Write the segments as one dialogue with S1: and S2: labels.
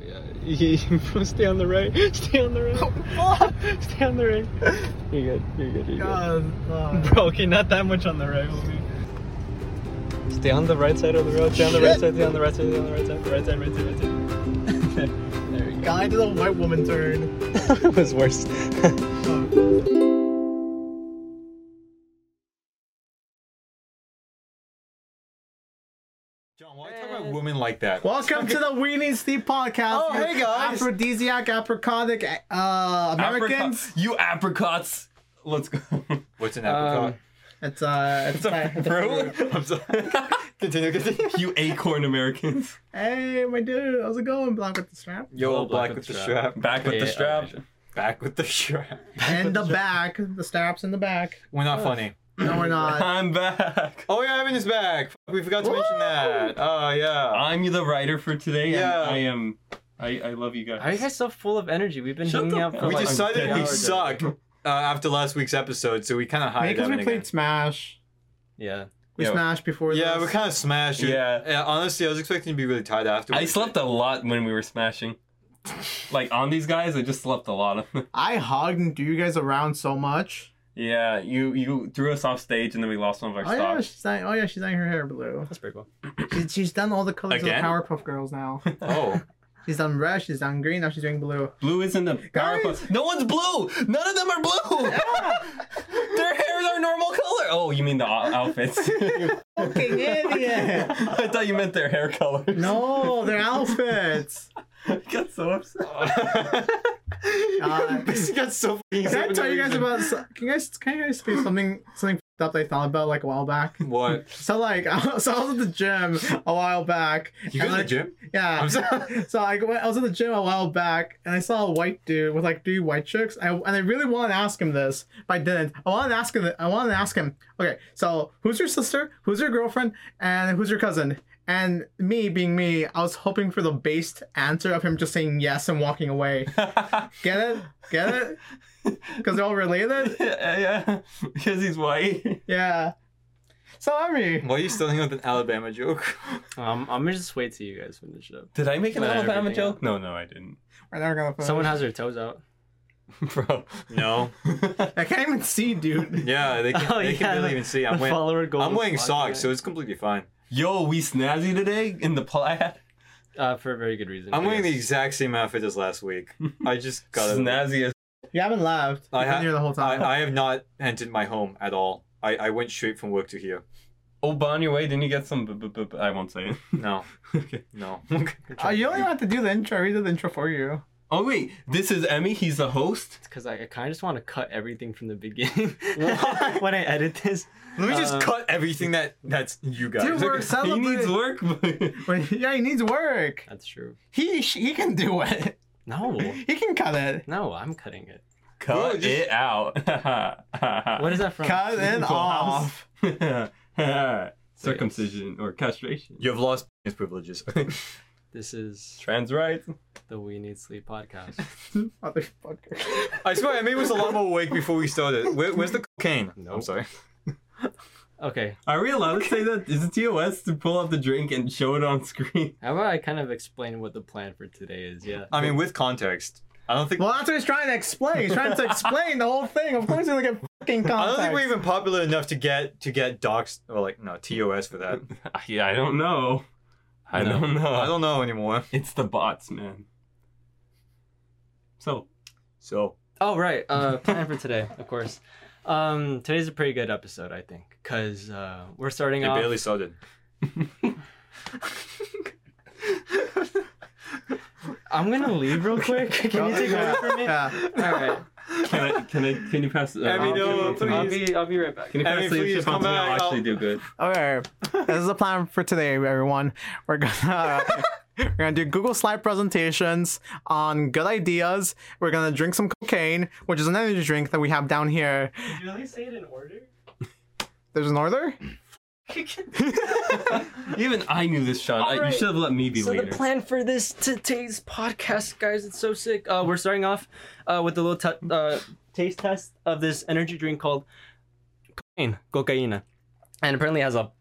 S1: You, stay on the right. Stay on the
S2: Fuck.
S1: right. stay on the right. You're good. You're good. You're
S2: God.
S1: good. Bro, okay, not that much on the right. We'll be... Stay on the right side of the road. Stay on the right
S2: Shit.
S1: side. Stay on the right side. Stay on the right side. Right side. Right side. Right side. there we go.
S2: God, I did a white woman turn.
S1: it was worse.
S3: John, why talk about women like that?
S2: Welcome to the Weenie Steve podcast.
S3: Oh, hey,
S2: You
S3: guys.
S2: Aphrodisiac, apriconic, uh, Americans.
S3: Apricot- you apricots. Let's go. What's an apricot?
S2: It's uh, it's, my- it's
S3: Bro, I'm sorry. continue, continue. You acorn Americans.
S2: Hey, my dude, how's it going? Black with the strap.
S3: Yo,
S1: Oh, black with the strap.
S3: Back with the
S1: Yeah,
S3: strap.
S1: okay.
S3: Back with the strap.
S2: And the back, the straps in the back.
S3: We're not funny.
S2: No, we're not.
S3: I'm back.
S1: Oh yeah, Evan is back. Fuck, We forgot to mention that. Oh yeah.
S3: I'm the writer for today.
S1: Yeah.
S3: And I am. I, I love you guys.
S4: Are you guys so full of energy? We've been
S3: Shut
S4: hanging
S3: the
S4: out
S3: fuck
S4: for
S3: up.
S1: We
S4: like
S3: I'm
S1: decided
S4: three
S1: we
S4: hours
S1: suck uh, after last week's episode, so we kind of hide
S2: Because
S1: Evan
S2: we played
S1: again.
S2: Smash.
S4: Yeah.
S2: We
S3: Yo.
S2: smashed before
S1: Yeah,
S2: this.
S1: we're kind of smashed. dude.
S3: Yeah.
S1: Honestly, I was expecting to be really tired afterwards.
S3: I slept a lot when we were smashing. Like on these guys, I just slept a lot of them.
S2: I hugged and threw you guys around so much.
S3: Yeah, you you threw us off stage and then we lost one of our
S2: Oh yeah,
S3: stocks.
S2: she's dyeing. Oh yeah, she's dyeing her hair blue.
S4: That's pretty cool.
S2: She's, she's done all the colors of
S1: Again?
S2: the Powerpuff Girls now.
S1: Oh.
S2: She's done red. She's done green. Now she's doing blue.
S3: Blue isn't a
S2: Guys!
S3: Powerpuff. No one's blue. None of them are blue. Their hairs are normal color. Oh, you mean the ou- outfits?
S2: Fucking idiot!
S3: I thought you meant their hair color.
S2: No, they're outfits.
S3: I got so upset.
S2: Uh,
S1: this got so fucking
S2: Can I
S1: excited.
S2: tell you guys about? so- Can you guys can you guys say something something f***ed up that I thought about like a while back?
S1: What?
S2: So like, so I was at the gym a while back.
S1: You
S2: and,
S1: go to the
S2: like,
S1: gym?
S2: Yeah.
S1: I'm sorry.
S2: So I, went, I was at the gym a while back, and I saw a white dude with like three white chicks. I, and I really wanted to ask him this, but I didn't. I wanted to ask him. I wanted to ask him. Okay, so who's your sister? Who's your girlfriend? And who's your cousin? And me being me, I was hoping for the based answer of him just saying yes and walking away. Get it? Get it? Because they're all related.
S3: yeah, because he's white.
S2: Yeah. So I mean,
S1: Why are you starting with an Alabama joke?
S4: Um, I'm gonna just wait till you guys finish up.
S3: Did I make an
S4: Not
S3: Alabama
S4: everything
S3: joke? No, no, I didn't,
S2: we're never gonna. Finish.
S4: Someone has their toes out.
S3: bro.
S1: No.
S2: I can't even see, dude.
S1: Yeah, they can,
S4: Oh,
S1: they
S4: yeah,
S1: can barely
S4: the-
S1: even see. I'm
S4: the
S1: wearing,
S4: follower goal
S1: I'm
S4: is
S1: wearing
S4: blocking
S1: socks,
S4: it.
S1: so it's completely fine.
S3: Yo, we snazzy today in the plaid.
S4: Uh, for a very good reason.
S1: I'm
S4: I
S1: wearing the
S4: guess.
S1: exact same outfit as last week. I just got it.
S3: Snazzy as
S2: You haven't laughed.
S1: I
S2: You've been
S1: ha-
S2: here the whole time.
S1: I, I have not entered my home at all. I, I went straight from work to here.
S3: oh, but on your way, didn't you get some? B- b- b- I won't say it.
S1: No,
S3: okay.
S1: no.
S2: Oh, you don't even have to do the intro. We did the intro for you.
S3: Oh wait, this is Emmy. He's the host.
S4: Because I, I kind of just want to cut everything from the beginning
S1: Why?
S4: when I edit this.
S1: Let me just
S4: Uh,
S1: cut everything that that's you guys.
S2: Dude, we're
S3: He
S2: celebrating.
S3: needs work.
S2: Wait, yeah, he needs work.
S4: That's true.
S2: He sh- he can do it.
S4: No,
S2: He can cut it.
S4: no, I'm cutting it.
S3: Cut
S1: Bro, just-
S3: it out.
S4: What is that from?
S2: Cut it off.
S3: Circumcision or castration.
S1: You've lost his privileges.
S4: This is
S3: Trans rights.
S4: the We Need Sleep podcast.
S2: Motherfucker.
S1: I swear, Emmy was a lot more awake before we started. Where, where's the cocaine? No, I'm
S4: Nope.
S1: sorry.
S4: Okay,
S3: Are we allowed to say that? Is it TOS to pull out the drink and show it on screen?
S4: how about I kind of explain what the plan for today is? Yeah.
S1: I mean, with context, I don't think
S2: Well, that's what he's trying to explain. He's trying to explain the whole thing. Of course, he's gonna get fucking
S1: I
S2: context.
S1: don't think we're even popular enough to get to get docs or like no TOS for that.
S3: Yeah, I don't know. I
S4: No.
S3: don't know.
S1: I don't know anymore.
S3: It's the bots, man. So
S1: So
S4: Oh right, uh, plan for today, of course. Um, today's a pretty good episode, I think, because uh, we're starting
S1: it
S4: off.
S1: barely started.
S4: I'm gonna leave real quick. Can you take
S2: yeah.
S4: over for me?
S2: Yeah.
S4: All right.
S3: can I? Can I? Can you pass? Uh,
S1: Abby,
S4: I'll,
S1: no,
S4: be, I'll be. I'll be right back.
S3: Can you pass
S1: Abby,
S3: the
S1: please,
S3: chip on
S1: come
S3: to me? I'll
S1: back.
S3: actually do good.
S2: Okay, this is the plan for today, everyone. We're gonna we're gonna do Google slide presentations on good ideas. We're gonna drink some cocaine, which is an energy drink that we have down here.
S4: Did you really say it in order?
S2: There's an order.
S3: Even I knew this, Sean. I,
S4: Alright.
S3: You should have let me be
S4: So the
S3: leader.
S4: plan for this today's podcast, guys, it's so sick. Uh, we're starting off uh, with a little t- uh, taste test of this energy drink called cocaine, cocaina, and apparently it has a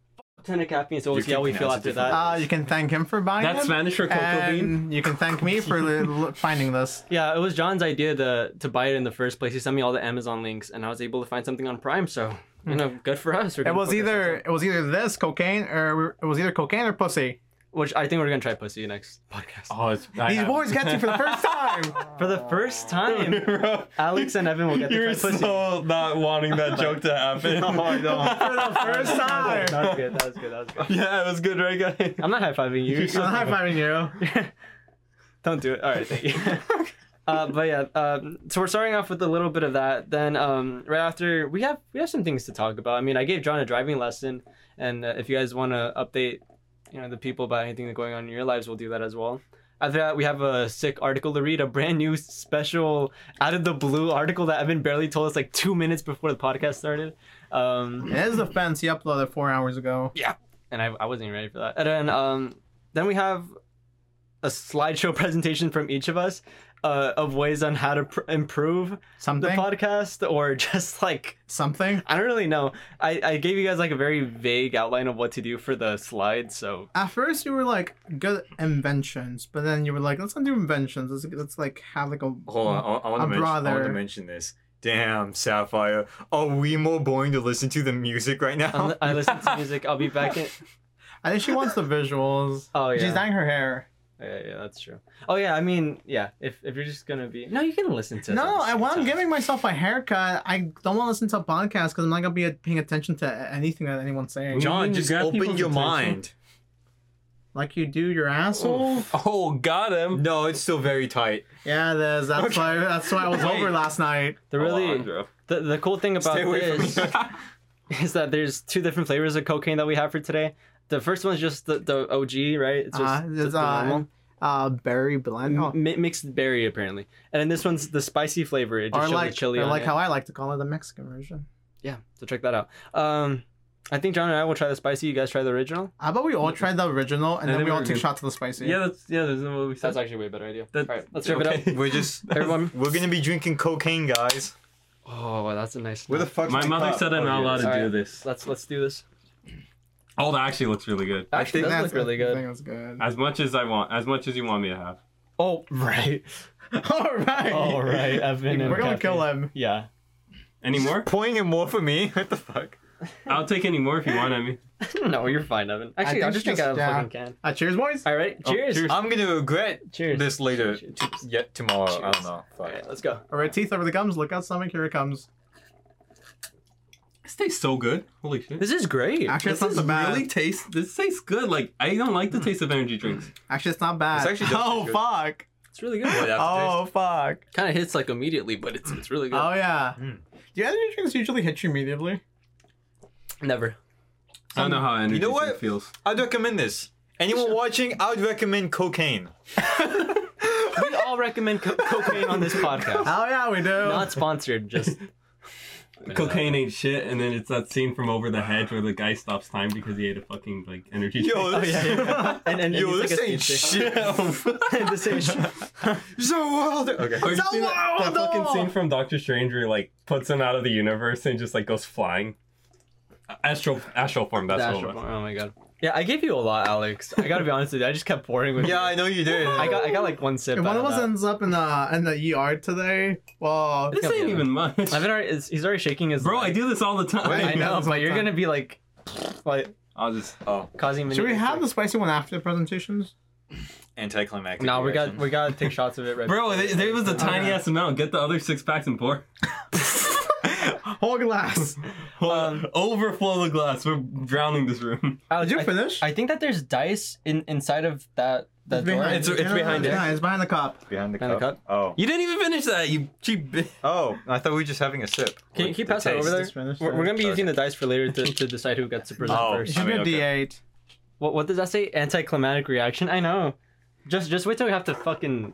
S5: ton of caffeine, so we'll
S3: You
S5: see how
S3: can
S5: we feel
S3: pronounce it
S5: after that.
S2: Uh, you can thank him for buying
S3: That's
S2: them,
S3: Spanish for cocoa bean.
S2: and you can thank me for li- finding this.
S5: yeah, it was John's idea to to buy it in the first place. He sent me all the Amazon links, and I was able to find something on Prime. So you know, good for us. We're
S2: It
S5: gonna
S2: was
S5: focus on
S2: either
S5: something.
S2: it was either this cocaine or it was either cocaine or pussy.
S5: which I think we're gonna try pussy next podcast
S3: Oh, it's I
S2: These
S3: have-
S2: boys got you for the first time.
S5: for the first time.
S3: Bro,
S5: Alex and Evan will get to
S3: you were
S5: try pussy.
S3: so not wanting that joke to happen.
S5: No, I don't.
S2: for the first time.
S5: That was good. That was good. That was good.
S3: Yeah, it was good, right, guys?
S5: I'm not high fiving you.
S2: I'm high fiving you.
S5: Don't do it. All right, thank you. uh, but yeah, um, so we're starting off with a little bit of that. Then um, right after we have we have some things to talk about. I mean, I gave John a driving lesson, and uh, if you guys want to update, you know, the people about anything that's going on in your lives, we'll do that as well. After that, we have a sick article to read, a brand new special out of the blue article that Evan barely told us like two minutes before the podcast started. Um,
S2: It is the fence he uploaded four hours ago.
S5: and I, I wasn't even ready for that. And then um, then we have a slideshow presentation from each of us uh, of ways on how to pr- improve the
S2: Something.
S5: podcast, or just like
S2: something.
S5: I don't really know. I I gave you guys like a very vague outline of what to do for the slide, so
S2: At first, you were like good inventions, but then you were like, let's not do inventions. Let's, let's like have like a.
S6: Hold on, I, I want
S2: A
S6: to mention. I want
S2: brother.
S6: to mention this. Damn, Sapphire, are we more boring to listen to than music right now?
S5: I'm, I listen to music. I'll be back in.
S2: I think she wants the visuals.
S5: Oh
S2: She's
S5: yeah.
S2: dyeing her hair.
S5: yeah, yeah, that's true. Oh yeah, I mean yeah. If if you're just gonna be no, you can listen to.
S2: No, I, when I'm
S5: want to
S2: giving myself a haircut, I don't want to listen to a podcast because I'm not gonna be uh, paying attention to anything that anyone's saying.
S6: John, just
S3: got
S6: open
S3: people's
S6: your
S3: attention.
S6: mind.
S2: Like you do, your asshole.
S3: Oh, got him.
S6: No, it's still very tight.
S2: Yeah, it is. That's why. That's why I was
S6: Wait.
S2: over last night.
S5: The really the, the cool thing about
S6: Stay away
S5: this.
S6: from me.
S5: is that there's two different flavors of cocaine that we have for today. The first one's just the, the OG, right? It's just
S2: Uh, it's,
S5: just the
S2: uh,
S5: normal.
S2: Uh, berry blend, oh,
S5: Mi- mixed berry apparently, and then this one's the spicy flavor. It just
S2: or
S5: shows
S2: like,
S5: the chili
S2: or
S5: on
S2: like
S5: it.
S2: how I like to call it, the Mexican version.
S5: yeah, so check that out. Um, I think John and I will try the spicy. You guys try the original.
S2: How about we all try the original and,
S3: And
S2: then,
S3: then
S2: we all
S3: we're
S2: take
S3: good.
S2: shots of the spicy?
S3: Yeah, that's yeah. That's what we said.
S5: That's actually a way better idea.
S3: That-
S5: All right, let's wrap it
S3: okay.
S5: up.
S6: We're just.
S5: Everyone-
S6: We're gonna be drinking cocaine, guys.
S5: Oh, wow, that's a nice.
S6: Where the fuck?
S3: My mother said I'm not allowed to
S5: Alright.
S3: do this.
S5: let's let's do this.
S3: Oh, that actually looks really good.
S5: Actually, that looks really
S2: I
S5: good.
S2: think that's good.
S3: As much as I want, as much as you want me to have.
S5: Oh right,
S2: all right.
S5: all right. I've been.
S2: We're gonna kill him.
S5: Yeah.
S3: Any more?
S6: Pouring it more for me. What the fuck?
S3: I'll take any more if you want, Emmy.
S5: no, you're fine, Evan. Actually,
S2: think
S5: I'll just
S2: it's
S5: drink out of
S2: just,
S5: the
S2: yeah.
S5: fucking can.
S2: Uh, cheers, boys.
S5: All right, cheers.
S3: cheers.
S6: I'm gonna regret
S5: Cheers.
S6: this later.
S5: Cheers.
S6: Yet tomorrow, I don't know.
S5: All
S6: Fuck.
S5: right, let's go.
S2: All right, teeth over the gums. Look out, stomach. Here it comes.
S3: This tastes so good. Holy shit.
S5: This is great.
S2: Actually, it's
S3: This
S2: not
S3: is
S2: so bad.
S3: really taste. This tastes good. Like I don't like the taste of energy drinks.
S2: Actually, it's not bad.
S6: It's actually does
S2: oh
S6: taste good.
S2: fuck.
S5: It's really good.
S6: What, aftertaste?
S2: Oh fuck.
S5: kind of hits like immediately, but it's it's really good.
S2: Oh yeah.
S6: Mm.
S2: Do energy drinks usually hit you immediately?
S5: Never.
S3: I don't know how energy
S6: You know
S3: drink
S6: what?
S3: feels.
S6: I'd recommend this. Anyone watching, I would recommend cocaine.
S5: We all recommend co- cocaine on this podcast.
S2: Oh yeah, we do.
S5: Not sponsored, just
S3: Cocaine ain't shit, and then it's that scene from Over the Hedge where the guy stops time because he ate a fucking like energy drink.
S6: Yo, this,
S5: Oh, And, and
S6: yo,
S5: he's
S6: this
S5: like a
S6: ain't
S5: sensei.
S6: shit.
S5: This ain't shit.
S6: so wild. Okay.
S3: Or you
S2: So
S3: seen that, that
S2: wild,
S3: fucking
S2: though.
S3: scene from Doctor Strange where he, like puts him out of the universe and just like goes flying. Astral, astral form. That's
S5: That's
S3: what.
S5: right.
S3: it was.
S5: Oh my god. Yeah, I gave you a lot, Alex. I gotta be honest with you. I just kept pouring with
S6: Yeah, I
S5: you.
S6: know you did.
S5: I got I got like one sip.
S2: If one
S5: out
S2: of
S5: of
S2: us
S5: that.
S2: ends up in the in the ER today, well,
S3: This ain't even much,
S5: Evan already, is, he's already shaking his.
S3: bro. I
S5: leg.
S3: do this all the time.
S5: I know,
S2: That's
S5: but
S2: what
S5: you're
S2: I'm-
S5: gonna be like, like
S3: I'll just.
S6: Oh,
S5: causing. me.
S2: should we have the spicy one after the presentations?
S6: anticlimactic.
S5: No, we got
S6: reaction.
S5: we gotta take shots of it right.
S3: Bro,
S5: before
S3: there,
S5: this.
S3: there was a tiny
S2: Okay.
S3: ass amount. Get the other six packs and pour.
S2: Whole glass.
S5: Um,
S3: Overflow the glass. We're drowning this room.
S5: Alex,
S2: Did you
S5: I-
S2: finish?
S5: I think that there's dice in inside of that that door.
S2: behind-
S6: It's- it's
S2: no, no,
S6: behind
S2: no,
S6: it.
S2: no, it's behind the cup.
S6: behind the
S5: Behind the cup.
S6: Oh,
S3: You didn't even finish that, you cheap bitch.
S6: oh, I thought we were just having a sip.
S5: Can you
S6: With
S5: keep
S6: the
S5: pass that over
S6: taste.
S5: there?
S2: Just finish
S5: We're,
S2: it.
S5: we're gonna be using the dice for later to, to decide who gets to present
S6: Oh.
S2: It
S5: first.
S2: should be
S6: I
S2: a
S6: mean, okay.
S2: D8.
S5: What what does that say? Anticlimactic reaction. I know. Just just wait till we have to fucking.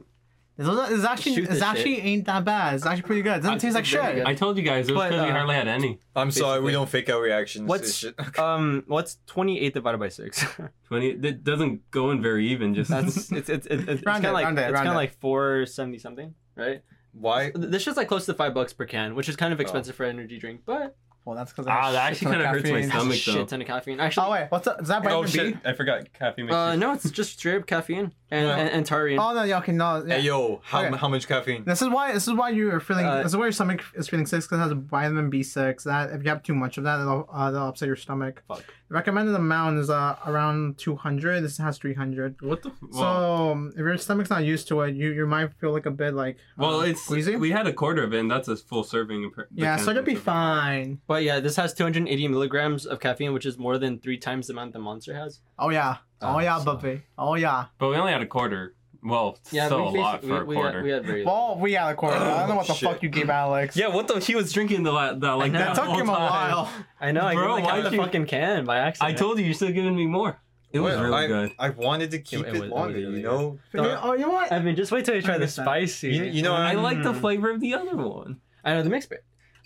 S2: It's, it's actually
S5: Shoot
S2: it's
S5: this
S2: actually ain't that bad. It's actually pretty good. It doesn't taste like
S5: very
S2: shit.
S5: good.
S3: I told you guys, it was
S5: But,
S3: because we
S5: uh,
S3: hardly had any.
S6: I'm sorry, we
S5: Basically.
S6: don't fake our reactions.
S5: What's-
S6: It's shit.
S5: Um, what's twenty eight divided by six?
S3: 20. It doesn't go in very even, just.
S5: That's it's it's it's, it's
S2: Round
S5: kind
S2: it,
S5: of like
S2: round it,
S5: it's
S2: round
S5: kind of
S2: it.
S5: like four seventy something, right?
S6: Why?
S5: This shit's like close to five bucks per can, which is kind of expensive for an energy drink, but
S2: Well, that's because
S3: Ah, that actually kinda hurts my
S5: That's a
S3: stomach, though.
S5: shit ton of caffeine. Actually,
S2: Oh wait, what's that? Is that
S3: Oh
S2: vitamin B?
S3: shit! I forgot caffeine. Makes
S5: uh,
S3: you-
S5: no, it's just straight up caffeine and
S2: Yeah.
S5: and, and taurine.
S2: Oh no, yeah, okay, no. Yeah.
S1: Hey yo, how,
S2: Okay.
S1: how much caffeine?
S2: This is why this is why you are feeling
S5: Uh,
S2: this is why your stomach is feeling sick because it has vitamin B six. That if you have too much of that, it'll uh, that'll upset your stomach.
S5: Fuck.
S2: The recommended amount is uh around two hundred. This has three hundred.
S3: What the?
S2: So
S3: Well,
S2: um, if your stomach's not used to it, you you might feel like a bit like
S3: well,
S2: uh,
S3: it's
S2: queasy.
S3: we had a quarter of it, and that's a full serving. Per, the
S2: yeah,
S3: can
S2: so
S3: of
S2: you'll be
S3: it.
S2: fine.
S5: But yeah, this has 280 milligrams of caffeine, which is more than three times the amount that Monster has.
S2: Oh yeah, oh
S3: Uh,
S2: yeah,
S3: so-
S2: Buffy. Oh yeah.
S3: But we only had a quarter. Well,
S5: Yeah,
S3: still a
S5: we,
S3: lot
S5: we,
S3: for a
S5: we
S3: quarter.
S5: Had, we had very.
S2: Well, we out of quarter. I don't know what the
S1: Shit.
S2: fuck you gave Alex.
S3: yeah, what the? He was drinking the la- the like
S5: know.
S3: that
S2: It took
S3: whole
S2: him a
S3: time.
S2: while.
S5: I know. I
S3: Bro,
S5: bro,
S3: why'd
S5: the
S3: you-
S5: fucking can by
S3: I
S5: accident.
S3: told you, you're still giving me more. It was
S1: Well,
S3: really
S1: I,
S3: good.
S1: I wanted to keep
S5: it
S1: it,
S5: was- it was
S1: longer,
S5: really
S1: you
S5: good.
S1: know.
S5: No.
S2: oh, you know what?
S5: I mean, just wait till you try the
S2: understand.
S5: spicy.
S1: You, you know,
S3: I
S1: I'm-
S3: like the flavor of the other one.
S5: I know the mix. but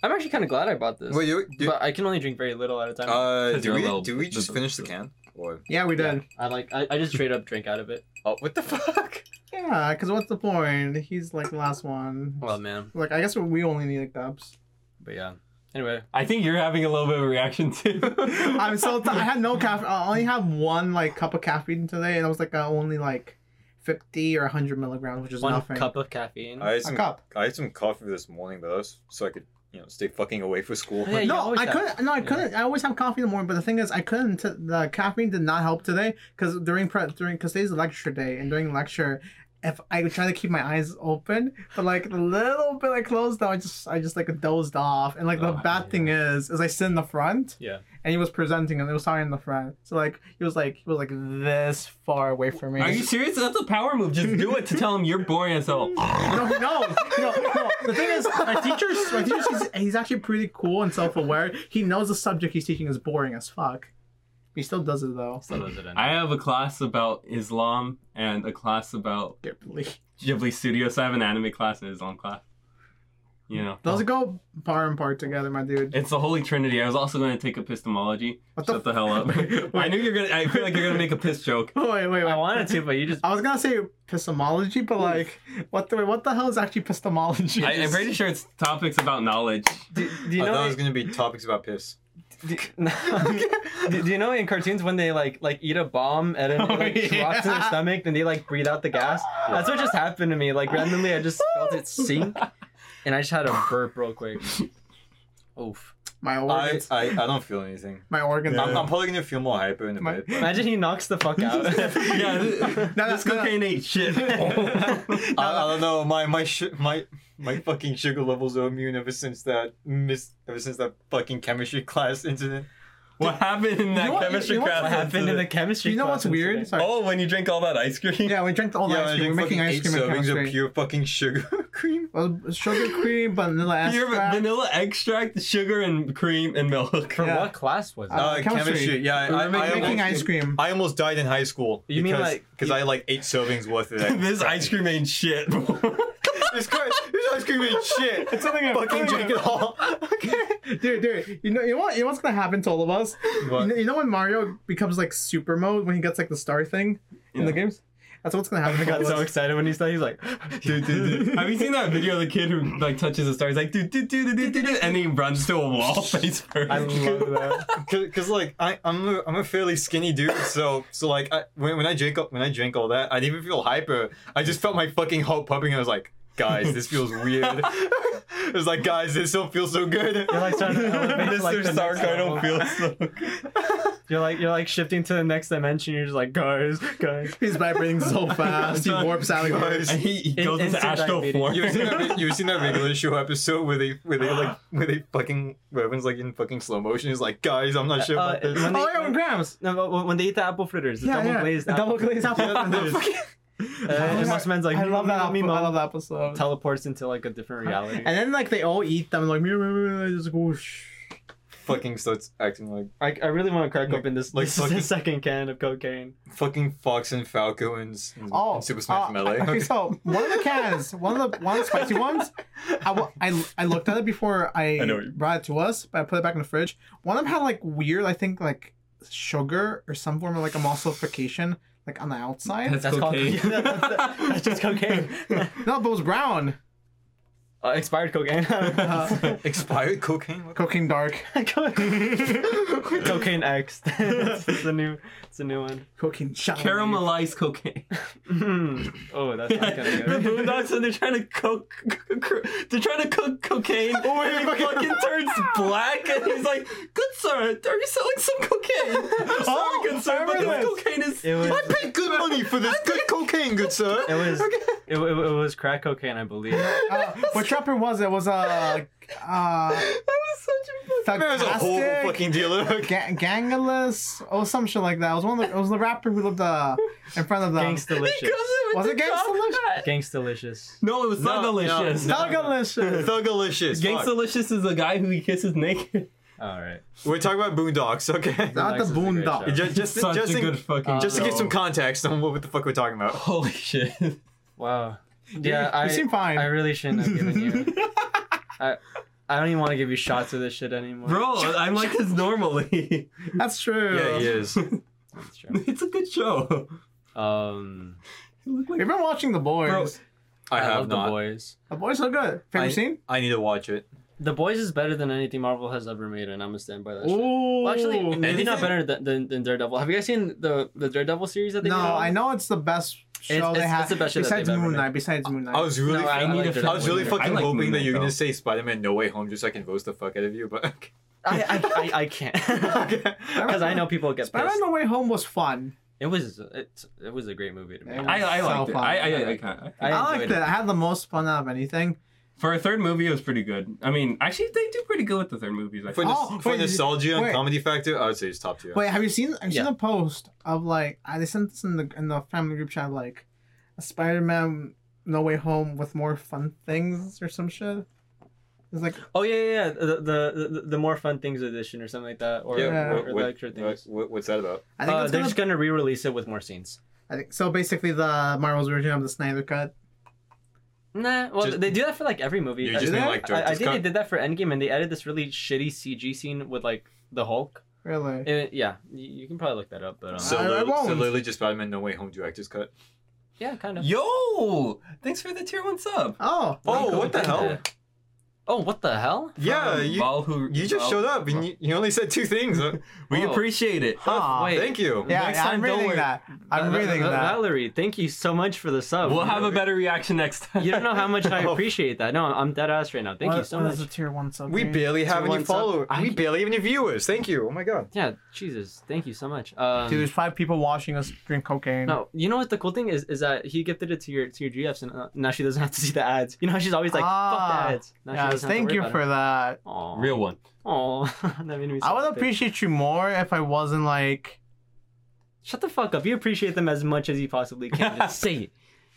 S5: I'm actually kind of glad I bought this,
S1: Wait, you, you,
S5: but I can only drink very little at a time.
S1: uh,
S3: 'Cause
S1: do
S3: you're a
S1: we,
S3: little-
S1: do we just
S3: the-
S1: finish the can? Or
S2: Yeah, we did.
S5: I like. I, I just straight up drink out of it.
S1: oh, what the fuck?
S2: Yeah, because what's the point? He's like the last one.
S5: Well, man.
S2: Like, I guess we only need like dubs.
S5: But yeah. Anyway,
S3: I think you're having a little bit of a reaction too.
S2: I'm so t- I had no caffeine. I only had one like cup of caffeine today, and I was like uh, only like fifty or hundred milligrams, which is
S5: one
S2: nothing.
S5: cup of caffeine.
S1: I had,
S2: a
S1: some,
S2: cup.
S1: I had some coffee this morning, but that was so I could, you know, stay fucking away for school.
S5: Yeah, you
S2: No,
S5: always
S2: I
S5: have-
S2: couldn't. No, I
S5: yeah.
S2: couldn't. I always have coffee in the morning, but the thing is, I couldn't. T- the caffeine did not help today because during pre- during because today's lecture day, and during lecture, if I would try to keep my eyes open, but like a little bit like closed, though, I just I just like dozed off. And like the
S5: Oh,
S2: bad thing is, is I sit in the front.
S5: Yeah.
S2: And he was presenting, and it was talking in the front. So like he was like he was like this far away from me.
S3: Are you serious? That's a power move. Just do it to tell him you're boring as hell.
S2: No, he knows. No, no. The thing is, my teacher's my teacher's he's, he's actually pretty cool and self aware. He knows the subject he's teaching is boring as fuck. He still does it though.
S5: So does it end.
S3: I have a class about Islam and a class about
S2: Ghibli.
S3: Ghibli Studios. I have an anime class and an Islam class. You know,
S2: Those go par and part together, my dude.
S3: it's the Holy Trinity. I was also going to take epistemology.
S2: What the
S3: Shut the hell up. I knew you're gonna. I feel like you're gonna make a piss joke.
S2: Oh, wait, wait, wait.
S5: I wanted to, but you just.
S2: I was gonna say epistemology, but like, what the wait, what the hell is actually epistemology?
S3: I, I'm pretty sure it's topics about knowledge.
S5: Do, do you
S1: I
S5: know?
S1: thought it was gonna be topics about piss.
S5: Do, do, do you know in cartoons when they like like eat a bomb and then it like
S2: Oh, yeah.
S5: drops in their stomach and they like breathe out the gas? That's what just happened to me. Like randomly, I just felt it sink, and I just had a burp real quick. Oof!
S2: my
S1: I,
S2: organs,
S1: I, I don't feel anything.
S2: my organs.
S1: I'm, I'm probably gonna feel more hyper in a
S2: My-
S1: bit. but-
S5: Imagine he knocks the fuck out.
S3: yeah,
S2: No,
S3: this,
S2: no,
S3: this
S2: no, no.
S3: cocaine ain't shit.
S1: I, I don't know. My my sh- my my fucking sugar levels are immune ever since that miss ever since that fucking chemistry class incident.
S3: what happened in that
S2: know what-
S3: chemistry
S2: you know
S3: class?
S5: what happened in the chemistry?
S2: you know what's
S5: class
S2: weird?
S5: incident?
S2: Sorry.
S1: Oh, when you drink all that ice cream.
S2: Yeah, we drank all the
S1: yeah,
S2: ice
S1: I
S2: cream.
S1: drink
S2: Oh, We're making
S1: fucking
S2: ice
S1: eight
S2: cream and
S1: servings of
S2: chemistry.
S1: pure fucking sugar cream.
S2: Well, sugar cream, vanilla
S3: Pure
S2: extract.
S3: vanilla extract, sugar, and cream and milk.
S5: For
S2: Yeah.
S5: what class was it?
S2: Uh,
S1: Uh,
S2: chemistry.
S1: chemistry. Yeah, I,
S5: We were
S1: I,
S5: making-
S1: I
S2: making
S1: almost,
S2: ice cream.
S1: I almost died in high school.
S5: You mean
S1: because,
S5: like-
S1: because I had like eight servings worth of it.
S3: this ice cream ain't shit.
S1: this, cri- this ice cream ain't shit. It's
S2: something I-
S1: fucking
S2: something I-
S1: drink it all.
S2: dude, dude, you know, you know what, you know what's gonna happen to all of us? You know, you know when Mario becomes like super mode when he gets like the star thing in the games? That's what's gonna happen.
S5: I
S2: to all
S5: got
S2: of
S5: so
S2: us.
S5: excited when he said he's like,
S3: Dude, dude, dude. Have you seen that video of the kid who like touches a star? He's like, dude, dude, dude, dude, dude, dude, and he runs to a wall face first.
S5: I love that.
S1: because like I, I'm a, I'm a fairly skinny dude, so so like I, when, when I drink up when I drink all that, I didn't even feel hyper. I just felt my fucking heart pumping. And I was like, guys, this feels weird. I was like, guys, this don't feel so good.
S5: You're like trying to elevate to, like, the
S1: Mr.
S5: next
S1: Stark, I don't
S5: level.
S1: feel so good.
S5: You're like you're like shifting to the next dimension. You're just like guys, guys.
S2: He's vibrating so fast, he warps out of here.
S1: Guys.
S3: And he, he goes into
S5: instant
S3: astral
S5: diabetes.
S3: form.
S1: You ever seen that? You ever seen that regular show episode where they where they like where they fucking where everyone's like in fucking slow motion? He's like, guys, I'm not sure
S5: Uh,
S1: about this.
S5: when they-
S2: Oh, yeah, with grams!
S5: No, but when- when they eat the apple fritters, the
S2: Yeah,
S5: double
S2: yeah.
S5: glazed
S2: the double
S5: apple
S2: glazed apple.
S1: Yeah, the fucking-
S5: Uh, and
S2: Yeah.
S5: Muscle Man's like,
S2: I love that.
S5: Me,
S2: Episode. I love that episode.
S5: Teleports into like a different reality.
S2: and then like they all eat them like just whoosh.
S1: fucking starts acting like
S5: I, I really want to crack
S1: Like-
S5: open this
S1: like
S5: like this is the
S1: fucking-
S5: second can of cocaine.
S1: fucking Fox and Falco and, and
S2: Oh,
S1: Super Smash
S2: uh,
S1: Melee.
S2: Okay, so one of the cans, one of the one of the spicy ones, I, wa- I, I looked at it before I,
S3: know what you-
S2: brought it to us, but I put it back in the fridge. One of them had like weird, I think like sugar or some form of like emulsification, like on the outside.
S3: That's
S5: That's
S3: cocaine.
S5: called. that's, that's just cocaine.
S2: no, but it was brown.
S5: uh, expired cocaine.
S1: Expired cocaine? What-
S2: Cooking dark.
S5: cocaine X. it's a new, it's a new one.
S2: Cooking shot.
S3: Caramelized cocaine.
S1: Hmm.
S5: oh, that's not gonna
S3: the
S5: go.
S3: Boondocks and they're trying to cook, they're trying to cook cocaine. Oh, and he fucking turns black, and he's like, "Good sir, are you selling some cocaine? I'm
S1: Oh,
S3: sorry, good sir, but
S1: remember
S3: this
S1: this.
S3: cocaine is."
S5: It was,
S1: I paid good money for this good cocaine, good sir.
S5: it was, it, wa- it, wa- it was crack cocaine, I believe.
S2: Uh, which rapper was it? Was uh, uh,
S3: that was such a.
S1: Man, was a whole
S2: Thugtastic?
S1: fucking dealer.
S2: Ga- Gangalus or some shit like that. It was one of the, it was the rapper who lived uh, in front of
S5: Um,
S2: them.
S3: He comes
S5: Gangstalicious.
S3: in with
S2: Was
S3: the
S2: it Gangsta
S3: top
S2: Licious?
S3: hat.
S5: Gangstalicious.
S3: No, it was
S1: No,
S3: not
S1: no,
S3: delicious.
S1: no.
S2: Gangalus.
S1: Thugalicious. fuck.
S3: Gangstalicious is the guy who he kisses naked.
S5: All right.
S1: We're talking about Boondocks, okay?
S2: Not the
S5: Gangalus is a great
S2: boondock.
S5: show.
S1: just, just,
S3: Such
S1: just,
S3: a
S1: in-
S3: good fucking.
S1: just to
S3: show.
S1: give some context on what the fuck we're talking about.
S3: Holy shit!
S5: Wow. Yeah, I,
S2: you seem fine.
S5: I really shouldn't have given you. I, I don't even want to give you shots of this shit anymore.
S3: Bro, I'm like this normally.
S2: That's true.
S1: Yeah, he is.
S5: That's true.
S3: it's a good show.
S5: Um,
S3: You look like-
S2: We've been watching The Boys.
S3: Bro,
S1: I have
S5: love
S1: not.
S5: the boys.
S2: The Boys are good. Have
S1: I,
S2: you seen?
S1: I need to watch it.
S5: The boys is better than anything Marvel has ever made, and I'm gonna stand by that. shit.
S2: Ooh.
S5: Well, actually, maybe not
S1: Anything?
S5: better than, than, than Daredevil. Have you guys seen the the Daredevil series? That they
S2: No,
S5: did?
S2: I know it's the best show
S5: It's-
S2: they
S5: it's-
S2: have.
S5: it's the best show that
S2: besides
S5: they've ever
S2: Moon
S5: made.
S2: Knight. Besides Moon Knight.
S1: I was really,
S5: No,
S1: I,
S5: I, I
S3: need
S5: like
S3: to
S5: Daredevil
S1: was really
S5: better.
S1: fucking
S3: I like
S1: hoping
S3: Moon
S1: that you were
S3: Knight,
S1: gonna
S3: though.
S1: say Spider-Man No Way Home just so I can roast the fuck out of you, but okay.
S5: I I, I, I can't
S1: Okay.
S5: because I know people get
S2: Spider-Man:
S5: pissed.
S2: No Way Home was fun.
S5: It was it, it was a great movie to me.
S2: It was-
S3: I, I
S2: So
S3: liked it.
S2: fun.
S3: I, I, I, I,
S5: I
S2: I, liked
S5: enjoyed
S2: it.
S5: it.
S2: I had the most fun out of anything.
S3: For a third movie, it was pretty good. I mean, actually, they do pretty good with the third movies. I
S1: For,
S3: think.
S2: Oh,
S1: nos- for
S2: wait,
S1: nostalgia and
S2: wait.
S1: comedy factor, I would say it's top tier.
S2: Wait, have you seen? Have you
S5: Yeah.
S2: seen a post of like I they sent this in the in the family group chat like, Spider-Man: No Way Home with more fun things or some shit. It's like
S5: Oh yeah, yeah, yeah. The, the the the more fun things edition or something like that, or,
S2: Yeah.
S5: or,
S1: what-
S5: or
S1: what-
S5: the extra things.
S1: what- what- what's that about?
S2: I think
S5: Uh,
S2: it's
S5: they're
S2: gonna,
S5: just gonna re-release it with more scenes.
S2: I think so. Basically, the Marvel's version of the Snyder Cut.
S5: Nah, well,
S1: Just-
S5: they do that for like every movie.
S1: You
S5: I-
S1: just mean
S2: that?
S1: like
S5: I, I
S1: director's
S5: think they
S1: cut?
S5: did that for Endgame, and they added this really shitty CG scene with like the Hulk.
S2: Really?
S5: It- yeah, you, you can probably look that up, but um,
S1: So,
S2: I- I
S1: literally, so
S2: won't.
S1: literally just Spider-Man No Way Home director's cut.
S5: yeah, kind of.
S3: Yo! Thanks for the tier one sub.
S2: Oh,
S1: Oh,
S3: Cool.
S1: what the hell?
S5: Yeah. Oh, what the hell?
S1: Yeah,
S3: From
S1: you,
S3: Val who
S1: you just
S3: Val-
S1: showed up and you, you only said two things. Uh,
S3: We
S5: Whoa.
S3: appreciate it.
S2: Aw.
S5: Wait.
S1: Thank you.
S2: Yeah,
S3: Next
S2: yeah,
S3: time,
S2: I'm
S3: don't
S2: reading
S3: worry.
S2: that. I'm
S5: Uh,
S2: reading
S5: uh,
S2: that.
S5: Valerie, thank you so much for the sub.
S3: We'll have a better reaction next time.
S5: You don't know how much I appreciate that. No, I'm dead ass right now. Thank you
S2: What-
S5: so
S2: what
S5: much.
S2: is a tier one sub?
S1: We
S2: here?
S1: barely have
S5: one
S1: any
S5: sub.
S1: followers.
S5: I-
S1: We barely have any viewers. Thank you. Oh my god.
S5: Yeah, Jesus, thank you so much.
S2: Dude,
S5: Um,
S2: there's five people watching us drink cocaine.
S5: no, you know what the cool thing is is that he gifted it to your to your GFs, and uh, now she doesn't have to see the ads. You know, she's always like,
S2: Ah.
S5: "Fuck the ads." Now
S2: Yes, thank you for that.
S5: Aww.
S3: Real one.
S5: Oh, that made me. So
S2: I would
S5: happy.
S2: appreciate you more if I wasn't like.
S5: Shut the fuck up. You appreciate them as much as you possibly can. Just say it.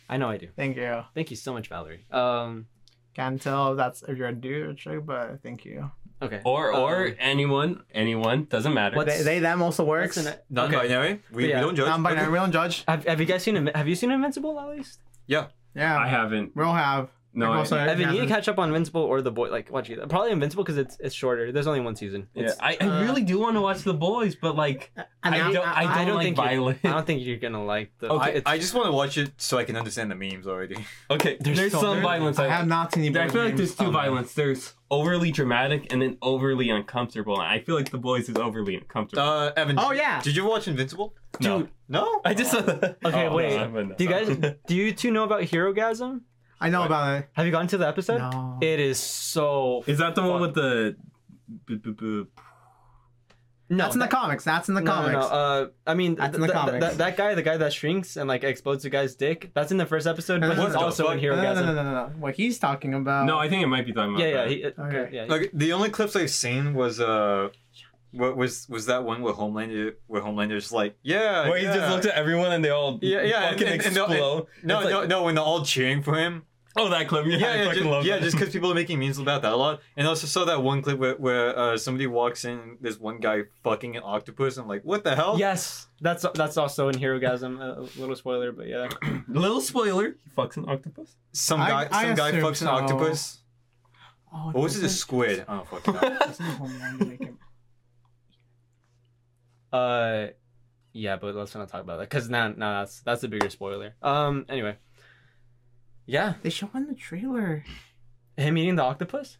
S5: I know I do.
S2: Thank you.
S5: Thank you so much, Valerie. Um.
S2: Can't tell if that's if you're a dude or chick, but thank you.
S5: Okay.
S3: Or or
S5: Um,
S3: anyone, anyone doesn't matter.
S5: What's-
S2: They, they them also works.
S5: what's in it? Okay.
S1: Non-binary. We,
S5: Yeah.
S1: we don't judge.
S2: Non-binary, we don't judge.
S5: Have, have you guys seen? Invi- Have you seen Invincible at least?
S2: Yeah,
S3: I haven't.
S2: we'll have.
S3: No,
S2: Like,
S3: I,
S2: also-
S5: Evan, you need to
S2: hasn't.
S5: catch up on Invincible or The Boy. Like, watch it. Probably Invincible because it's it's shorter. There's only one season.
S3: yeah,
S5: It's,
S3: I, I
S2: uh,
S3: really do want to watch the boys, but like
S2: And
S3: I
S2: now-
S3: don't- I
S5: I don't
S3: like
S5: think you-
S3: violence.
S5: I don't think you're gonna like the.
S3: Okay,
S1: I,
S5: it's-
S1: I just want to watch it so I can understand the memes already.
S3: okay, there's,
S5: so-
S3: some
S5: there-
S3: violence.
S2: I have not seen. any
S3: I
S2: boy
S3: feel like
S2: names.
S3: there's two
S2: Um,
S3: violence. There's overly dramatic and then overly uncomfortable. And I feel like the boys is overly uncomfortable.
S1: Uh, Evan.
S2: Oh,
S1: did-
S2: yeah.
S1: Did you watch Invincible?
S3: no,
S5: dude.
S1: No.
S3: Oh, I just okay.
S5: Okay, wait. do you guys? do you two know about Herogasm?
S2: I know about it.
S5: Have you gotten to the episode?
S2: No.
S5: It is so.
S3: Is that the one with the? b- b- b-
S5: No,
S2: That's in the comics. That's in the
S5: No, no,
S2: comics.
S5: no. Uh, I mean,
S2: That's
S5: th-
S2: in the
S5: th- th-
S2: comics.
S5: that guy, the guy that shrinks and like explodes the guy's dick, that's in the first episode,
S2: No,
S5: but
S2: no,
S5: he's
S2: no, no.
S5: also in
S2: no,
S5: Hero
S2: no, no, no, no, no. What he's talking about?
S3: No, I think it might be talking about.
S5: Yeah, yeah,
S3: that.
S5: he, uh,
S2: Okay.
S5: yeah.
S1: Like the only clips I've seen was uh, what was was that one where Homelander where Homelander's like, yeah,
S3: Where he
S1: uh, yeah.
S3: just looks at everyone and they all
S1: Yeah, yeah,
S3: fucking
S1: and- and- and-
S3: explode.
S1: No,
S3: It's like-
S1: no, no, when they're all cheering for him.
S3: Oh, that clip. Yeah,
S1: Yeah,
S3: I
S1: yeah,
S3: fucking
S1: just,
S3: love
S1: yeah,
S3: that.
S1: just because people are making memes about that a lot. And I also saw that one clip where, where uh, somebody walks in, and there's one guy fucking an octopus. I'm like, what the hell?
S5: Yes, that's that's also in Herogasm. A little spoiler, but yeah.
S3: Little spoiler. He fucks an octopus.
S1: Some
S2: I-
S1: guy,
S2: I
S1: some guy
S2: assume
S1: fucks
S2: so.
S1: an octopus.
S2: Oh,
S1: Or was it a
S2: doesn't-
S1: squid? I don't fucking know.
S2: Homelander make him-
S5: Uh, yeah, but let's not talk about that because now, now that's that's a bigger spoiler. Um, anyway. Yeah,
S2: They show in the trailer.
S5: him eating the octopus.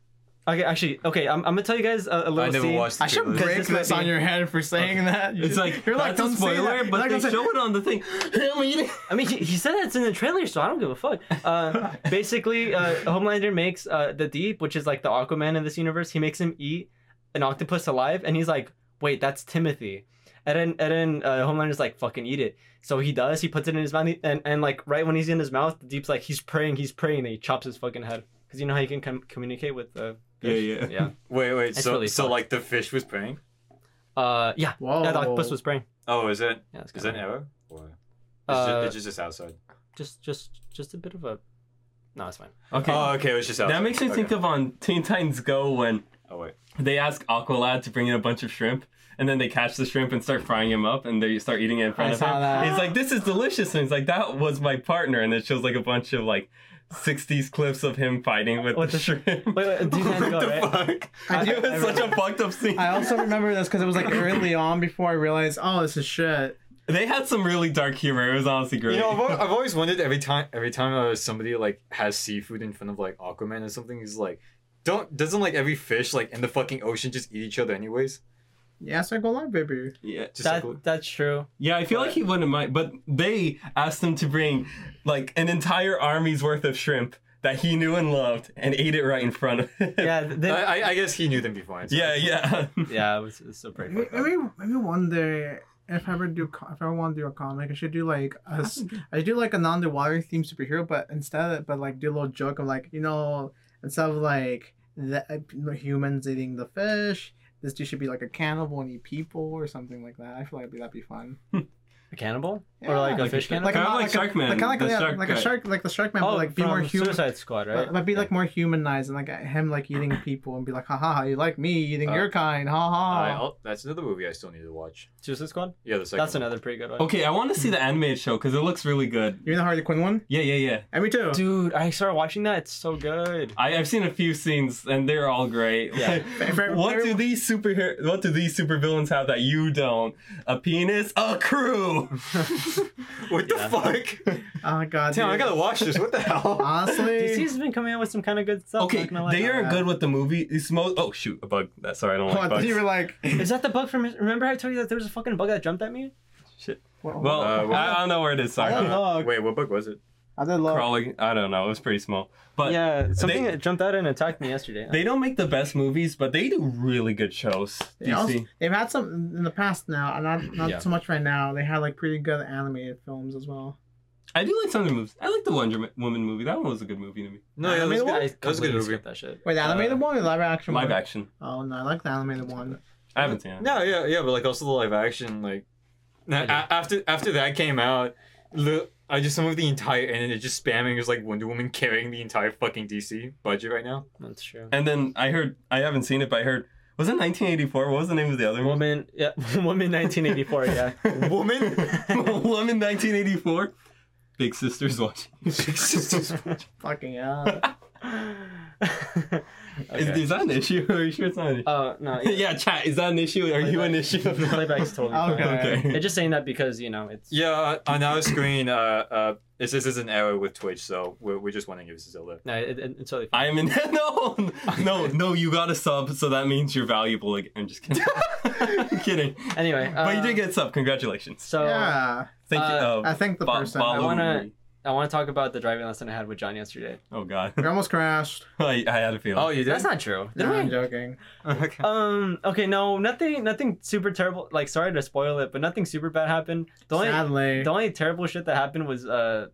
S5: Okay, actually, okay, I'm, I'm gonna tell you guys a, a little
S3: I never
S5: scene.
S3: watched. The
S2: I should
S3: trailers.
S2: break
S5: this
S2: this,
S5: might be-
S2: on your head for saying that. You
S3: It's
S2: should-
S3: like
S2: you're like
S3: that's
S2: don't
S3: a spoiler,
S2: say that.
S3: but
S2: Like,
S3: they
S2: don't say-
S3: show it on the thing. Him eating.
S5: I mean, he, he said that it's in the trailer, so I don't give a fuck. Uh, basically, uh, Homelander makes uh, the Deep, which is like the Aquaman in this universe. He makes him eat an octopus alive, and he's like, "Wait, that's Timothy." And then, and then uh, Homelander's like, "Fucking eat it." So he does. He puts it in his mouth, and, and like right when he's in his mouth, the Deep's like, he's praying, he's praying, and he chops his fucking head because you know how he can com- communicate with the fish?
S3: Yeah, yeah.
S5: yeah.
S6: Wait, wait.
S5: That's
S6: so,
S5: really
S6: so
S5: fucked.
S6: like the fish was praying.
S5: Uh, yeah.
S2: Whoa.
S5: Yeah, the octopus was praying.
S6: Oh, is it?
S5: Yeah, it's
S6: Is
S5: kinda-
S6: that an error? Or it's,
S5: Uh,
S6: ju- it's just, outside.
S5: just, just, just a bit of a. No, it's fine.
S3: Okay.
S1: Uh,
S6: Oh, okay. It was just outside.
S3: that makes me think
S6: Okay.
S3: of on Teen Titans Go when
S6: Oh wait.
S3: they ask Aqualad to bring in a bunch of shrimp, and then they catch the shrimp and start frying him up, and they start eating it in front
S2: I
S3: of
S2: saw
S3: him.
S2: that.
S3: He's like, "This is delicious," and he's like, "That was my partner," and it shows like a bunch of like '60s clips of him fighting with
S5: What
S3: the,
S5: the-
S3: shrimp.
S5: Wait, wait, do you guys go, right?
S3: fuck?
S2: I do-
S3: it was such a fucked up scene.
S2: I also remember this because it was like early on before I realized, oh, this is shit.
S3: They had some really dark humor. It was honestly great.
S6: You know, I've, al- I've always wondered every time every time uh, somebody like has seafood in front of like Aquaman or something, he's like, don't doesn't like every fish like in the fucking ocean just eat each other anyways?
S2: Yeah, so go live, baby.
S3: yeah.
S6: Just
S5: That,
S6: like,
S5: that's true.
S3: Yeah, I feel like he wouldn't mind, but they asked him to bring like an entire army's worth of shrimp that he knew and loved and ate it right in front of him.
S5: Yeah, they,
S6: I, I- I guess he knew them before. so-
S3: yeah, yeah.
S5: yeah, it was, it was so pretty.
S2: Maybe,
S5: fucked up.
S2: maybe maybe one day if I ever do co- if I want to do a comic, I should do like a s- I should do like an underwater themed superhero, but instead of, but like do a little joke of like you know instead of like the uh, you know, humans eating the fish, this dude should be like a cannibal and eat people or something like that. I feel like that'd be, that'd be fun.
S5: A cannibal?
S2: Yeah.
S5: Or like a
S3: Like a
S5: fish
S3: shark-
S5: cannibal?
S2: a-
S3: Kinda like
S2: a-
S3: Sharkman,
S2: like, kind
S3: the
S2: of like,
S3: shark
S2: yeah, like a
S3: guy.
S2: shark, like the Sharkman,
S5: oh,
S2: but like be
S5: from
S2: more human,
S5: Suicide Squad, right?
S2: but, but be like more humanized and like him like eating people and be like, haha, you like me eating
S6: Uh,
S2: your kind,
S6: Alright,
S5: Oh.
S2: haha.
S6: I'll- that's another movie I still need to watch.
S5: Suicide Squad?
S6: Yeah, the second.
S5: That's
S6: one.
S5: another pretty good one.
S3: Okay, I want to see the animated show because it looks really good.
S2: You mean the Harley Quinn one?
S3: Yeah, yeah, yeah.
S2: And me too.
S5: Dude, I started watching that. It's so good.
S3: I, I've seen a few scenes and they're all great.
S5: Yeah.
S2: Favorite-
S3: what do
S2: favorite-
S3: these superhero What do these supervillains have that you don't? A penis, a crew.
S6: What the fuck?
S2: Oh god.
S6: Damn, I
S2: dude.
S6: gotta watch this. What the
S5: Ah,
S6: hell?
S2: Honestly,
S5: DC's been coming out with some kind of good stuff.
S3: Okay,
S5: not gonna lie.
S3: they are
S2: that.
S3: good with the movie. It's mo- oh shoot, a bug. That's sorry, I don't like
S2: what,
S3: bugs.
S2: you were like,
S5: Is that the bug from. Remember I told you that there was a fucking bug that jumped at me?
S2: well,
S3: Well,
S6: Uh, well-
S3: I, I don't know where it is. Sorry,
S5: Oh,
S2: I don't know.
S6: Uh, Wait, what book was it?
S2: I did love.
S3: crawling. I don't know. It was pretty small, but
S5: yeah, something
S3: they-
S5: that jumped out and attacked me yesterday.
S3: they don't make the best movies, but they do really good shows.
S2: They also,
S3: DC.
S2: they've had some in the past now, and not not
S5: Yeah.
S2: so much right now. They had like pretty good animated films as well.
S3: I do like some of the movies. I like the Wonder Ma- Woman movie. That one was a good movie to me.
S6: No, yeah,
S2: Animated
S6: that's
S2: one?
S6: good. That was a good
S5: completely
S6: movie.
S5: skipped that shit.
S2: Wait, the animated one or live action?
S3: Live
S2: one?
S3: action.
S2: Oh no, I like the animated one.
S3: I haven't seen it.
S6: No, yeah, yeah, but like also the live action, like na-
S5: I
S6: a- after after that came out, the I just some of the entire and it just spamming is like Wonder Woman carrying the entire fucking DC budget right now.
S5: That's true.
S3: And then I heard I haven't seen it, but I heard was it 1984? What was the name of the other one?
S5: Woman, yeah, Woman 1984, yeah.
S6: Woman,
S3: Woman 1984. Big Sister's watching.
S2: Fucking yeah.
S3: Is,
S5: Okay.
S3: is that an issue? Are you sure it's not an issue?
S5: Oh, no.
S3: yeah, chat. Is that an issue? Are you an
S5: Playback.
S3: issue?
S5: Playback's totally
S3: Oh.
S5: fine.
S2: Okay.
S5: They're just saying that because, you know, it's.
S6: yeah, on our screen, uh, uh, this this is an error with Twitch, so we're, we're just wanting to give Zelda.
S5: No, it, it, it's totally fine.
S3: I'm in. No, no, no. You got a sub, so that means you're valuable. Again. I'm just kidding. I'm kidding.
S5: Anyway.
S3: but you
S5: uh,
S3: did get a sub. Congratulations.
S5: So
S2: yeah,
S3: Thank you.
S5: Uh,
S3: Uh,
S2: I think the
S3: Ba-
S2: person.
S3: Ba-
S5: I
S3: Ooh.
S5: wanna I wanna talk about the driving lesson I had with John yesterday.
S3: oh God.
S2: we almost crashed.
S3: I, I had a feeling.
S6: Oh, you
S5: That's not true. Did
S2: No, I'm
S5: we?
S2: joking.
S6: okay.
S5: Um. Okay. No. Nothing. Nothing super terrible. Like, sorry to spoil it, but nothing super bad happened. The only
S2: Sadly,
S5: the only terrible shit that happened was uh.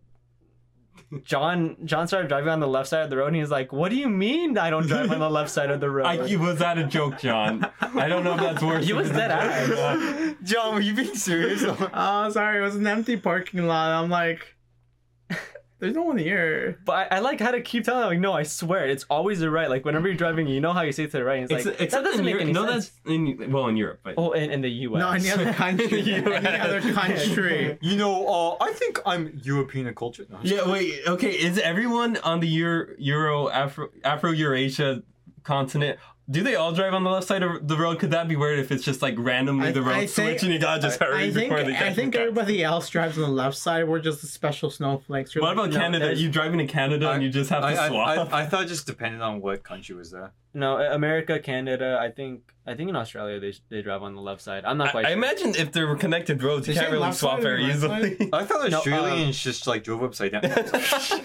S5: John John started driving on the left side of the road and he was like, What do you mean I don't drive on the left side of the road?
S3: I, was that a joke, John? I don't know if that's worth.
S5: He was
S3: it.
S5: dead ass.
S6: John, were you being serious?
S2: oh sorry, it was an empty parking lot. I'm like, there's no one here.
S5: But I, I like how to keep telling him, like, no, I swear, it's always the right. Like whenever you're driving, you know how you say to the right. And it's
S3: Ex-
S5: like that
S3: except
S5: doesn't
S3: in
S5: make
S3: Europe-
S5: any
S3: no,
S5: sense.
S3: that's in well in Europe, but
S5: Oh, in, in the U.S.
S2: No, any other country.
S3: You
S2: any other
S3: had-
S2: country.
S6: you know, uh, I think I'm European culture. No, I'm just-
S3: yeah. Wait, okay. Is everyone on the Euro Euro Afro Afro Eurasia continent Do they all drive on the left side of the road? Could that be weird if it's just like randomly
S2: I-
S3: the road
S2: I
S3: switch
S2: think-
S3: and you gotta just hurry
S2: I think
S3: before they
S2: I
S3: get
S2: think
S3: you?
S2: everybody else drives on the left side. We're just the special snowflakes. We're
S3: What about
S2: like, no,
S3: Canada?
S2: there's-
S3: You driving to Canada and you just have to
S1: I, I-
S3: swap.
S1: I, I thought it just depended on what country was there.
S5: No, A- America, Canada. I think I think in Australia they they drive on the left side. I'm not
S3: I,
S5: quite.
S3: I
S5: sure.
S3: imagine if there were connected roads,
S2: Did you
S3: you can't
S2: say
S3: really
S2: left
S3: swap
S2: side or
S3: very
S2: right
S3: easily.
S1: I thought
S5: No,
S6: uh,
S1: Australians just like drove upside down.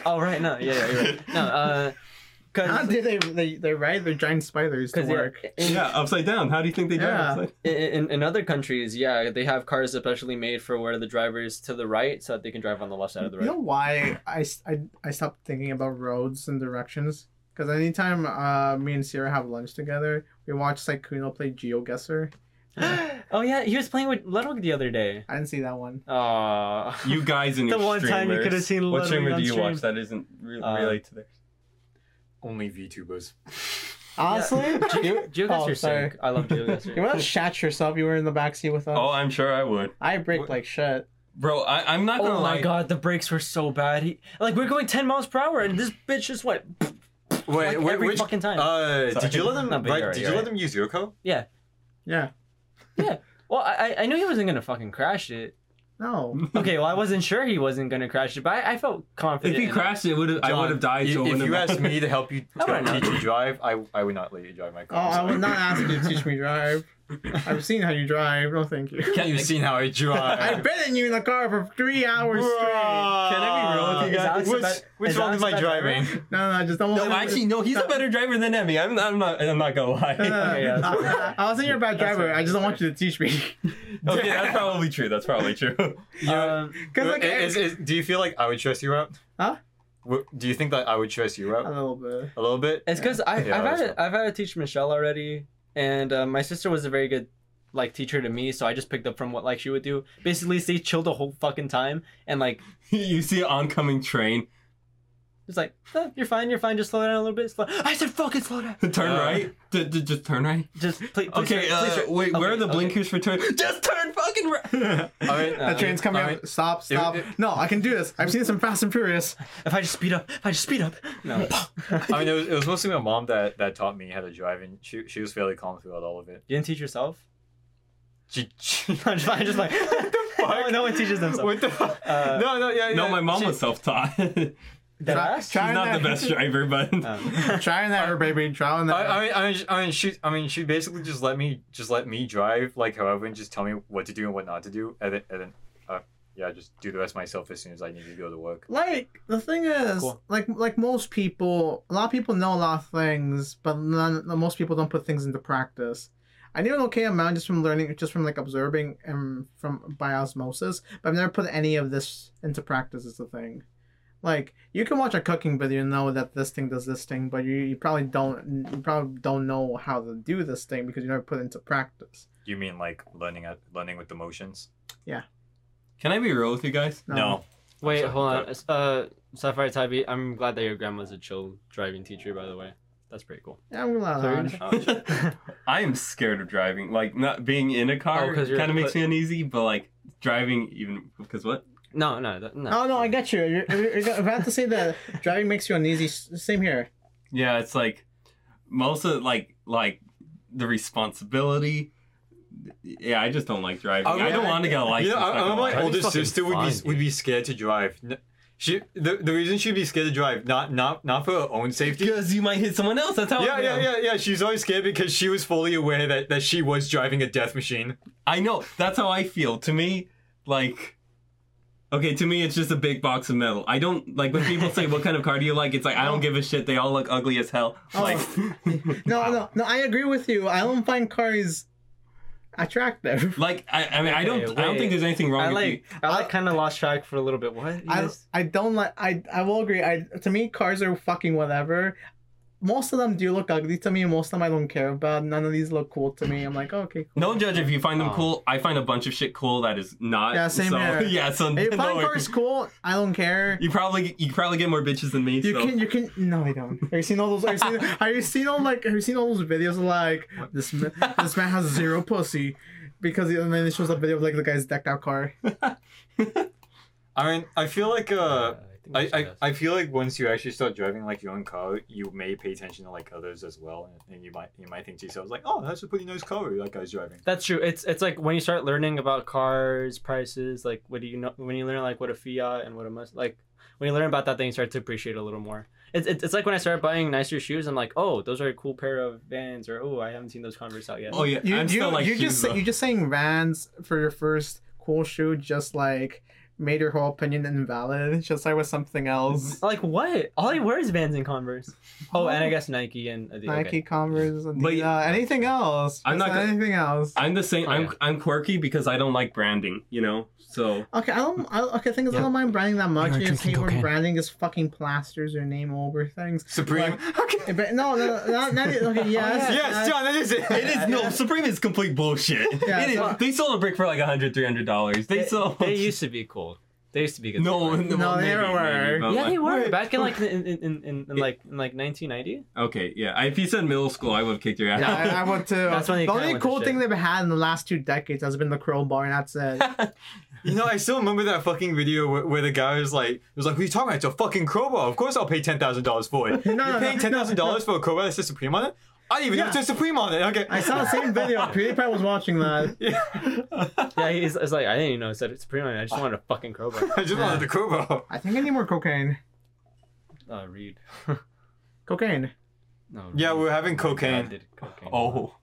S5: Oh right, no, yeah, yeah, you're right. No, uh,
S2: How
S5: because
S2: do they, they they ride their giant spiders to work?
S5: in,
S3: yeah, upside down. How do you think they drive?
S2: Yeah.
S3: Upside?
S5: in in other countries, yeah, they have cars especially made for where the driver is to the right, so that they can drive on the left side of the
S2: You know
S5: road.
S2: why I, s- I, I stopped thinking about roads and directions? Because anytime uh, me and Sierra have lunch together, we watch Saikuno play GeoGuessr.
S5: oh yeah, he was playing with Ludwig the other day.
S2: I didn't see that one.
S5: Oh,
S3: You guys and
S5: The
S3: your
S5: one time you
S3: streamers.
S5: could've seen
S3: What
S5: Ludwig
S3: streamer
S5: on
S3: do you
S5: stream.
S3: watch that isn't re-
S5: Uh,
S3: related to theirs?
S1: Only VTubers.
S2: Honestly, you,
S5: GeoGuessr
S2: oh, sorry.
S5: sick. I love
S2: You
S5: GeoGuessr.
S2: want to shat yourself? You were in the backseat with us.
S3: Oh, I'm sure I would,
S2: I break like shit.
S3: bro. I, I'm not gonna
S5: Oh
S3: lie.
S5: my god, the brakes were so bad. He, like we're going 10 miles per hour, and this bitch just went.
S1: Wait,
S5: Like
S1: wait,
S5: every
S1: which,
S5: fucking time.
S1: Uh,
S5: Sorry.
S1: did you let them?
S5: No, but
S1: right,
S5: you're right,
S1: did you
S5: you're
S1: let
S5: right.
S1: them use Yoko?
S5: Yeah,
S2: Yeah.
S5: yeah. Well, I I- I knew he wasn't gonna fucking crash it.
S2: No.
S5: Okay, well I wasn't sure he wasn't gonna crash it, but I, I felt confident.
S3: If he
S5: in-
S3: crashed, it would have. I
S1: uh, John,
S3: would have died.
S1: i-
S3: so it
S1: If,
S3: wouldn't
S1: you
S3: have
S1: asked me to help you
S5: I wouldn't
S1: teach you drive, I, I would not let you drive my
S2: Oh,
S1: car.
S2: I
S1: I'm
S2: would not
S1: sorry.
S2: ask you to teach me drive. I've seen how you drive. No, thank you.
S1: Can't you seen how I drive?
S2: I've been in you in the car for three hours straight.
S1: Can
S3: I be real with you
S5: guys? Is Alex a
S1: Which,
S5: bad-
S1: which
S5: is
S1: one
S5: Alex
S1: am I
S5: a bad driver?
S1: driving?
S2: No, no, I just don't.
S3: No, actually, no. He's a better driver than Emmy. I'm, I'm not. I'm not gonna lie.
S2: No, no, no.
S5: Okay, yeah, that's
S2: I, I wasn't your bad driver. I just don't want you to teach me.
S3: okay, that's probably true. That's probably true. Uh,
S5: Um,
S2: Cause like,
S1: Is- is- do you feel like I would stress you out?
S2: Huh?
S1: W- Do you think that I would stress you
S2: a
S1: out
S2: little bit.
S1: a little bit?
S5: It's because I
S1: Yeah,
S5: I've
S1: that's
S5: had a, I've had to teach Michelle already, and uh, my sister was a very good like teacher to me, so I just picked up from what like she would do. Basically, stay chill the whole fucking time, and like
S3: you see an oncoming train.
S5: it's like "Eh, you're fine, you're fine, just slow down a little bit. Slow. I said fucking slow down.
S3: Turn
S1: Uh,
S3: right. D- d- just turn right.
S5: Just please. please
S3: Okay.
S5: turn-
S3: uh,
S5: please turn.
S3: wait. where are
S5: Okay,
S3: the
S5: okay.
S3: blinkers for turn? Just turn fucking right.
S1: All right.
S5: Uh,
S2: The train's coming
S1: I mean-
S2: up. Stop, stop.
S1: it-
S2: no, I can do this. I've seen some Fast and Furious.
S5: If I just speed up, if I just speed up. No.
S1: I mean, it was, it was mostly my mom that, that taught me how to drive, and she she was fairly calm throughout all of it.
S5: you didn't teach yourself.
S1: She, she-
S5: I'm just, I'm just like no, no one teaches themselves.
S1: what the fuck?
S5: Uh,
S1: no, no, yeah,
S3: no,
S1: yeah,
S3: my mom
S1: she-
S3: was self-taught. She's
S5: Dead ass?
S2: Try
S3: not the
S2: and-
S3: best driver, but
S1: Uh.
S5: Um,
S2: Trying that, error, baby. Trying that.
S1: I, I
S2: error.
S1: mean, I mean, I mean, she, I mean, she basically just let me, just let me drive, like however, and just tell me what to do and what not to do, and then, and then, uh, yeah, just do the rest myself as soon as I need to go to work.
S2: like the thing is,
S5: Cool.
S2: like like most people, a lot of people know a lot of things, but none, most people don't put things into practice. I knew an okay amount just from learning, just from like observing and from by osmosis, but I've never put any of this into practice. Is the thing. Like you can watch a cooking video and know that this thing does this thing, but you, you probably don't you probably don't know how to do this thing because you never put it into practice.
S1: You mean like learning, at, learning with the motions?
S3: can I be real with you guys?
S2: No.
S5: wait,
S1: Sorry,
S5: hold
S1: go
S5: on. Uh, Sapphire Tybee, I'm glad that your grandma's a chill driving teacher, by the way. That's pretty cool.
S2: Yeah, I'm glad.
S5: Uh, Sorry.
S2: that.
S3: I am scared of driving. Like not being in a
S5: Oh,
S3: car
S5: 'cause you're-
S3: kind of makes me uneasy. But like driving, even because what?
S5: No, no, that- no.
S2: Oh no, I get you. You're, you're, you're about to say that driving makes you uneasy. S- Same here.
S3: Yeah, it's like most of like like the responsibility. Yeah, I just don't like driving.
S1: Oh,
S3: I don't
S1: yeah.
S3: want to get a
S1: Like, "Oh,
S3: license.
S1: you know, I,
S3: not
S1: I,
S3: gonna
S1: my
S3: lie.
S5: old-
S1: older
S5: fucking
S1: sister would be
S5: fine,
S1: would be scared to drive. N- She the, the reason she'd be scared to drive not not not for her own safety.
S3: because you might hit someone else. That's how.
S1: Yeah,
S3: I
S1: yeah,
S3: am.
S1: yeah, yeah. She's always scared because she was fully aware that, that she was driving a death machine.
S3: I know. That's how I feel. To me, like, okay, to me, it's just a big box of metal. I don't like when people say, "What kind of car do you like?" It's like I don't give a shit. They all look ugly as hell. Like,
S2: No, no, no. I agree with you. I don't find cars attractive.
S3: like I, I mean, I don't, I don't
S5: wait.
S3: think there's anything wrong
S5: I
S3: with
S5: like, I like kind of lost track for a little bit. What? You
S2: I,
S5: guys-
S2: I don't like. I I will agree. I to me cars are fucking whatever. Most of them do look ugly to me. and Most of them I don't care about. None of these look cool to me. I'm like, okay.
S3: you. No judge if you find them
S5: Oh.
S3: cool. I find a bunch of shit cool that is not.
S2: Yeah, same
S3: so,
S2: here.
S3: Yeah, so
S2: If you
S3: don't
S2: find
S3: worry.
S2: cars cool, I don't care.
S3: You probably you probably get more bitches than me.
S2: You
S3: so.
S2: can, you can. No, I don't. Have you seen all those? Have you seen, have you seen all like? Have you seen all those videos of like this? ma- This man has zero pussy, because and then it shows a video of like the guy's decked out car.
S1: I mean, I feel like uh,
S5: think
S1: I,
S5: that's
S1: I,
S5: the best.
S1: I feel like once you actually start driving like your own car, you may pay attention to like others as well, and, and you might you might think to yourself like, oh, that's a pretty nice car that guy's driving.
S5: That's true. It's it's like when you start learning about cars, prices, like what do you know when you learn like what a Fiat and what a must like when you learn about that, then you start to appreciate it a little more. It's it's, it's like when I started buying nicer shoes, I'm like, oh, those are a cool pair of Vans, or oh, I haven't seen those Converse out yet.
S3: Oh yeah,
S2: You,
S3: I'm
S2: you,
S3: still like
S2: you just
S3: shoes, though.
S2: you just saying Vans for your first cool shoe just like made your whole opinion invalid. Just like with something else,
S5: I'm like what? All I wear is Vans and Converse. Oh, and I guess Nike and Adidas.
S2: Nike,
S5: Okay.
S2: Converse,
S3: But-
S2: Adidas, anything else.
S3: I'm
S2: Just
S3: not gonna-
S2: anything else.
S3: I'm the same.
S5: Oh,
S3: I'm
S5: yeah.
S3: I'm quirky because I don't like branding. You know, so
S2: Okay, I don't. I, okay, thing is, I don't mind branding that much.
S5: are
S2: I just
S5: drinking
S2: hate when
S5: cocaine.
S2: branding just fucking plasters your name over things. Eh,
S1: Supreme. okay.
S2: But no, no, no, not, not okay. Yes,
S1: Yes, John, that is it.
S3: it is no Supreme is complete bullshit.
S2: Yeah,
S3: It is-
S2: so-
S3: they sold a brick for like 100 300 dollars. They
S5: They,
S3: sold
S5: they used to be cool. They used to be good.
S3: no,
S5: sneakers.
S3: no,
S2: No,
S3: well,
S2: they
S3: maybe,
S2: were.
S3: maybe, but,
S5: Yeah,
S3: like-
S5: they were back in like in in, in, in, in like in like 1990.
S3: Okay, yeah. If you said middle school, I would have kicked your ass.
S2: Yeah, I, I want to.
S5: That's when you
S2: the
S5: kinda
S2: only
S5: went to
S2: cool
S5: shit.
S2: thing they've had in the last two decades has been the crowbar, and that's it.
S1: You know, I still remember that fucking video where, where the guy was like, "Was like, what are you talking about? It's a fucking crowbar. Of course, I'll pay ten thousand dollars for it.
S2: No,
S1: You're
S2: no,
S1: paying
S2: no,
S1: ten
S2: no,
S1: thousand dollars for a crowbar that says Supreme on it? I didn't even know
S2: Yeah.
S1: it says Supreme on it. Okay,
S2: I saw the same video. PewDiePie was watching that.
S1: Yeah.
S5: Yeah, he's, it's like I didn't even know it said it's pretty much. I just wanted a fucking crowbar.
S1: I just wanted the crowbar.
S2: I think I need more cocaine.
S5: Uh, Reed.
S2: Cocaine.
S5: No.
S1: Yeah,
S5: Reed.
S1: we're having cocaine.
S5: I did cocaine.
S3: Oh,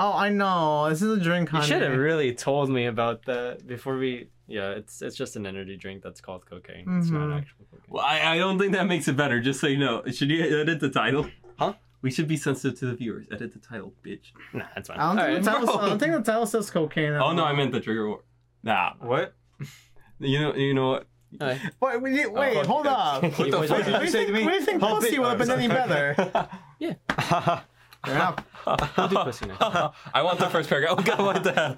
S2: Oh, I know. This is a drink.
S5: you
S2: Honey.
S5: should have really told me about that before we. Yeah, it's it's just an energy drink that's called cocaine. It's not
S1: Mm-hmm.
S2: Mhm.
S5: actual cocaine.
S3: well, I, I don't think that makes it better. Just so you know, should you edit the title?
S5: Huh?
S3: We should be sensitive to the viewers. Edit the title, bitch.
S5: Nah, that's fine.
S2: I don't, think
S5: Alright.
S2: the title, I don't think the title says cocaine.
S3: Oh no, I meant the trigger war. Nah,
S1: What?
S3: you know, you know what?
S5: Alright.
S2: Wait, we need, wait,
S1: Oh, fuck
S2: hold
S1: that.
S2: up.
S1: What the
S5: was
S1: fuck
S5: right.
S1: did you say to me?
S2: What do you think
S1: How
S2: pussy
S1: big-
S2: would
S1: oh,
S2: have been
S1: sorry.
S2: any better? Yeah.
S5: I'll do pussy now.
S3: I want the first paragraph. Oh god, what the hell?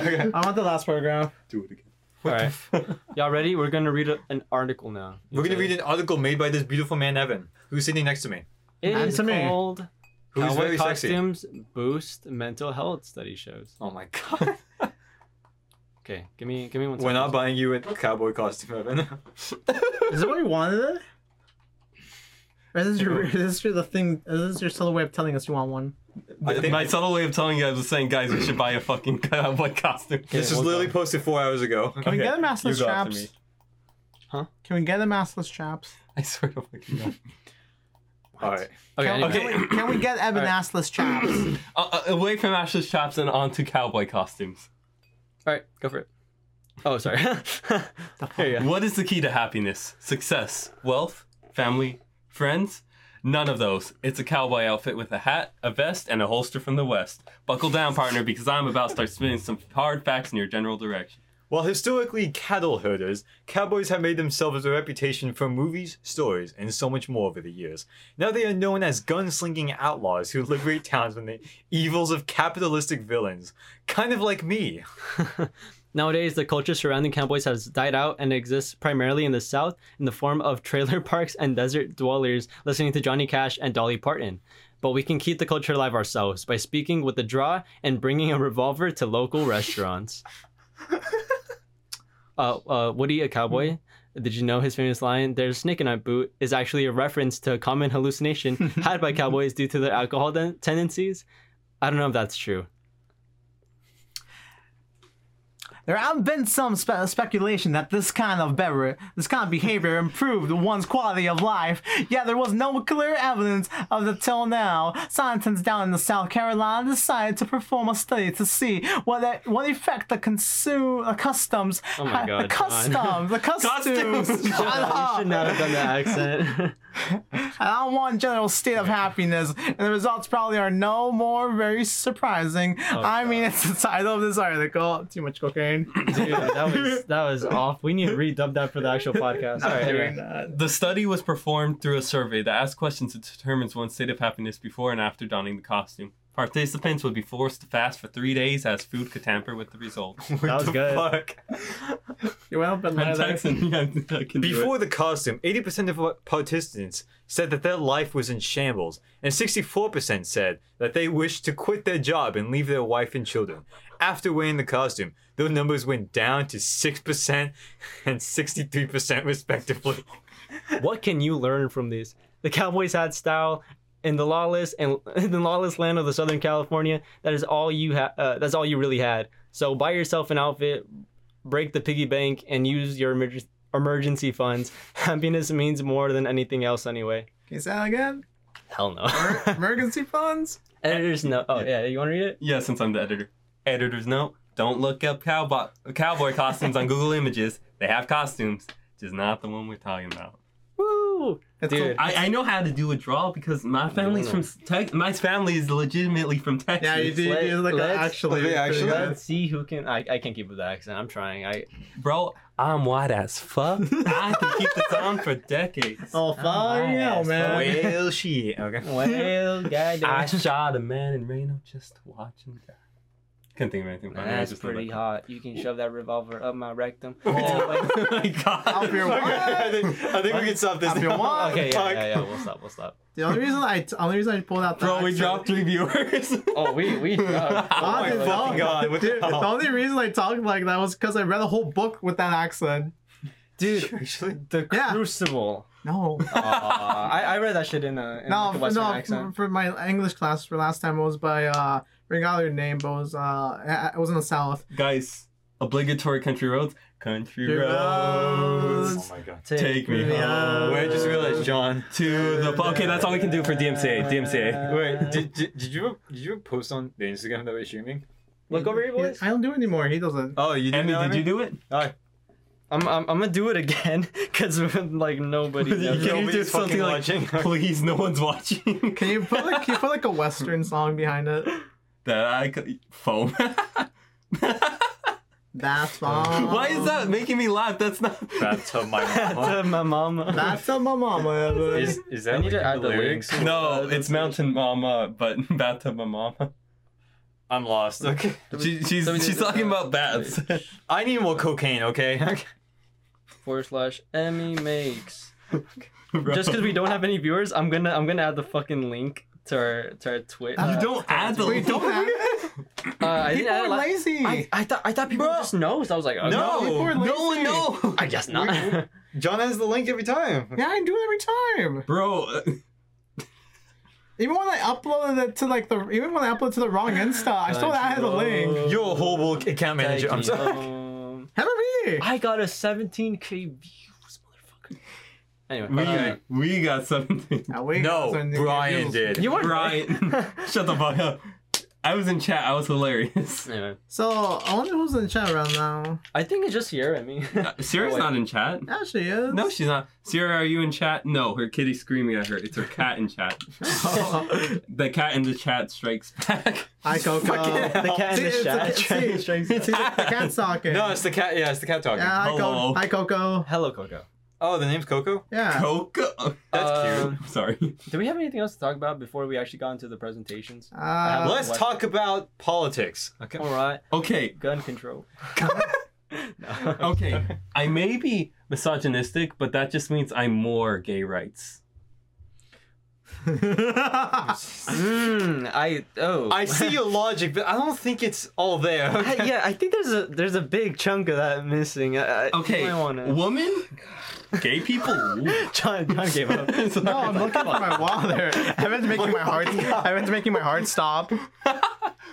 S1: Okay.
S2: I want the last paragraph.
S3: Do it again.
S5: All right, y'all ready? We're gonna read a, an article now.
S1: We're gonna read an article made by this beautiful man Evan, who's sitting next to me,
S5: It
S2: Hand
S5: is
S2: to me.
S5: called
S1: who's
S5: "Cowboy
S1: very sexy.
S5: Costumes Boost Mental Health Study Shows."
S1: Oh my god.
S5: Okay, give me give me one.
S1: We're
S5: second.
S1: not buying you a cowboy costume, Evan.
S2: Is that what you wanted it? Or is this your, is this your the thing? Is this your subtle way of telling us you want one?
S1: I think-
S3: My subtle way of telling you guys was saying, guys, we should buy a fucking cowboy costume.
S1: This was
S5: well
S1: literally
S5: done.
S1: posted four hours ago.
S2: Can we
S3: Okay,
S2: get a
S3: you
S2: massless
S3: go after
S2: chaps?
S3: me.
S2: Can we get a massless chaps?
S3: I swear to fucking god.
S1: All right.
S5: Okay,
S2: Can,
S5: anyway.
S3: Okay.
S2: Can, we, can we get Evan assless chaps?
S3: Uh, uh, away from Ashley's chaps and onto cowboy costumes.
S5: All right, go for it. Oh, sorry. Here you go.
S3: What is the key to happiness? Success, wealth, family, friends? None of those. It's a cowboy outfit with a hat, a vest, and a holster from the West. Buckle down, partner, because I'm about to start spinning some hard facts in your general direction.
S1: While historically cattle herders, cowboys have made themselves a reputation for movies, stories, and so much more over the years. Now they are known as gunslinging outlaws who liberate towns from the evils of capitalistic villains. Kind of like me.
S5: Nowadays, the culture surrounding cowboys has died out and exists primarily in the South in the form of trailer parks and desert dwellers listening to Johnny Cash and Dolly Parton. But we can keep the culture alive ourselves by speaking with the draw and bringing a revolver to local restaurants. uh, uh, Woody, a cowboy, did you know his famous line, There's a snake in my boot, is actually a reference to a common hallucination had by cowboys due to their alcohol ten- tendencies? I don't know if that's true.
S2: There have been some spe- speculation that this kind of bever- this kind of behavior improved one's quality of life. Yet there was no clear evidence of it till now. Scientists down in the South Carolina decided to perform a study to see what e- what effect the consume the customs
S5: Oh my
S2: ha-
S5: God,
S2: the
S5: John.
S2: customs the customs.
S3: Costumes!
S2: Shut
S5: you
S2: up.
S5: should not have done that accent.
S2: And on one general state of happiness, and the results probably are no more very surprising.
S5: Oh,
S2: I mean, it's the title of this article. Too much cocaine.
S5: Dude, that was that was off. We need to redub that for the actual podcast. All right, anyway.
S3: The study was performed through a survey that asked questions that determines one's state of happiness before and after donning the costume. Participants would be forced to fast for three days as food could tamper with the results.
S1: What
S5: was
S1: the
S5: good.
S1: fuck?
S2: You went up and
S3: I'm
S2: lied there.
S3: Texan. Yeah, I can do it.
S1: Before the costume, 80% of participants said that their life was in shambles, and 64% said that they wished to quit their job and leave their wife and children.
S6: after wearing the costume, those numbers went down to 6% and 63% respectively.
S5: what can you learn from these? The Cowboys had style in the lawless and in the lawless land of the Southern California. That is all you ha- uh, That's all you really had. So buy yourself an outfit, break the piggy bank, and use your emerg- emergency funds. Happiness means more than anything else, anyway.
S2: Can you say that again?
S5: Hell no.
S2: Emergency funds?
S5: Editors no. Oh yeah, you want to read it?
S3: Yeah, since I'm the editor. Editor's note don't look up cowboy, cowboy costumes on Google Images. They have costumes, just not the one we're talking about.
S5: Woo!
S2: That's cool.
S5: Dude.
S3: I, I know how to do a draw because my family's from Texas. My family is legitimately from Texas.
S2: Yeah, you do, you
S5: Let-
S2: do like
S5: let's-
S2: actually.
S6: Okay, actually.
S2: pretty good.
S5: Let's see who can. I, I can't keep up with the accent. I'm trying. I
S3: Bro, I'm white as fuck. I can keep this on for decades.
S2: Oh, fuck
S5: my
S2: yeah,
S5: ass,
S2: man.
S6: well, shit. Okay.
S5: well, goddamn.
S3: I shot a man in Reno just to watch him die. Couldn't think of anything funny. I
S5: That's
S3: just
S5: pretty
S3: thought
S5: hot. You can shove that revolver up my rectum.
S3: about- Oh my
S2: I'll be
S3: god.
S2: your
S6: Okay,
S2: wife.
S6: I think, I think we can stop this.
S2: I'll be your
S6: now.
S2: wife.
S5: okay, yeah,
S6: Fuck.
S5: yeah, yeah. We'll stop. We'll stop.
S2: The only reason I, the only reason I pulled out the
S3: Bro, we
S2: accent-
S3: dropped three viewers.
S5: Oh, we we.
S6: Oh my
S2: Honestly,
S6: fucking god. What
S2: Dude,
S6: the
S2: the
S6: hell?
S2: only reason I talked like that was because I read a whole book with that accent.
S5: dude,
S6: Actually,
S5: the
S2: Yeah.
S5: Crucible.
S2: No,
S5: Aw, I, I read that shit in a in
S2: no,
S5: Oh. like a
S2: f-
S5: Western
S2: no. f-
S5: accent.
S2: For my English class for last time, it was by uh, forgot your name, but it was uh, it was in the south.
S3: Guys, obligatory country roads. Country
S2: Country
S3: roads.
S2: roads.
S6: Oh my god.
S3: Take me
S2: me
S3: home.
S2: out.
S6: Wait, I just realized, John.
S3: to the okay. That's all we can do for DMCA. DMCA.
S6: Wait, did, did, did you did you post on the Instagram that we're streaming?
S5: Look over here, boys.
S2: I don't do it anymore. He doesn't.
S6: Oh, you did.
S3: Emmy, did you do it?
S5: I'm, I'm I'm gonna do it again because like nobody.
S3: Can
S5: Does.
S6: Yeah,
S3: you
S6: nobody's
S3: do something
S6: fucking
S3: like,
S6: watching.
S3: please, no one's watching.
S2: Can you put like can you put like a western song behind it?
S3: that I could foam?
S2: That song.
S3: Why is that making me laugh? That's not.
S6: That's how my
S5: To my mama.
S2: That's on my mama. but-
S6: Is, is that
S5: I need
S6: like
S5: to
S6: in
S5: add
S6: the
S5: the
S6: lyrics?
S5: lyrics.
S3: no,
S5: Uh,
S3: it's Mountain Mama, but bath to my mama.
S6: I'm lost. Okay.
S3: She, she's
S5: so we
S3: she's
S5: did-
S3: talking about baths.
S6: I need more cocaine. Okay.
S5: forward slash Emmy makes.
S3: Bro.
S5: Just because we don't have any viewers, I'm gonna I'm gonna add the fucking link to our to our Twitter.
S2: You
S3: you don't add the.
S2: we don't have
S5: Uh, I didn't
S2: People
S5: add
S2: are
S5: a lot.
S2: lazy.
S5: I, I thought I thought people
S6: Bro.
S5: just knows. I was like, oh,
S2: people
S3: no,
S2: are
S3: no one
S2: lazy.
S3: knows.
S5: I guess not.
S6: John has the link every time.
S2: yeah, I do it every time.
S3: Bro,
S2: Even when I uploaded it to like the even when I uploaded to the wrong Insta, I still
S5: Thank
S2: added a
S5: you.
S2: link.
S6: You're a horrible account manager. I'm
S5: Thank you.
S6: sorry.
S5: Um,
S2: Have a me.
S5: I got a 17k views, motherfucker. Anyway,
S3: we
S5: uh,
S3: we got something.
S2: Now, wait, that's
S6: No,
S2: when the
S6: Brian did.
S2: reviews-
S5: you weren't
S3: Right? Shut the fuck up. I was in chat. I was hilarious.
S5: Anyway,
S2: So I wonder who's in chat right now.
S5: I think it's just here. I mean,
S3: Uh, Sierra's
S5: Wait.
S3: not in chat.
S2: Yeah, she is.
S3: No, she's not. Sierra, are you in chat? No, her kitty's screaming at her. It's her cat in chat. The cat in the chat strikes back.
S2: Hi, Coco.
S6: Fucking
S5: the cat in the
S2: See,
S5: chat.
S2: it's like- see,
S5: Strikes
S2: see,
S5: back.
S2: the, the cat's talking.
S6: No, it's the cat. Yeah, it's the cat talking.
S2: yeah, hi, Coco.
S3: Hello.
S2: hi, Coco.
S5: Hello, Coco.
S6: Oh, the name's Coco.
S2: Yeah.
S3: Coco.
S6: That's
S5: Um,
S6: cute.
S3: I'm sorry.
S5: Do we have anything else to talk about before we actually got into the presentations?
S2: Uh,
S6: Let's
S5: what-
S6: talk about politics. Okay.
S5: All right,
S3: Okay,
S5: gun control. no.
S3: okay. I may be misogynistic, but that just means I'm more gay rights.
S5: Mm, I oh.
S6: I see your logic, but I don't think it's all there.
S5: I- yeah, I think there's a there's a big chunk of that missing. I, I-
S3: Okay,
S5: I wanna...
S3: woman, gay people.
S5: John, John gave up.
S3: Sorry.
S2: no, oh, I'm looking for my wallet. I meant to making my heart. I meant to making my heart stop.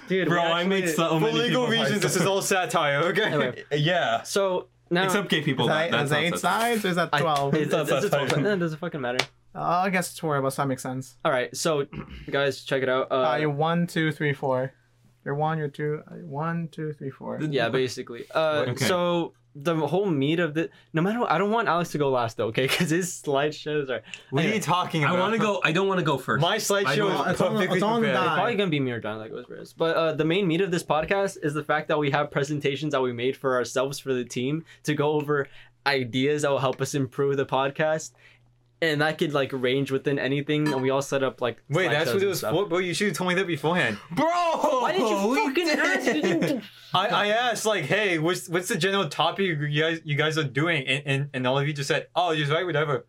S5: Dude, we
S3: Bro, I
S5: actually-
S3: make so
S6: For
S3: Oh, many
S6: legal
S3: people
S6: reasons, this is all satire. Okay.
S5: Anyway.
S6: Yeah.
S5: So now
S3: Except gay people.
S2: Is
S3: That,
S2: that, is
S3: that's
S2: that
S3: not
S2: eight
S3: sus-
S2: sides or is that
S5: I,
S2: twelve?
S5: it,
S3: not
S5: it's- it's
S3: satire.
S5: all- no, it doesn't fucking matter.
S2: Oh, I guess it's four of us. That makes sense.
S5: All right, so guys, check it out. Uh,
S6: Ah,
S2: Uh, you're one, two, three, four. You're one, you're two, uh, one, two, three, four.
S5: yeah, basically. Uh,
S3: Okay.
S5: So the whole meat of the no matter what, I don't want Alex to go last though, okay? Because his slideshows are
S6: What are
S5: Anyway,
S6: you talking about?
S3: I want to go. I don't want to go first.
S6: My
S3: I don't-
S6: slideshow is
S2: it's on-
S6: perfectly
S2: it's on
S6: prepared.
S2: that.
S5: probably gonna be me or John that goes first. But uh, the main meat of this podcast is the fact that we have presentations that we made for ourselves for the team to go over ideas that will help us improve the podcast. And that could like range within anything, and we all set up like.
S6: Wait, that's
S5: slideshows
S6: what it
S5: and
S6: was
S5: stuff.
S6: for, bro. You should have told me that beforehand.
S3: bro.
S5: Why did you fucking ask? You didn't-
S6: I, I asked like, hey, what's what's the general topic you guys you guys are doing? And and, and all of you just said, oh, just write whatever,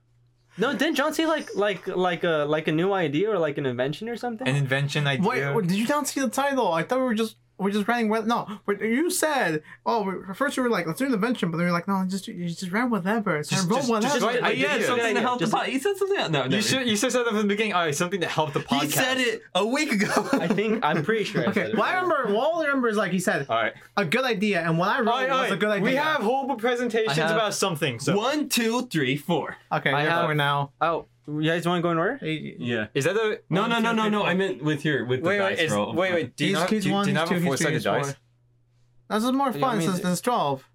S5: No, didn't John say like like like a like a new idea or like an invention or something?
S6: an invention idea.
S2: Wait, wait, did you not see the title? I thought we were just we're just running with no. But you said, oh, we, at first we were like, let's do an invention, but then we were like, no, just you just ran whatever. It's
S6: Just-
S2: roll
S6: just-
S2: whatever.
S6: just-
S3: Right,
S6: I
S3: I,
S6: did.
S3: yeah,
S6: Good
S3: something
S5: idea.
S3: to help
S5: Just-
S3: the pod. You said something else. No, no.
S6: You should you said something from the beginning. All right, something to help the podcast.
S3: He said it a week ago.
S5: I think I'm pretty sure. I said
S2: Okay,
S5: it.
S2: well, I remember. Well, all I remember is like he said,
S6: All right.
S2: a good idea, and what I wrote
S6: All right, all
S2: was a
S6: right.
S2: good idea.
S6: We have whole presentations
S5: I have-
S6: about something. So
S3: One, two, three, four.
S2: Okay,
S5: I
S2: you're
S5: have-
S2: going now.
S5: Oh, you guys want to go in order?
S2: Hey,
S3: Yeah.
S6: is that the
S3: No,
S6: one,
S3: no,
S6: two,
S3: no, no,
S6: three,
S3: no.
S6: four?
S3: I meant with your with the
S6: Wait,
S3: dice
S6: wait, is,
S3: roll.
S6: wait, wait. Do you
S2: He's-
S6: not, do,
S2: he's
S6: do you
S2: one, he's
S6: not
S2: two,
S6: have a
S2: he's
S6: four
S2: three,
S6: sided
S2: he's
S6: dice?
S2: four. This is more
S5: Yeah, I
S2: fun
S5: mean,
S2: since
S5: it-
S2: there's twelve.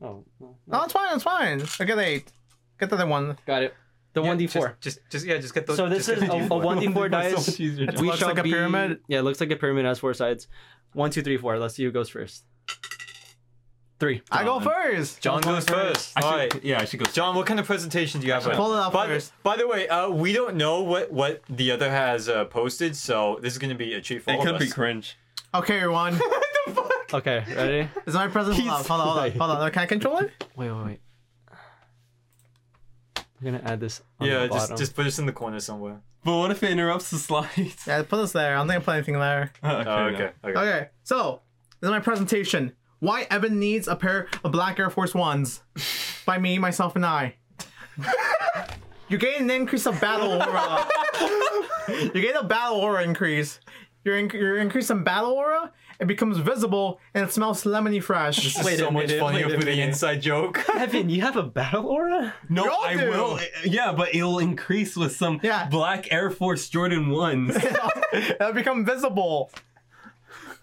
S5: Oh, no,
S2: No,
S5: no.
S2: it's fine. It's fine. I got eight. Get the other one.
S5: got it. The
S6: Yeah,
S5: one d four.
S6: Just, just, just, yeah, just get those.
S5: So this
S6: just
S5: is
S6: get
S5: a,
S6: the
S5: a
S6: D4.
S5: one d four dice.
S2: It
S5: We
S2: looks
S5: shall
S2: like a
S5: be-
S2: pyramid.
S5: Yeah, it looks like a pyramid. Has four sides. One, two, three, four. Let's see who goes first. Three.
S2: I go
S3: John.
S2: first.
S6: John goes first.
S3: I
S6: All
S3: should,
S6: right.
S3: Yeah, I should go.
S6: John, what kind of presentation do you have? right
S2: Pull it
S6: now?
S2: up
S6: by, the-
S2: first.
S6: by the way, uh, we don't know what, what the other has uh, posted, so this is going to be a treat for all of us.
S3: cringe.
S2: Okay, everyone.
S5: Okay, ready?
S2: Is my present? Hold on.
S5: He's
S2: Hold on. Hold on.
S5: like-
S2: Hold on. Can I control it?
S5: Wait, wait, wait. I'm gonna add this. On
S6: yeah,
S5: the
S6: just,
S5: bottom.
S6: just put us in the corner somewhere.
S3: But what if it interrupts the slides?
S2: Yeah, put this there. I don't think I put anything there.
S3: okay.
S6: Oh, okay, okay.
S2: Okay, so this is my presentation. Why Evan needs a pair of black Air Force Ones by me, myself, and I. you gain an increase of battle aura. you gain a battle aura increase. Your, in- your increase in battle aura it becomes visible and it smells lemony fresh.
S6: This is
S5: Wait
S6: so
S5: a
S6: much
S5: minute,
S6: funnier
S5: wait a
S6: for the
S5: minute.
S6: inside joke.
S5: Evan, you have a battle aura?
S3: No,
S2: You all
S3: I
S2: do.
S3: will. Yeah, but it'll increase with some
S2: Yeah.
S3: black Air Force Jordan ones.
S2: It'll become visible.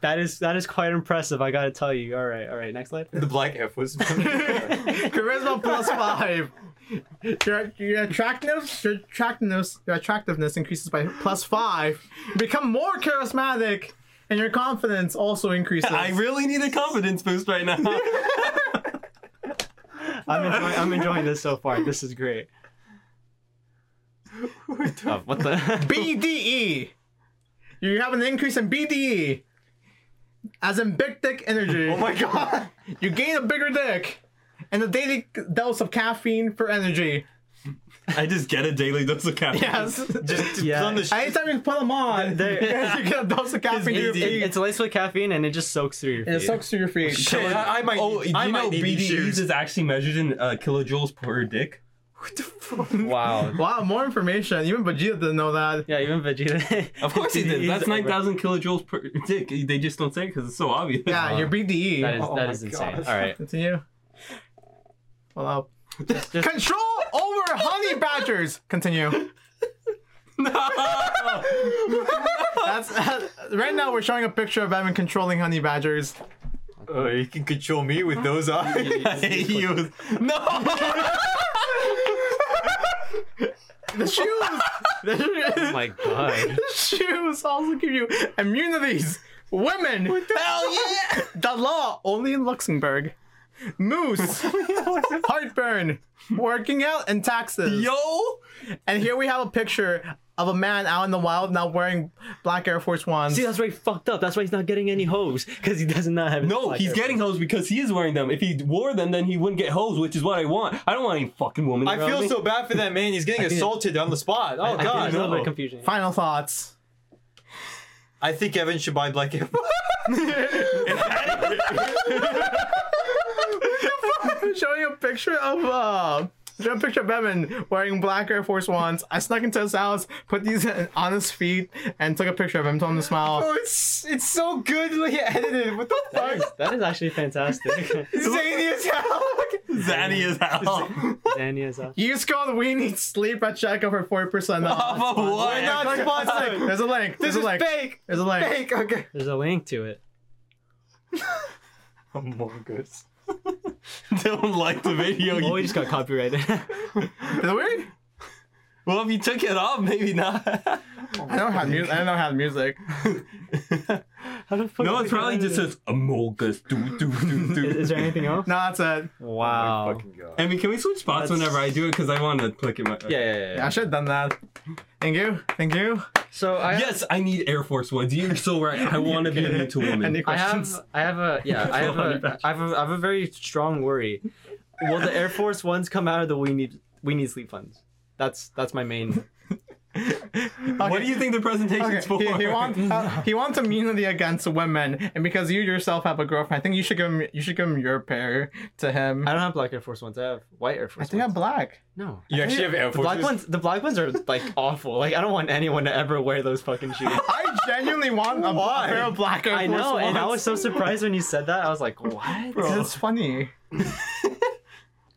S5: That is that is quite impressive. I gotta tell you. All right, all right. Next slide.
S6: the black F was.
S2: Charisma plus five. Your, your attractiveness, your attractiveness, your attractiveness increases by plus five. You become more charismatic, and your confidence also increases.
S3: I really need a confidence boost right now.
S5: I'm enjoying, I'm enjoying this so far. This is great. Oh, what the?
S2: BDE. You have an increase in BDE, as in big dick energy.
S6: oh my god.
S2: You gain a bigger dick, and a daily dose of caffeine for energy.
S3: I just get a daily dose of caffeine.
S2: Yes.
S6: Just, just
S5: Yeah.
S6: put on the sh-
S2: Anytime you put them on,
S5: They're-
S2: you get a dose of caffeine.
S5: It-
S2: and
S5: it- it's E. laced with caffeine and it just soaks through your feet.
S2: it sucks through your feet.
S6: Shit, I, I might.
S3: Oh,
S6: need,
S3: you
S6: I
S3: know
S6: might need these
S3: BDEs
S6: shoes.
S3: is actually measured in uh, kilojoules per dick.
S6: What the fuck?
S5: Wow.
S2: Wow, more information. Even Vegeta didn't know that.
S5: Yeah, even Vegeta.
S3: Of course he did.
S5: He's
S3: That's
S5: over-
S3: nine thousand kilojoules per dick. They just don't say it because it's so obvious.
S2: Yeah, your BDE.
S5: That is,
S6: Oh
S5: that
S6: my
S5: is insane.
S6: gosh.
S5: All right.
S2: Continue. Well, I'll-
S5: just-
S2: control over honey badgers. Continue. That's uh, right now. We're showing a picture of Evan controlling honey badgers.
S6: Oh, you can control me with those eyes.
S3: I hate you. No.
S2: The shoes.
S5: Oh my god.
S2: the shoes also give you immunities. Women. Hell
S6: Oh,
S2: yeah. The law only in Luxembourg. Moose. Heartburn. Working out and taxes.
S3: Yo.
S2: And here we have a picture of a man out in the wild now wearing black Air Force Ones.
S5: See, that's why he fucked up. That's why he's not getting any hoes because he does not have. his
S3: No,
S5: black
S3: he's
S5: hair.
S3: getting hosed because he is wearing them. If he wore them, then he wouldn't get hosed, which is what I want. I don't want any fucking woman.
S6: I
S3: around
S6: feel
S3: me.
S6: so bad for that man. He's getting assaulted on the spot. Oh
S5: I think
S6: god.
S5: there's Ah, a little bit
S3: no.
S5: of confusion.
S2: Final thoughts.
S6: I think Evan should buy black Air Force.
S2: showing a picture of uh showing a picture of Evan wearing black Air Force Ones. I snuck into his house, put these in- on his feet, and took a picture of him, told him to smile.
S6: Oh, it's it's so good like edited. What the
S5: That is, that is actually fantastic.
S6: Zany as hell.
S3: Zanny as hell.
S5: Daniel's up.
S2: Use code We Need Sleep at checkout for forty percent off.
S3: Off of
S6: We're
S3: what?
S6: not sponsored.
S2: There's a link.
S6: This
S2: There's a
S6: is
S2: link.
S6: fake.
S2: There's a link.
S6: Fake. Okay.
S5: There's a link to it.
S6: Among Us.
S3: Don't like the video.
S5: Oh, we
S3: you-
S5: just got copyrighted.
S2: Is it weird?
S3: Well, if you took it off, maybe not.
S2: I don't have music. I don't have music.
S5: How the fuck
S3: no, it's
S5: did we
S3: probably
S5: get
S3: just
S5: that?
S3: says Amolgus. Do do do do.
S5: Is, is there anything else?
S2: No, that's it.
S5: Wow.
S6: Oh, god.
S3: I mean, can we switch spots
S5: That's-
S3: whenever I do it? Because I want to click it. My...
S5: Yeah, yeah, yeah, yeah.
S2: I should have done that. Thank you. Thank you.
S5: So I
S3: Yes, I need Air Force Ones. You're so right. I want to be mean to women.
S2: Any
S5: I
S2: questions?
S5: have I have a yeah I have a I have a, I have a very strong worry. Will the Air Force ones come out of the we need we need sleep funds? That's that's my main
S3: What do you think the presentation's for?
S2: He, he wants uh, he wants immunity against women, and because you yourself have a girlfriend, I think you should give him you should give him your pair to him.
S5: I
S2: I,
S5: don't have black Air Force ones. I have white Air Force.
S2: think I'm
S5: ones.
S2: black.
S5: no.
S6: You
S5: I
S6: actually
S5: think
S6: have Air
S5: the black
S6: Forces?
S5: ones. The black ones are like awful. Like I don't want anyone to ever wear those fucking shoes.
S2: I genuinely want a,
S6: Why?
S2: pair of black Air Force
S5: I know, and I
S2: Ones.
S5: was so surprised when you said that. I was like, what?
S2: Because
S5: It's
S2: It's funny.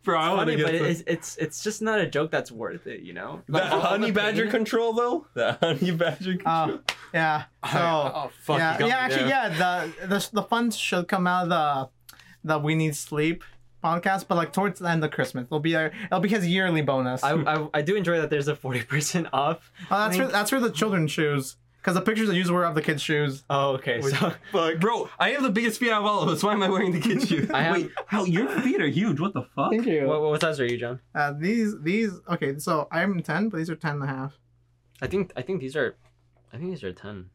S3: Bro, I want to
S5: funny,
S3: get
S5: but
S3: the-
S5: it's, it's it's just not a joke that's worth it, you know.
S3: that
S5: all the
S3: honey badger
S5: pain-
S3: control though. That honey badger control.
S2: Uh, yeah. So
S6: oh fuck. you
S2: yeah,
S6: got
S2: yeah.
S6: me
S2: Actually,
S6: there.
S2: yeah. The, the the funds should come out of the the We Need Sleep podcast, but like towards the end of Christmas, it'll be a, it'll be his yearly bonus.
S5: I, I, I do enjoy that there's a forty percent off.
S2: Oh, that's
S5: link.
S2: for that's for the children's shoes. Because the pictures that you were of the kids' shoes.
S5: Oh, okay. So
S6: Fuck.
S3: Bro, I have the biggest feet out of all of us. Why am I wearing the kid shoes?
S5: Uh, I have-
S3: Wait, how your feet are huge. What the fuck?
S2: you.
S5: what, what size are you, John?
S2: Uh, these these okay. So I'm ten, but these are ten and a half.
S5: I think I think these are, I think these are ten.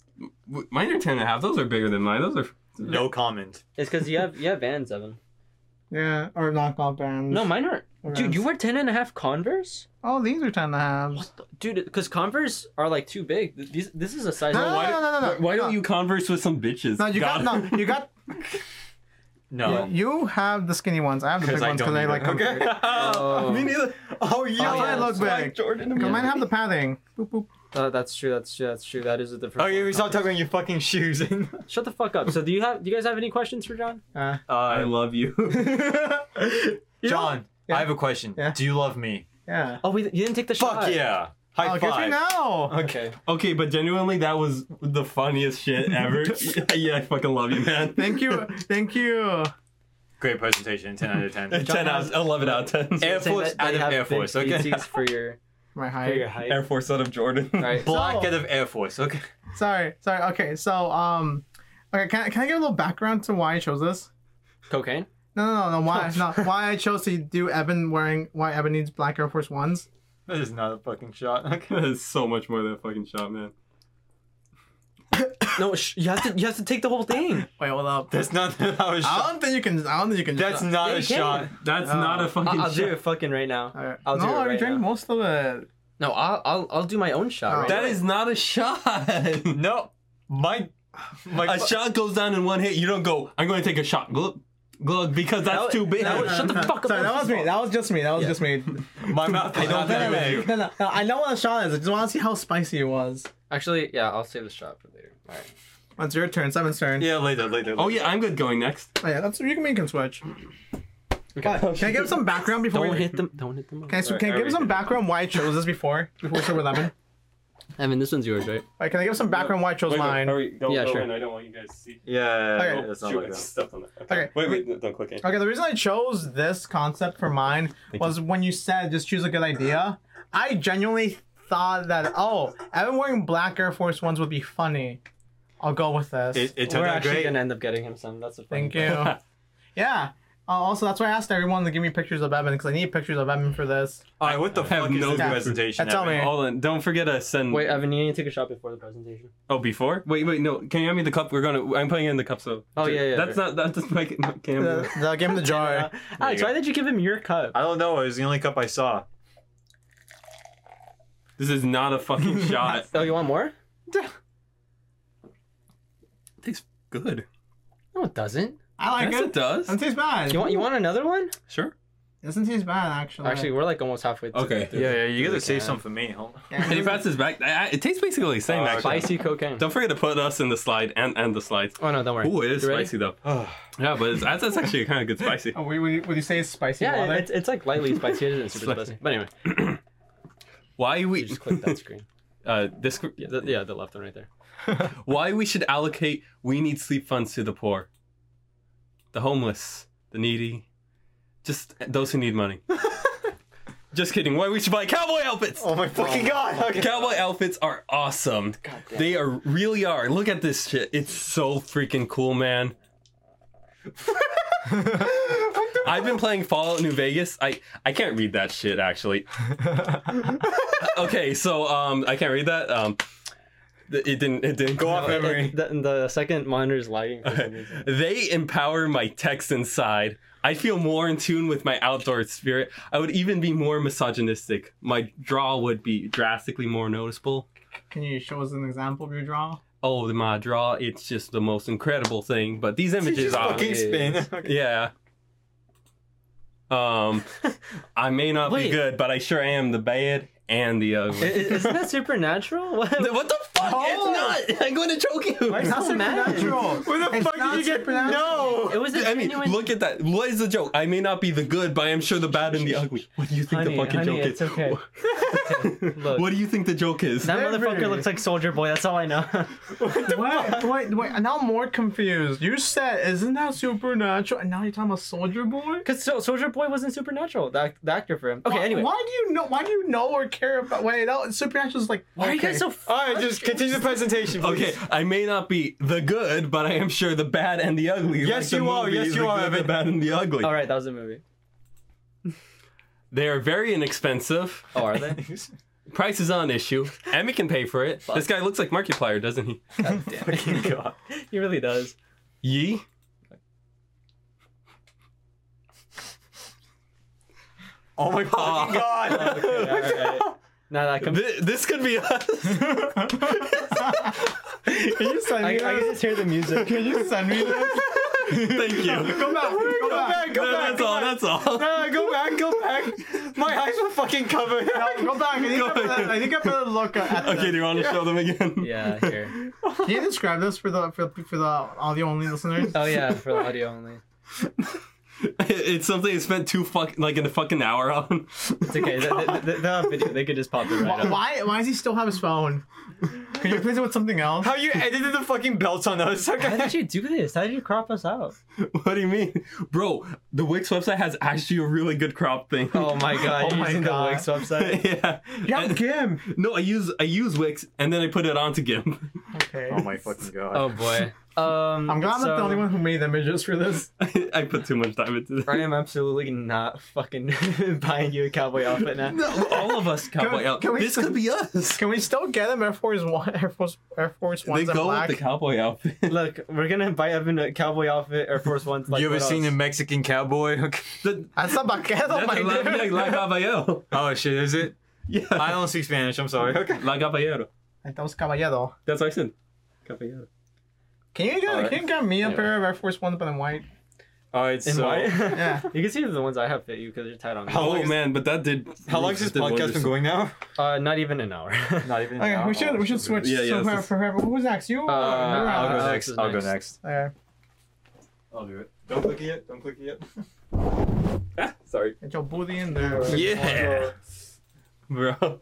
S3: W- Mine are ten and a half. Those are bigger than mine. Those are.
S6: No comment.
S5: It's because you have you have Vans, Evan.
S2: Yeah, or knockoff bands.
S5: No, mine aren't. Dude, you wear ten and a half Converse?
S2: Oh, these are ten and a halves.
S5: What the- Dude, because Converse are like too big. Th- These, this is a size.
S2: No, no,
S3: why
S2: no, no, no, no.
S3: Why
S2: no.
S3: don't you converse with some bitches?
S2: No, you got, no. You got.
S6: No.
S2: You have the skinny ones. I have the big
S6: Oh. Because I
S2: ones
S6: don't.
S2: because I
S6: either.
S2: like. them.
S6: okay.
S5: Oh.
S6: Me neither. Oh yeah.
S2: Oh, yeah,
S6: I
S2: it looks
S6: like
S2: big.
S6: Jordan.
S2: Because
S6: America.
S2: mine have the padding. Boop, boop.
S5: Uh, that's true. That's true. That's true. That is a different.
S6: Oh yeah, we
S5: form.
S6: stopped talking about your fucking shoes. And...
S5: Shut the fuck up. So do you have? Do you guys have any questions for John?
S2: Uh,
S3: I
S6: Uh,
S3: love you.
S6: John,
S2: Yeah.
S6: I have a question.
S2: Yeah.
S6: Do you love me?
S2: yeah.
S5: Oh, we, you didn't take the shot.
S6: Fuck yeah. High
S2: Oh,
S6: five.
S2: good for now.
S5: Okay.
S3: okay, but genuinely, that was the funniest shit ever. yeah, I fucking love you, man.
S2: Thank you, thank you.
S6: Great presentation. Ten out of ten.
S3: ten out, eleven out of ten.
S6: Air
S5: Saying
S6: Force
S5: that- that
S6: out
S5: you
S6: of
S5: have
S6: Air
S5: big
S6: Force. Okay.
S5: feces For your,
S2: My
S5: for your
S2: height.
S5: height.
S3: Air Force out of Jordan.
S5: All right.
S6: Black
S2: So-
S6: out of Air Force. Okay.
S2: Sorry, sorry. Okay, so um, okay. Can I, can I give a little background to why I chose this?
S5: Cocaine.
S2: No, no, no. no why? no, why I chose to do Evan wearing why Evan needs black Air Force Ones.
S6: That is not a fucking shot. Okay.
S3: That's so much more than a fucking shot, man.
S5: No, sh- you have to. You have to take the whole thing.
S2: Wait, hold up.
S6: That's not a
S2: I
S6: shot.
S2: don't think you can. I don't think you can.
S6: That's not
S5: Yeah,
S6: a
S5: you can.
S6: shot.
S3: That's
S2: No.
S3: not a fucking
S5: I'll, I'll
S3: shot.
S5: do it fucking right now.
S2: Alright.
S5: I'll
S2: no,
S5: do it
S2: I
S5: right
S2: drank
S5: now.
S2: most of it.
S5: No, I'll I'll, I'll do my own shot.
S2: Oh.
S5: Right
S3: That is not a shot.
S6: No, my my
S3: a shot goes down in one hit. You don't go. I'm going to take a shot, glug, glug, because that's
S5: That-
S3: too big.
S5: that was- shut the fuck up,
S2: Sorry, that
S5: that's
S2: was
S5: your
S2: me. That was just me. That was just me.
S6: my mouth. I don't
S3: don't
S2: No,
S6: have
S3: think
S2: no,
S6: it.
S2: no, no, no, I know what a shot is. I just want to see how spicy it was.
S5: Actually, yeah, I'll save the shot for later. All right.
S2: It's your turn. Seven's turn.
S6: Yeah, later, later.
S3: oh yeah, I'm good going next.
S2: Oh, yeah, that's you can make can switch.
S5: Okay.
S2: But can I give some background before?
S5: Don't
S2: we,
S5: hit them. Don't hit them.
S2: Can I,
S5: All right.
S2: can I give
S6: we
S2: some
S6: good?
S2: background why I chose this before before Super Eleven?
S5: Evan, this one's yours, right?
S2: Like, can I give some background why I chose mine?
S3: Hurry, don't
S5: Yeah,
S3: go
S5: sure.
S3: in. I don't want you guys to see.
S6: Yeah,
S2: Okay.
S6: it's not
S3: Shoot,
S6: like
S3: I
S6: that.
S3: stepped on that.
S2: Okay.
S3: Wait, wait, no, don't click in.
S2: Okay, the reason I chose this concept for mine was when you said just choose a good idea. I genuinely thought that oh, Evan wearing black Air Force Ones would be funny. I'll go with this.
S6: It, it
S5: We're
S6: turned out
S5: actually
S6: great.
S5: gonna end up getting him some. That's a
S2: Thank you. yeah. Uh, also, that's why I asked everyone to give me pictures of Evan because I need pictures of Evan for this.
S6: All right, what the
S3: have
S6: fuck is
S3: no
S6: this
S2: Yeah.
S6: presentation?
S2: That's all
S6: Evan?
S2: me.
S3: Hold on. Don't forget to send.
S5: Wait, Evan, you need to take a shot before the presentation.
S3: Oh, before? Wait, wait, no. Can you hand me the cup? We're gonna. I'm putting it in the cup. So.
S5: Oh, yeah, yeah,
S3: That's
S5: sure.
S3: not. That doesn't make it. No, can
S2: The, the game of the jar.
S5: Alex,
S6: you
S5: why did you give him your cup?
S6: I don't know. It was the only cup I saw.
S3: This is not a fucking shot.
S5: Oh, you want more?
S3: tastes good.
S5: No, it doesn't.
S2: I like
S3: yes, it
S2: it.
S3: does.
S2: Doesn't taste bad.
S5: You want you want another one?
S3: Sure.
S2: Doesn't taste bad actually.
S5: Actually, we're like almost halfway. through.
S3: Okay.
S5: through.
S6: yeah. You
S5: gotta save some
S6: for me. Hold on.
S2: Yeah,
S3: Can you pass this back? I, I, it tastes basically the same.
S6: Oh,
S3: actually.
S5: Spicy cocaine.
S3: Don't forget to put us in the slide and and the slides.
S5: Oh no, don't worry.
S3: Ooh, it is
S5: You ready?
S3: spicy though.
S6: Oh
S3: Yeah, but it's, that's, that's actually kind of good spicy.
S2: Oh, would, would, would you say it's spicy
S5: Yeah,
S2: water?
S5: it's, it's like lightly spicy. It isn't super
S3: Slightly.
S5: spicy. But anyway,
S3: Why we
S5: you just click that screen.
S3: uh this
S5: Yeah, the, yeah, the left one right there.
S3: why we should allocate we need sleep funds to the poor, the homeless, the needy, just those who need money. just kidding. Why we should buy cowboy outfits?
S6: Oh my fucking god! Okay.
S3: Cowboy outfits are awesome. They are really are. Look at this shit. It's so freaking cool, man. I've been playing Fallout New Vegas. I I can't read that shit actually. okay, so um I can't read that. Um th- it didn't it didn't
S6: Go off memory.
S5: The, the second monitor is lagging for some reason.
S3: They empower my text inside. I feel more in tune with my outdoor spirit. I would even be more misogynistic. My draw would be drastically more noticeable.
S2: Can you show us an example of your draw?
S3: Oh, my draw, it's just the most incredible thing. But these images
S1: Just
S3: are.
S1: fucking spin.
S3: Yeah. Um, I may not be
S5: Wait.
S3: good, but I sure am the bad and the
S5: I-
S3: ugly.
S5: I- Isn't that supernatural? What?
S3: what the fuck?
S2: Oh!
S3: It's not. I'm going to choke you.
S2: It's not
S5: so mad?
S2: supernatural.
S1: Where the
S2: It's
S1: fuck
S2: not
S1: did you get?
S2: supernatural.
S1: No.
S5: It was a
S3: I mean,
S5: genuine.
S3: look at that. What is the joke? I may not be the good, but I am sure the bad and the ugly. What do you think
S5: Honey,
S3: the fucking
S5: honey,
S3: joke
S5: it's
S3: is?
S5: okay. Look.
S3: What do you think the joke is?
S5: that
S2: They're
S5: motherfucker
S2: very-
S5: looks like Soldier Boy. That's all I know.
S2: Wait, wait, wait. and Now I'm more confused. You said, isn't that supernatural? And now you're talking about Soldier Boy?
S5: Because Soldier Boy wasn't supernatural. The, act- the actor for him. Okay,
S2: Why-
S5: anyway.
S2: Why do you know? Why do you know or care about? Wait, that supernatural is like.
S5: Why are you guys so? F-
S1: All right, just continue the presentation. Please.
S3: Okay, I may not be the good, but I am sure the bad and the ugly.
S1: Yes,
S3: the
S1: you are.
S3: movie,
S1: Yes,
S3: The
S1: you are,
S3: Good, The
S1: Evan.
S3: bad and the ugly.
S5: all right, that was a movie.
S3: They are very inexpensive.
S5: Oh, are they?
S3: Price is on issue. Emmy can pay for it. This guy looks like Markiplier, doesn't he?
S1: Fucking god.
S5: he really does.
S3: Yee.
S1: Oh my fucking god.
S5: Okay, all right. Now that comes.
S3: Th- this could be us.
S2: Can you send
S5: I, I
S2: me
S5: can
S2: this?
S5: just hear the music.
S2: Can you send me this?
S3: Thank you.
S2: Go back. Go back.
S1: go
S3: No,
S1: back,
S3: that's
S1: go
S3: all. That's all.
S1: Ah, go back, go back. My eyes were fucking covered.
S2: No, Go back. I think I better- I think I better look at.
S3: Okay, do
S2: this.
S3: you want to show them again?
S5: Yeah, here.
S2: Can you describe this for the for, for the audio only listeners?
S5: Oh yeah, for the audio only.
S3: It's something I spent two fuck like in a fucking hour on.
S5: It's okay. They, they, they, they'll have video. They could just pop it right
S2: Why,
S5: up.
S2: why? Why does he still have his phone? Can you replace it with something else?
S1: How you edited the fucking belt on us?
S5: How
S1: Okay.
S5: did you do this? How did you crop us out?
S3: What do you mean, bro? The Wix website has actually a really good crop thing.
S5: Oh my god!
S2: Oh
S5: You're
S2: my
S5: using
S2: God.
S5: the Wix website.
S3: yeah. And-
S2: Gim.
S3: no, I use I use Wix and then I put it onto GIMP.
S2: Okay.
S1: fucking god.
S5: Oh boy. Um,
S2: I'm glad I'm not the
S5: Oh so-
S2: only one who made images for this.
S3: I put too much time into this.
S5: I am absolutely not fucking buying you a cowboy outfit now.
S3: All of us cowboy
S2: Can-
S3: outfit.
S2: can we-
S3: this could be us.
S2: Can we still get him Air Force One, Air Force, Air Force Ones
S3: They
S2: in
S3: go
S2: black?
S3: with the cowboy outfit.
S5: Look, we're gonna buy Evan a cowboy outfit, Air Force One. Like,
S1: you ever
S5: what
S1: seen a
S5: else?
S1: Mexican cowboy? Okay.
S3: The,
S2: That's not Baquero,
S3: that's
S2: my
S3: a la,
S2: dude.
S3: la Caballero.
S1: Oh shit, is it?
S3: Yeah.
S1: I don't speak Spanish. I'm sorry. Okay.
S3: La Caballero.
S2: That was Caballero.
S3: That's what I said. Caballero.
S2: Can you get
S5: Alright.
S2: can you get me a
S5: Anyway.
S2: pair of Air Force Ones but in white?
S1: All right.
S5: In
S1: so,
S5: white?
S2: Yeah.
S5: you can see the ones I have fit you because you're tied on. me.
S1: How
S3: Oh
S1: long is-
S3: man, but that did.
S1: how long has this
S3: did
S1: podcast
S3: wonders.
S1: been going now?
S5: Uh, not even an hour.
S1: Not even.
S2: Okay, we should we should switch. Uh,
S3: Yeah, yeah,
S2: so
S3: this
S2: for,
S3: is-
S2: for, for, who's next? You. or- you're
S1: I'll
S2: out.
S1: go
S5: Alex
S1: next.
S5: is
S1: I'll go
S5: next.
S1: next.
S2: Okay.
S1: I'll do it. Don't click it yet. Don't click it yet.
S3: Sorry,
S2: Get your booty in there.
S1: Yeah.
S3: bro.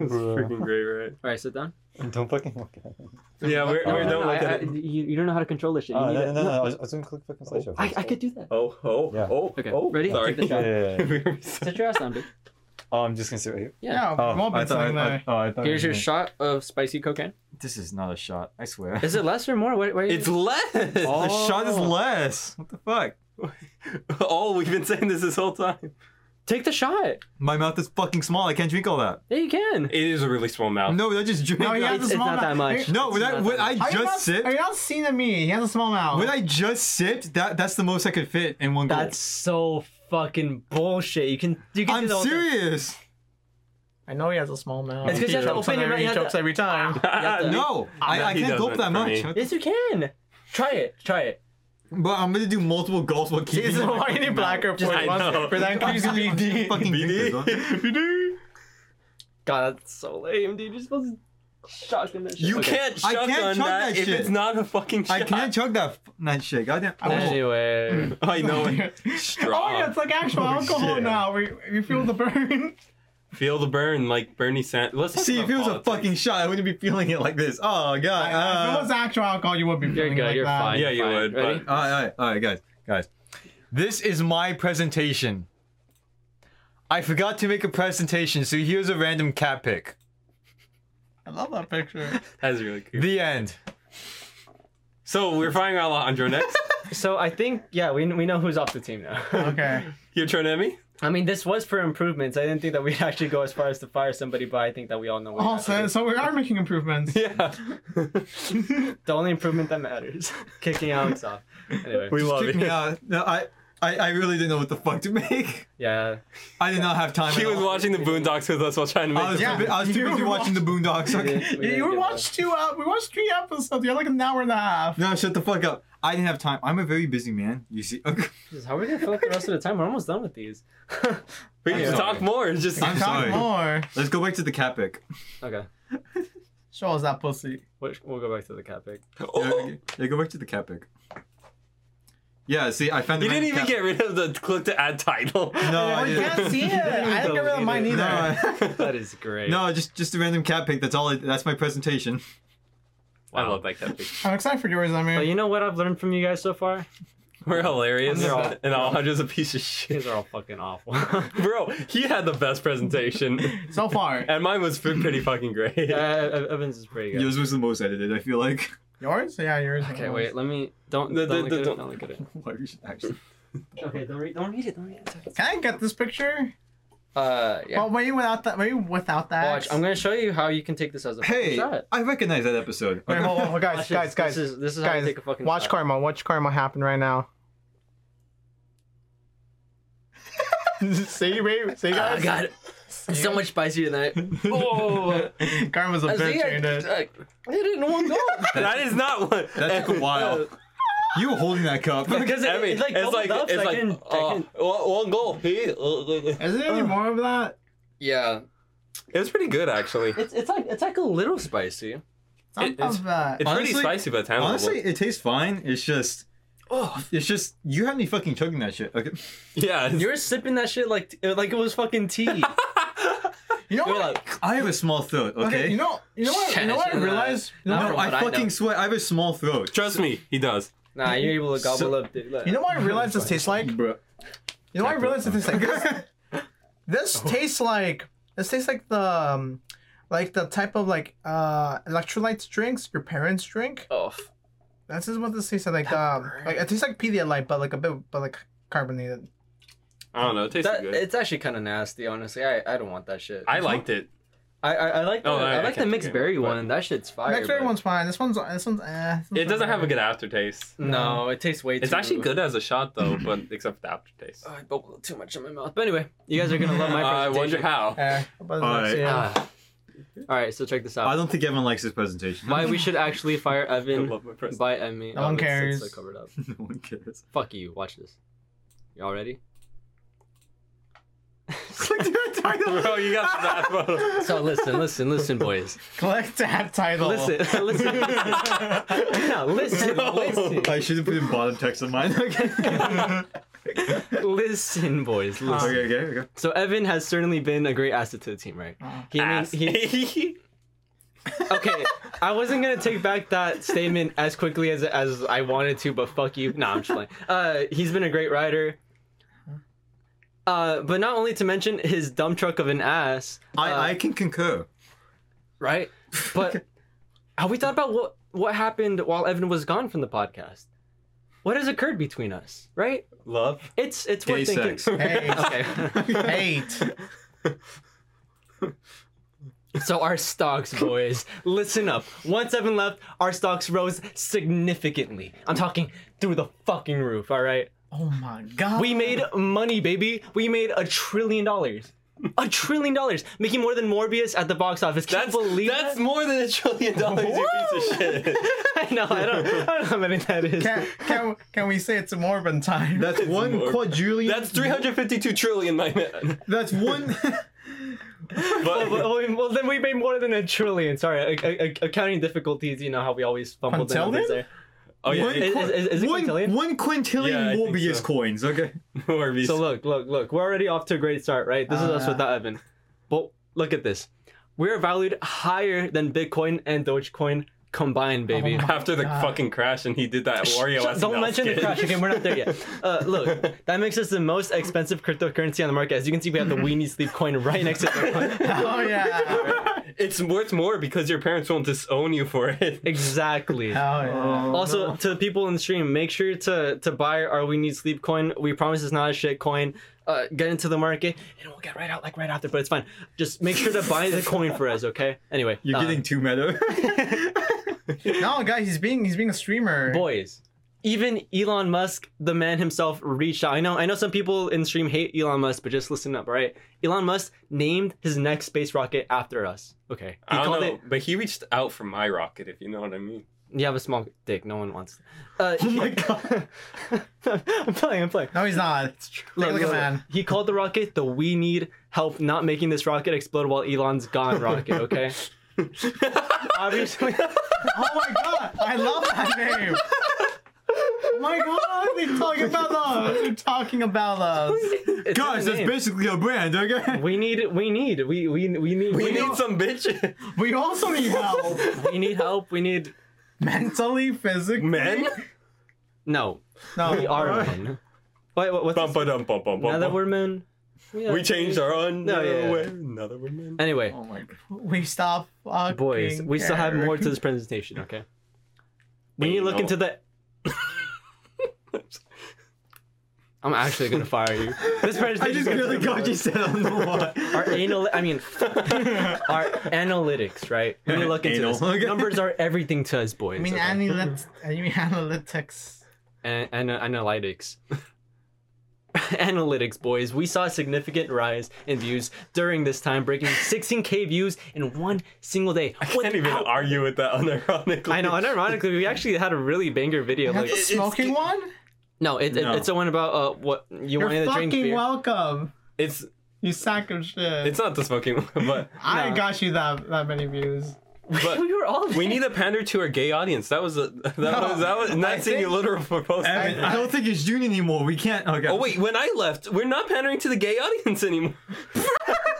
S3: It's
S1: Bro.
S3: freaking great, right?
S5: All right, sit down.
S1: Don't fucking look at it.
S3: Yeah, we're,
S5: No,
S3: we're
S5: no,
S3: don't
S5: no, uh,
S3: look
S5: I-
S3: at
S5: I-
S3: it.
S5: you, you don't know how to control this shit. You
S7: Oh,
S5: need
S7: no,
S5: it.
S7: no, no,
S5: Look,
S7: I was, I was gonna click fucking slideshow.
S5: I,
S7: first.
S5: I could do that.
S3: Oh, oh,
S7: Yeah.
S3: oh,
S5: Okay,
S3: oh.
S5: ready?
S3: Sorry.
S5: Take the
S7: Yeah,
S5: shot.
S7: yeah, yeah.
S5: Sit your ass down, dude.
S7: Oh, I'm just gonna sit right here.
S2: Yeah,
S1: Oh,
S2: won't be
S1: I thought,
S2: sitting
S1: I-
S2: there.
S1: oh, I thought.
S5: Here's
S1: you
S5: your
S1: meant-
S5: shot of spicy cocaine.
S1: This is not a shot. I swear.
S5: Is it less or more? What? what
S3: it's less.
S1: Oh, the shot is
S5: Oh.
S1: less. What the fuck?
S3: oh, we've been saying this this whole time.
S5: Take the shot.
S1: My mouth is fucking small. I can't drink all that.
S5: Yeah, you can.
S3: It is a really small mouth.
S1: No, I just drink.
S2: No, he has
S5: It's-
S2: a
S5: it's
S2: small
S5: not that
S2: mouth.
S5: much.
S2: Are
S1: No, when
S5: It's
S1: I
S5: not
S1: when
S5: that
S1: I
S2: you- Are you not,
S1: just sipped,
S2: Are you not seeing at me? He has a small mouth.
S1: when I just sipped, that that's the most I could fit in one
S5: That's so fucking bullshit. You can. You
S1: go.
S5: can.
S1: I'm
S5: do the whole thing.
S1: serious.
S2: I know he has a small mouth.
S5: It's 'cause you have to
S2: Jokes on
S5: open
S2: every-
S5: your mouth,
S2: He
S5: you have
S2: jokes
S5: to-
S2: every time.
S5: have to-
S1: No, I,
S3: No,
S1: I
S3: he
S1: can't gulp
S3: doesn't
S1: that
S3: for
S1: much.
S3: me.
S1: What the-
S5: Yes, you can. Try it. Try it.
S1: But I'm gonna do multiple gulps while
S2: This
S1: keeping
S2: is why you need black Air Force
S3: I know.
S2: Ones for that crazy BD.
S1: fucking
S3: BD.
S1: drink this, huh?
S5: God, that's so lame, dude. You're supposed to shotgun that shit.
S3: You
S5: Okay.
S3: can't
S1: I
S3: shut
S1: can't
S3: on
S1: chug
S3: that,
S1: that
S3: if
S1: shit.
S3: it's not a fucking shot.
S1: I can't chug that f- that shit. Goddamn. Oh,
S5: Anyway.
S3: I know it.
S2: Oh
S3: Straw.
S2: yeah, it's like actual alcohol
S1: shit.
S2: now. We, you feel the burn.
S3: Feel the burn, like Bernie Sanders. Let's talk
S1: see, if
S3: about
S1: it was a
S3: politics.
S1: fucking shot, I wouldn't be feeling it like this. Oh god.
S2: if it
S1: Uh,
S2: was actual alcohol, you would be
S5: You're
S2: feeling
S5: good.
S2: like
S5: you're
S2: that.
S5: fine.
S3: Yeah, you
S5: fine.
S3: would,
S5: Ready?
S1: all right, all right, all right, guys, guys. This is my presentation. I forgot to make a presentation, so here's a random cat pick.
S2: I love that picture.
S3: That's really cool.
S1: The end.
S3: So we're firing Alejandro next.
S5: So I think, yeah, we, we know who's off the team now.
S2: Okay.
S3: Your turn, Emmy.
S5: I mean, this was for improvements. I didn't think that we'd actually go as far as to fire somebody, but I think that we all know. what
S2: Oh,
S5: happened.
S2: so, so we are making improvements.
S3: Yeah.
S5: the only improvement that matters, kicking Alex off. Anyway,
S3: We
S1: Just
S3: love
S1: kick
S3: it.
S1: me out. No, I.
S6: I, I really didn't know what the fuck to make.
S5: Yeah.
S6: I did not have time.
S3: He
S6: at
S3: was
S6: all.
S3: watching the Boondocks with us while trying
S1: Oh,
S3: to make.
S6: I was,
S3: the-
S2: Yeah,
S6: too, bu- I was
S2: you
S6: too busy
S2: were
S6: watching the Boondocks.
S5: we
S6: Okay.
S5: didn't- we
S2: You,
S5: didn't
S2: you were
S5: get
S2: watched two out. We watched three episodes. You're like an hour and a half.
S6: No, shut the fuck up. I didn't have time. I'm a very busy man. You see. Okay.
S5: that. Jesus, How are we gonna fill up the rest of the time? We're almost done with these.
S3: We can
S6: I'm
S3: talk
S6: sorry.
S3: more. It's Just
S6: I'm
S2: Talk
S6: sorry.
S2: more.
S6: Let's go back to the cat pic.
S5: okay.
S2: Show us that pussy.
S5: Which, we'll go back to the cat pic.
S6: Yeah,
S3: Oh,
S6: okay. yeah, go back to the cat pic. Yeah, see, I found.
S3: you
S6: the
S3: didn't even
S6: cat-
S3: get rid of the click to add title.
S6: No,
S2: Oh,
S6: I
S2: you
S6: didn't.
S2: can't see it. I didn't get rid of mine either.
S6: No, I-
S5: That is great.
S6: no, just just a random cat pic. That's all. I, that's my presentation.
S3: I love that cat pic.
S2: I'm excited for yours, I
S5: But
S2: mean.
S5: you know what I've learned from you guys so far?
S3: We're hilarious,
S5: They're all-
S3: and Alejandro's a piece of shit.
S5: These are all fucking awful.
S3: Bro, he had the best presentation,
S2: So far.
S3: and mine was pretty fucking great.
S5: Uh, Evans is pretty good.
S6: Yours was the most edited. I feel like.
S2: Yours? Yeah, yours.
S5: Okay, wait. Let me. Don't.
S3: The- the-
S5: Don't, look,
S3: the-
S5: at
S3: don't-
S5: it, don't look at it.
S6: Why we should actually.
S5: Okay, don't read. Don't read it. Don't read it.
S2: Can I get this picture?
S5: Uh, yeah.
S2: Well, maybe without that. Maybe without that.
S5: Watch. I'm gonna show you how you can take this as a fucking
S6: Hey,
S5: shot.
S6: I recognize that episode.
S2: Wait, hold on, hold on, guys,
S5: Watch
S2: guys,
S5: this.
S2: guys.
S5: This is this is how you
S2: guys,
S5: take a fucking
S2: watch
S5: shot.
S2: karma. Watch karma happen right now. see, wait, see,
S5: Ah,
S2: guys.
S5: I got it. It's so much spicier than I.
S3: Oh,
S2: Karma's a
S5: I see,
S2: bitch,
S5: I,
S2: ain't it?
S5: I, I didn't want to
S3: that is not what.
S6: That took a while. You were holding that cup.
S5: go. Because it,
S3: I mean,
S5: it, like,
S3: it's like
S5: bubbled up, so
S3: it's
S5: I
S3: like
S5: couldn't- I
S3: uh,
S5: couldn't-
S3: one one goal. uh, It
S2: Is
S5: Oh.
S2: there any more of that?
S5: yeah.
S3: was pretty good actually. It's
S5: It's it's like it's like a little spicy.
S2: Some
S3: it's-
S2: of that.
S6: Honestly-
S3: pretty spicy, but it's handleable.
S6: Honestly, it tastes fine. It's just,
S5: Oh,
S6: it's just you had me fucking chugging that shit. Okay.
S3: yeah. it's-
S5: you were sipping that shit like t- like it was fucking tea.
S2: You know
S5: You're
S2: what?
S5: like,
S6: I have a small throat. Okay.
S2: Okay, you know, you know what? You know what I
S3: Uh,
S5: Shit,
S2: realized? You know,
S5: I
S6: no,
S5: don't
S6: I
S5: know what I
S6: fucking
S5: know.
S6: swear I have a small throat.
S3: Trust me, he does.
S5: nah, you're able to gobble
S6: So-
S5: up. The, like,
S2: you know what I realized this tastes like? You
S6: Bro.
S2: know what I realized it tastes like? This, this tastes like this tastes like the um, like the type of like uh electrolytes drinks your parents drink.
S5: Oh,
S2: That's just what this tastes like. Um, like it tastes like Pedialyte, but like a bit, but like carbonated.
S3: I don't know. It tasted
S5: that,
S3: good.
S5: it's actually kind of nasty, honestly. I, I don't want that shit.
S3: I liked it.
S5: Mm-hmm. I I, I like the,
S3: Oh, I-
S5: I,
S3: I
S5: like the
S3: can't
S5: mixed
S3: drink it,
S5: berry
S3: but-
S5: one. That shit's fire.
S2: Next very
S5: but-
S2: one's fine. This one's this one's eh. This
S3: It
S2: one's
S3: doesn't have a
S2: alright.
S3: good aftertaste.
S5: Mm-hmm. No, it tastes way.
S3: It's
S5: too,
S3: actually good as a shot though, but except for the aftertaste.
S5: Oh, I bubbled too much in my mouth. But anyway, you guys are gonna love my
S3: Uh, I wonder
S5: presentation.
S3: how.
S2: Eh, but
S6: Alright.
S2: yeah.
S5: Ah. All right, so check this
S6: I
S5: out.
S6: don't think Evan likes this presentation.
S5: Why we should actually fire
S3: I
S5: Evan
S3: love my present.
S5: by Emmy.
S2: No one
S5: it's- it's,
S2: cares.
S5: like, covered up.
S6: no one cares.
S5: Fuck you. Watch this. Y'all ready?
S3: Bro, you got that photo.
S5: So listen, listen, listen, boys.
S2: Click that title.
S5: Listen, listen. no, listen,
S3: No.
S5: listen,
S6: I should have put in bottom text on mine. Okay.
S5: listen, boys. Listen.
S6: okay, okay, okay.
S5: So Evan has certainly been a great asset to the team, right? He,
S3: Ass.
S5: he, okay, I wasn't gonna take back that statement as quickly as as I wanted to, but fuck you. Nah, I'm just playing. Uh, he's been a great rider. Uh, but not only to mention his dumb truck of an ass,
S3: Uh,
S6: I, I can concur.
S5: right? But have we thought about what what happened while Evan was gone from the podcast? What has occurred between us, right?
S3: Love.
S5: It's it's
S6: Gay
S5: worth thinking.
S6: sex.
S2: Hey,
S5: Okay,
S2: hate.
S5: so our stocks, boys, listen up. Once Evan left, our stocks rose significantly. I'm talking through the fucking roof. All right.
S2: Oh my god.
S5: We made money, baby. We made a trillion dollars. A trillion dollars, making more than Morbius at the box office. Can
S3: That's
S5: you believe
S3: that's
S5: that?
S3: more than a trillion dollars. You piece of shit.
S5: I know. I don't. I don't know how many that is.
S2: Can, can, can we say it's Morbin time?
S6: That's one
S3: more-
S6: quadrillion.
S3: That's 352 trillion, my man.
S6: That's one.
S5: Well, well, we- well, then we made more than a trillion. Sorry, a- a- a- accounting difficulties. You know how we always fumble the
S2: Quintillion?
S5: numbers there.
S3: Oh yeah,
S6: What?
S3: it-
S5: Is, is, is, is it
S6: one,
S5: quintillion?
S6: one quintillion
S3: Yeah, I think
S6: Morbius
S3: so.
S6: coins. Okay.
S3: Morbius.
S5: So look, look, look. We're already off to a great start, right? This is us
S2: Uh.
S5: without Evan. But look at this. We're valued higher than Bitcoin and Dogecoin combined, baby.
S2: Oh my
S3: after the
S2: God.
S3: fucking crash, and he did that
S5: Shh,
S3: Wario.
S5: shh, Don't
S3: SNL
S5: mention the
S3: skit.
S5: crash. Okay, we're not there yet. Uh, look, that makes us the most expensive cryptocurrency on the market. As you can see, we have the Weenie Sleep coin right next to Bitcoin.
S2: Oh yeah.
S3: It's worth more because your parents won't disown you for it.
S5: exactly.
S2: Oh yeah.
S5: Also, to the people in the stream, make sure to to buy our We Need Sleep coin. We promise it's not a shit coin. Uh, get into the market, and we'll get right out like right after. But it's fine. Just make sure to buy the coin for us, okay? Anyway,
S6: You're
S5: uh,
S6: getting too meta.
S2: No, guys, he's being he's being a streamer.
S5: boys. even Elon Musk, the man himself, reached out. I know, I know some people in stream hate Elon Musk, but just listen up, all right? Elon Musk named his next space rocket after us. Okay. He
S3: I don't
S5: called
S3: know,
S5: it.
S3: but he reached out for my rocket, if you know what I mean.
S5: You have a small dick. No one wants. Uh,
S2: Oh my God.
S5: I'm playing. I'm playing.
S2: No, he's not. Look, look at man.
S5: He called the rocket the "We need help not making this rocket explode while Elon's gone" rocket. Okay. Obviously.
S2: Oh my god, I love that name. Oh my god, they're talking about us. They're talking about us.
S5: it's in
S6: Guys,
S5: the
S6: that's
S5: name.
S6: basically a brand, okay?
S5: We need. We need. We we we need.
S3: We
S5: We need.
S3: need some bitches.
S2: We also need help.
S5: We need help. We need.
S2: Mentally, physically.
S3: Men?
S5: No,
S2: No,
S5: we are men. Wait, what, what's
S3: Bum,
S5: this?
S3: ba-dum, bum, bum, bum,
S5: another
S3: bum.
S5: we're men? Yeah.
S3: We changed our own.
S5: No,
S3: No,
S5: yeah.
S3: way. Another we're men.
S5: Anyway,
S2: Oh my god. We stop. fucking
S5: boys, we still have more to
S2: caring.
S5: this presentation. Okay. We need to
S3: Anal.
S5: look into the. I'm actually gonna fire you. This presentation.
S6: I just
S5: is
S6: really
S5: gonna-
S6: got you said on the wall.
S5: Our anal, I mean, our analytics, right? We need to look into
S6: Anal.
S5: this.
S6: Okay.
S5: Numbers are everything to us, boys.
S2: I mean,
S5: okay?
S2: analytics. I mean, analytics.
S5: and, and analytics. analytics, boys. We saw a significant rise in views during this time, breaking 16k views in one single day.
S3: I can't even argue with that unironically.
S5: I know, and ironically, we actually had a really banger video.
S2: Not
S5: Like,
S2: the smoking one?
S5: no, it, it-
S6: No.
S5: it's the one about uh, what you
S2: You're
S5: wanted to drink
S2: fucking
S5: beer.
S2: welcome.
S3: It's
S2: You sack of shit.
S3: it's not the smoking one, but
S2: I
S5: Nah.
S2: got you that that many views.
S3: but
S5: we were all.
S3: we need to pander to our gay audience. That was a that was that was not seeing you literal proposal.
S6: Evan, I don't think it's June anymore. We can't. Okay.
S3: Oh wait, when I left, we're not pandering to the gay audience anymore.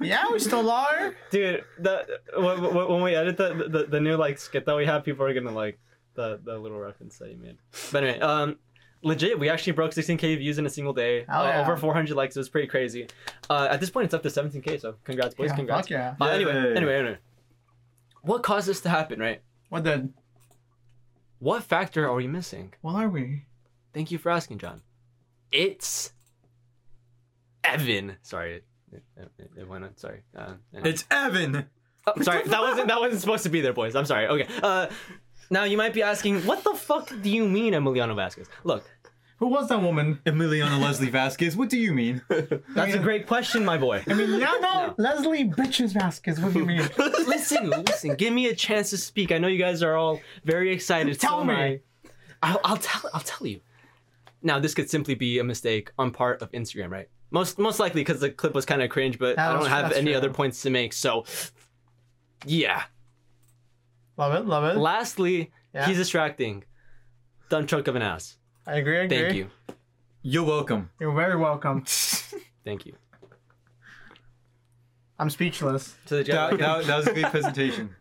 S2: Yeah, we still are.
S5: dude. The when, when when we edit the, the the new like skit that we have, people are gonna like the the little reference that you made. But anyway, um, legit, we actually broke 16k views in a single day.
S2: Hell
S5: Uh,
S2: yeah.
S5: Over 400 likes. It was pretty crazy. Uh, at this point, it's up to 17k. So congrats, boys.
S2: Yeah,
S5: congrats.
S2: fuck yeah.
S5: Uh, anyway,
S6: Yay.
S5: anyway, anyway. What caused this to happen, right?
S2: What the?
S5: What factor are we missing?
S2: What are we?
S5: Thank you for asking, John. It's Evan. Sorry, it, it, it- it went on. Sorry. Uh, anyway.
S6: It's Evan.
S5: Oh, sorry, that wasn't that wasn't supposed to be there, boys. I'm sorry. Okay. Uh, now you might be asking, what the fuck do you mean, Emiliano Vasquez? Look,
S2: Who was that woman?
S6: Emiliana Leslie Vasquez. What do you mean?
S5: that's a great question, my boy.
S2: I mean, yeah, no, Leslie bitches Vasquez. What do you mean?
S5: listen, listen. Give me a chance to speak. I know you guys are all very excited.
S2: Tell
S5: so am
S2: me.
S5: I. I'll, I'll tell. I'll tell you. Now this could simply be a mistake on part of Instagram, right? Most most likely because the clip was kind of cringe, but I
S2: That's-
S5: don't have
S2: that's
S5: any
S2: true.
S5: other points to make. So, yeah.
S2: love it, love it.
S5: Lastly,
S2: Yeah.
S5: he's distracting. Dumb chunk of an ass.
S2: I agree. I agree.
S5: Thank you.
S6: You're welcome.
S2: You're very welcome.
S5: Thank you.
S2: I'm speechless.
S5: To the
S6: That, that, that was a great presentation.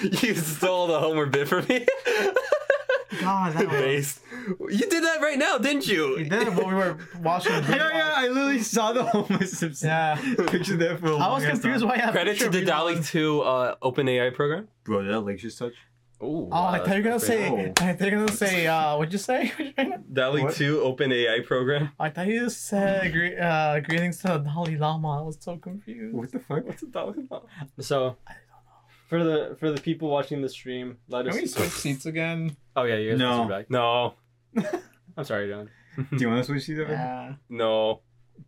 S3: you stole the Homer bit from me.
S2: God, Oh, that was.
S3: Based. You did that right now, didn't
S2: We
S3: you?
S2: did it while we were watching. the
S6: yeah, yeah. I literally saw the Homer Simpson
S2: Yeah.
S6: picture there for a
S2: I was confused why I had a
S3: Oh Credit to
S2: picture of
S3: Didali
S2: Elon.
S3: to uh, OpenAI program.
S6: Bro, did that leg just touch?
S5: Ooh, uh,
S2: Oh, I thought you were gonna say.
S6: cool.
S2: I thought you were gonna say. Uh, what'd you say? What'd you say?
S3: Dali
S6: What?
S3: to OpenAI program.
S2: I thought you just said gre- uh, greetings to the Dalai Lama. I was so confused.
S6: What the fuck?
S3: What's a Dali? Lama?
S5: So, for the for the people watching the stream, let
S2: Can we
S5: us.
S2: switch seats again?
S5: Oh yeah, you guys
S6: No.
S5: can sit back.
S3: No,
S5: I'm sorry, John.
S6: Do you want to switch these over?
S2: Yeah.
S3: no,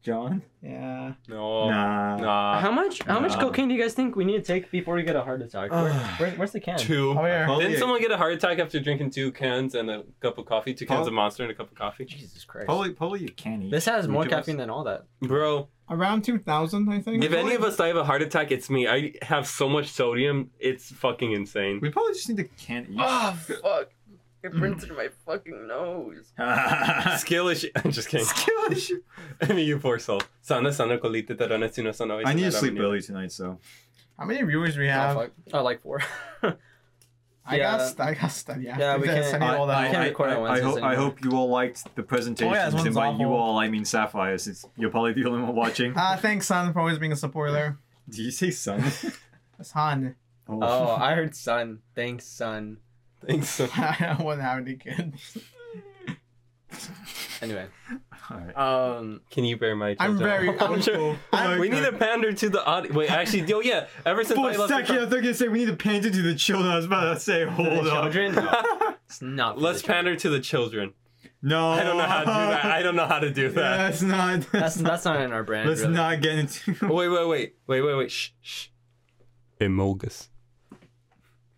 S6: John?
S2: Yeah.
S5: Oh,
S3: no,
S6: Nah.
S3: nah.
S5: Uh, how much how much
S6: no.
S5: cocaine do you guys think we need to take before we get a heart attack? Where, where- where's the can?
S3: Two.
S2: Oh, yeah.
S6: Probably,
S3: Didn't someone get a heart attack after drinking two cans and a cup of coffee? Two cans
S6: Huh?
S3: of Monster and a cup of coffee.
S5: Jesus Christ!
S6: probably, probably you can eat.
S5: This has more
S6: Ridiculous.
S5: caffeine than all that.
S3: Bro,
S2: Around 2000, I think.
S3: if any of us die of a heart attack, it's me. I have so much sodium, it's fucking insane.
S6: We probably just need to can Mm. eat.
S5: Oh fuck! It burns into my fucking nose.
S3: Skill issue. I'm just kidding.
S6: Skill issue.
S3: I mean, you poor soul. Sana, sana, kolite, tarana, tsuno, sana,
S6: I need to
S3: oisana,
S6: sleep
S3: ramune.
S6: early tonight, so.
S2: How many viewers we have?
S5: Oh, like four.
S2: I
S5: Yeah.
S2: got st- I got study. after
S5: Yeah, we
S2: this.
S5: can't-
S2: I need all that.
S6: I,
S5: can't
S6: I-
S5: record on
S6: I- I
S5: Wednesdays
S6: hope, I
S5: anymore.
S6: hope you all liked the presentation.
S2: Oh, yeah, this
S6: and
S2: one's
S6: by you
S2: awful.
S6: all, I mean Sapphire, since you're probably the only one watching.
S2: Uh, thanks, son, for always being a supporter.
S6: Do you say son?
S2: That's Han.
S5: oh, I heard sun. Thanks, sun.
S3: Thanks. so-
S2: I wouldn't have any kids.
S5: Anyway,
S6: Alright.
S5: um,
S3: Can you bear my
S2: I'm
S3: attention?
S2: very-
S3: I'm sure.
S2: I'm-
S3: We need to pander to the audience. Wait, actually, oh yeah. Ever since
S6: For
S3: I
S6: a
S3: left. the
S6: second, I thought you were gonna say we need to pander to the children. I was about to say, hold
S5: the
S6: up.
S5: children. It's not. for
S3: Let's
S5: the children.
S3: pander to the children.
S6: No,
S3: I don't know how to do that. I don't know how to do
S2: Yeah,
S3: that.
S2: it's not.
S5: That's that's not in our brand.
S2: Let's
S5: really.
S2: not get into.
S3: Wait, wait, wait, wait, wait, wait. Shh, shh. Emolgus.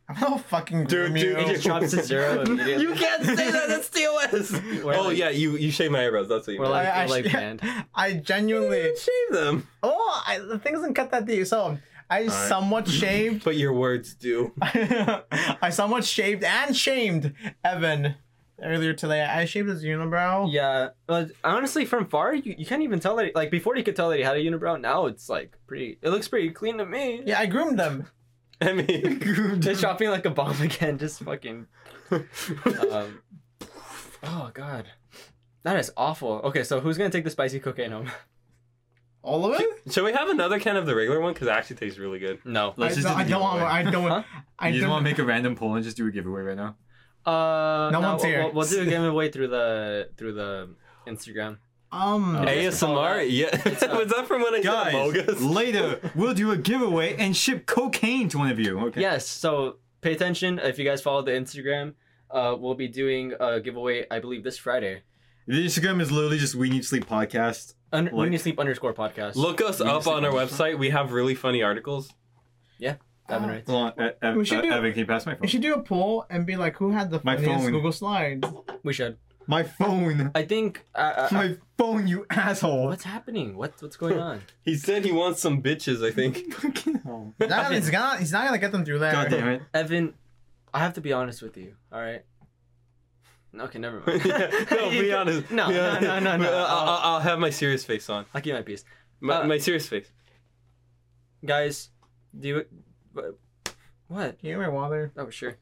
S2: I'm not fucking
S6: Dude, dude,
S5: It
S2: Romeo.
S5: just drops to zero immediately.
S3: You can't say that. That's TOS.
S5: We're
S3: oh
S5: like-
S3: yeah, you you shave my eyebrows. That's what you.
S5: We're
S3: meant.
S5: like,
S2: I- I
S5: we're like
S2: sh-
S5: banned.
S2: I genuinely.
S3: shave them,
S2: Oh, I, the thing doesn't cut that deep. So I somewhat shaved.
S3: but your words do.
S2: I somewhat shaved and shamed Evan earlier today. I shaved his unibrow.
S5: Yeah, but honestly, from far you, you can't even tell that. He, like before, you could tell that he had a unibrow. Now it's like pretty. It looks pretty clean to me.
S2: Yeah, I groomed them.
S3: I mean,
S5: Just dropping like a bomb again. Just fucking. Um, oh god, that is awful. Okay, so who's gonna take the spicy cocaine home?
S2: All of it?
S3: should we have another can of the regular one? Because it actually tastes really good.
S5: No.
S6: Let's
S2: I,
S6: just
S2: don't, I
S6: do the
S2: don't want.
S6: giveaway.
S2: I don't want. I
S6: You just
S2: don't
S6: want to make a random poll and just do a giveaway right now.
S5: Uh,
S2: No one's
S5: we'll,
S2: here.
S5: We'll, we'll do a giveaway through the through the Instagram.
S2: Um.
S6: Oh.
S5: Oh,
S3: ASMR? Yeah. Was that from when I said
S6: Guys,
S3: Emolgus?
S6: later we'll do a giveaway and ship cocaine to one of you. Okay.
S5: Yes. So pay attention if you guys follow the Instagram. Uh, we'll be doing a giveaway. I believe this Friday.
S6: The Instagram is literally just We Need Sleep podcast.
S5: Un-
S6: Like-
S5: when you sleep underscore podcast.
S3: Look us up on our website. We have really funny articles.
S5: Evan writes.
S6: Hold on, Ev-
S2: We should
S6: Ev-
S2: do-
S6: Evan, can you pass my
S2: We
S6: phone?
S2: should do a poll and be like, who had the
S6: My
S2: funniest
S6: phone.
S2: Google Slides?
S5: We should.
S6: My phone.
S5: I think. Uh, uh,
S6: My phone, you asshole.
S5: what's happening? What what's going on?
S3: He said he wants some bitches, I think.
S6: Fucking hell.
S2: That, he's not. He's not gonna get them through there.
S6: God damn it.
S5: Evan, I have to be honest with you. All right. Okay, never mind.
S3: Yeah, no,
S5: You
S3: be
S5: go-
S3: honest.
S5: No,
S3: Be
S5: no,
S3: honest.
S5: no, no, no.
S3: Uh, I'll,
S5: I'll-
S3: I'll have my serious face on.
S5: I'll keep my peace,
S3: My,
S5: Uh,
S3: my serious face.
S5: guys. Do you? what- What?
S2: Can you get my water?
S5: Oh sure.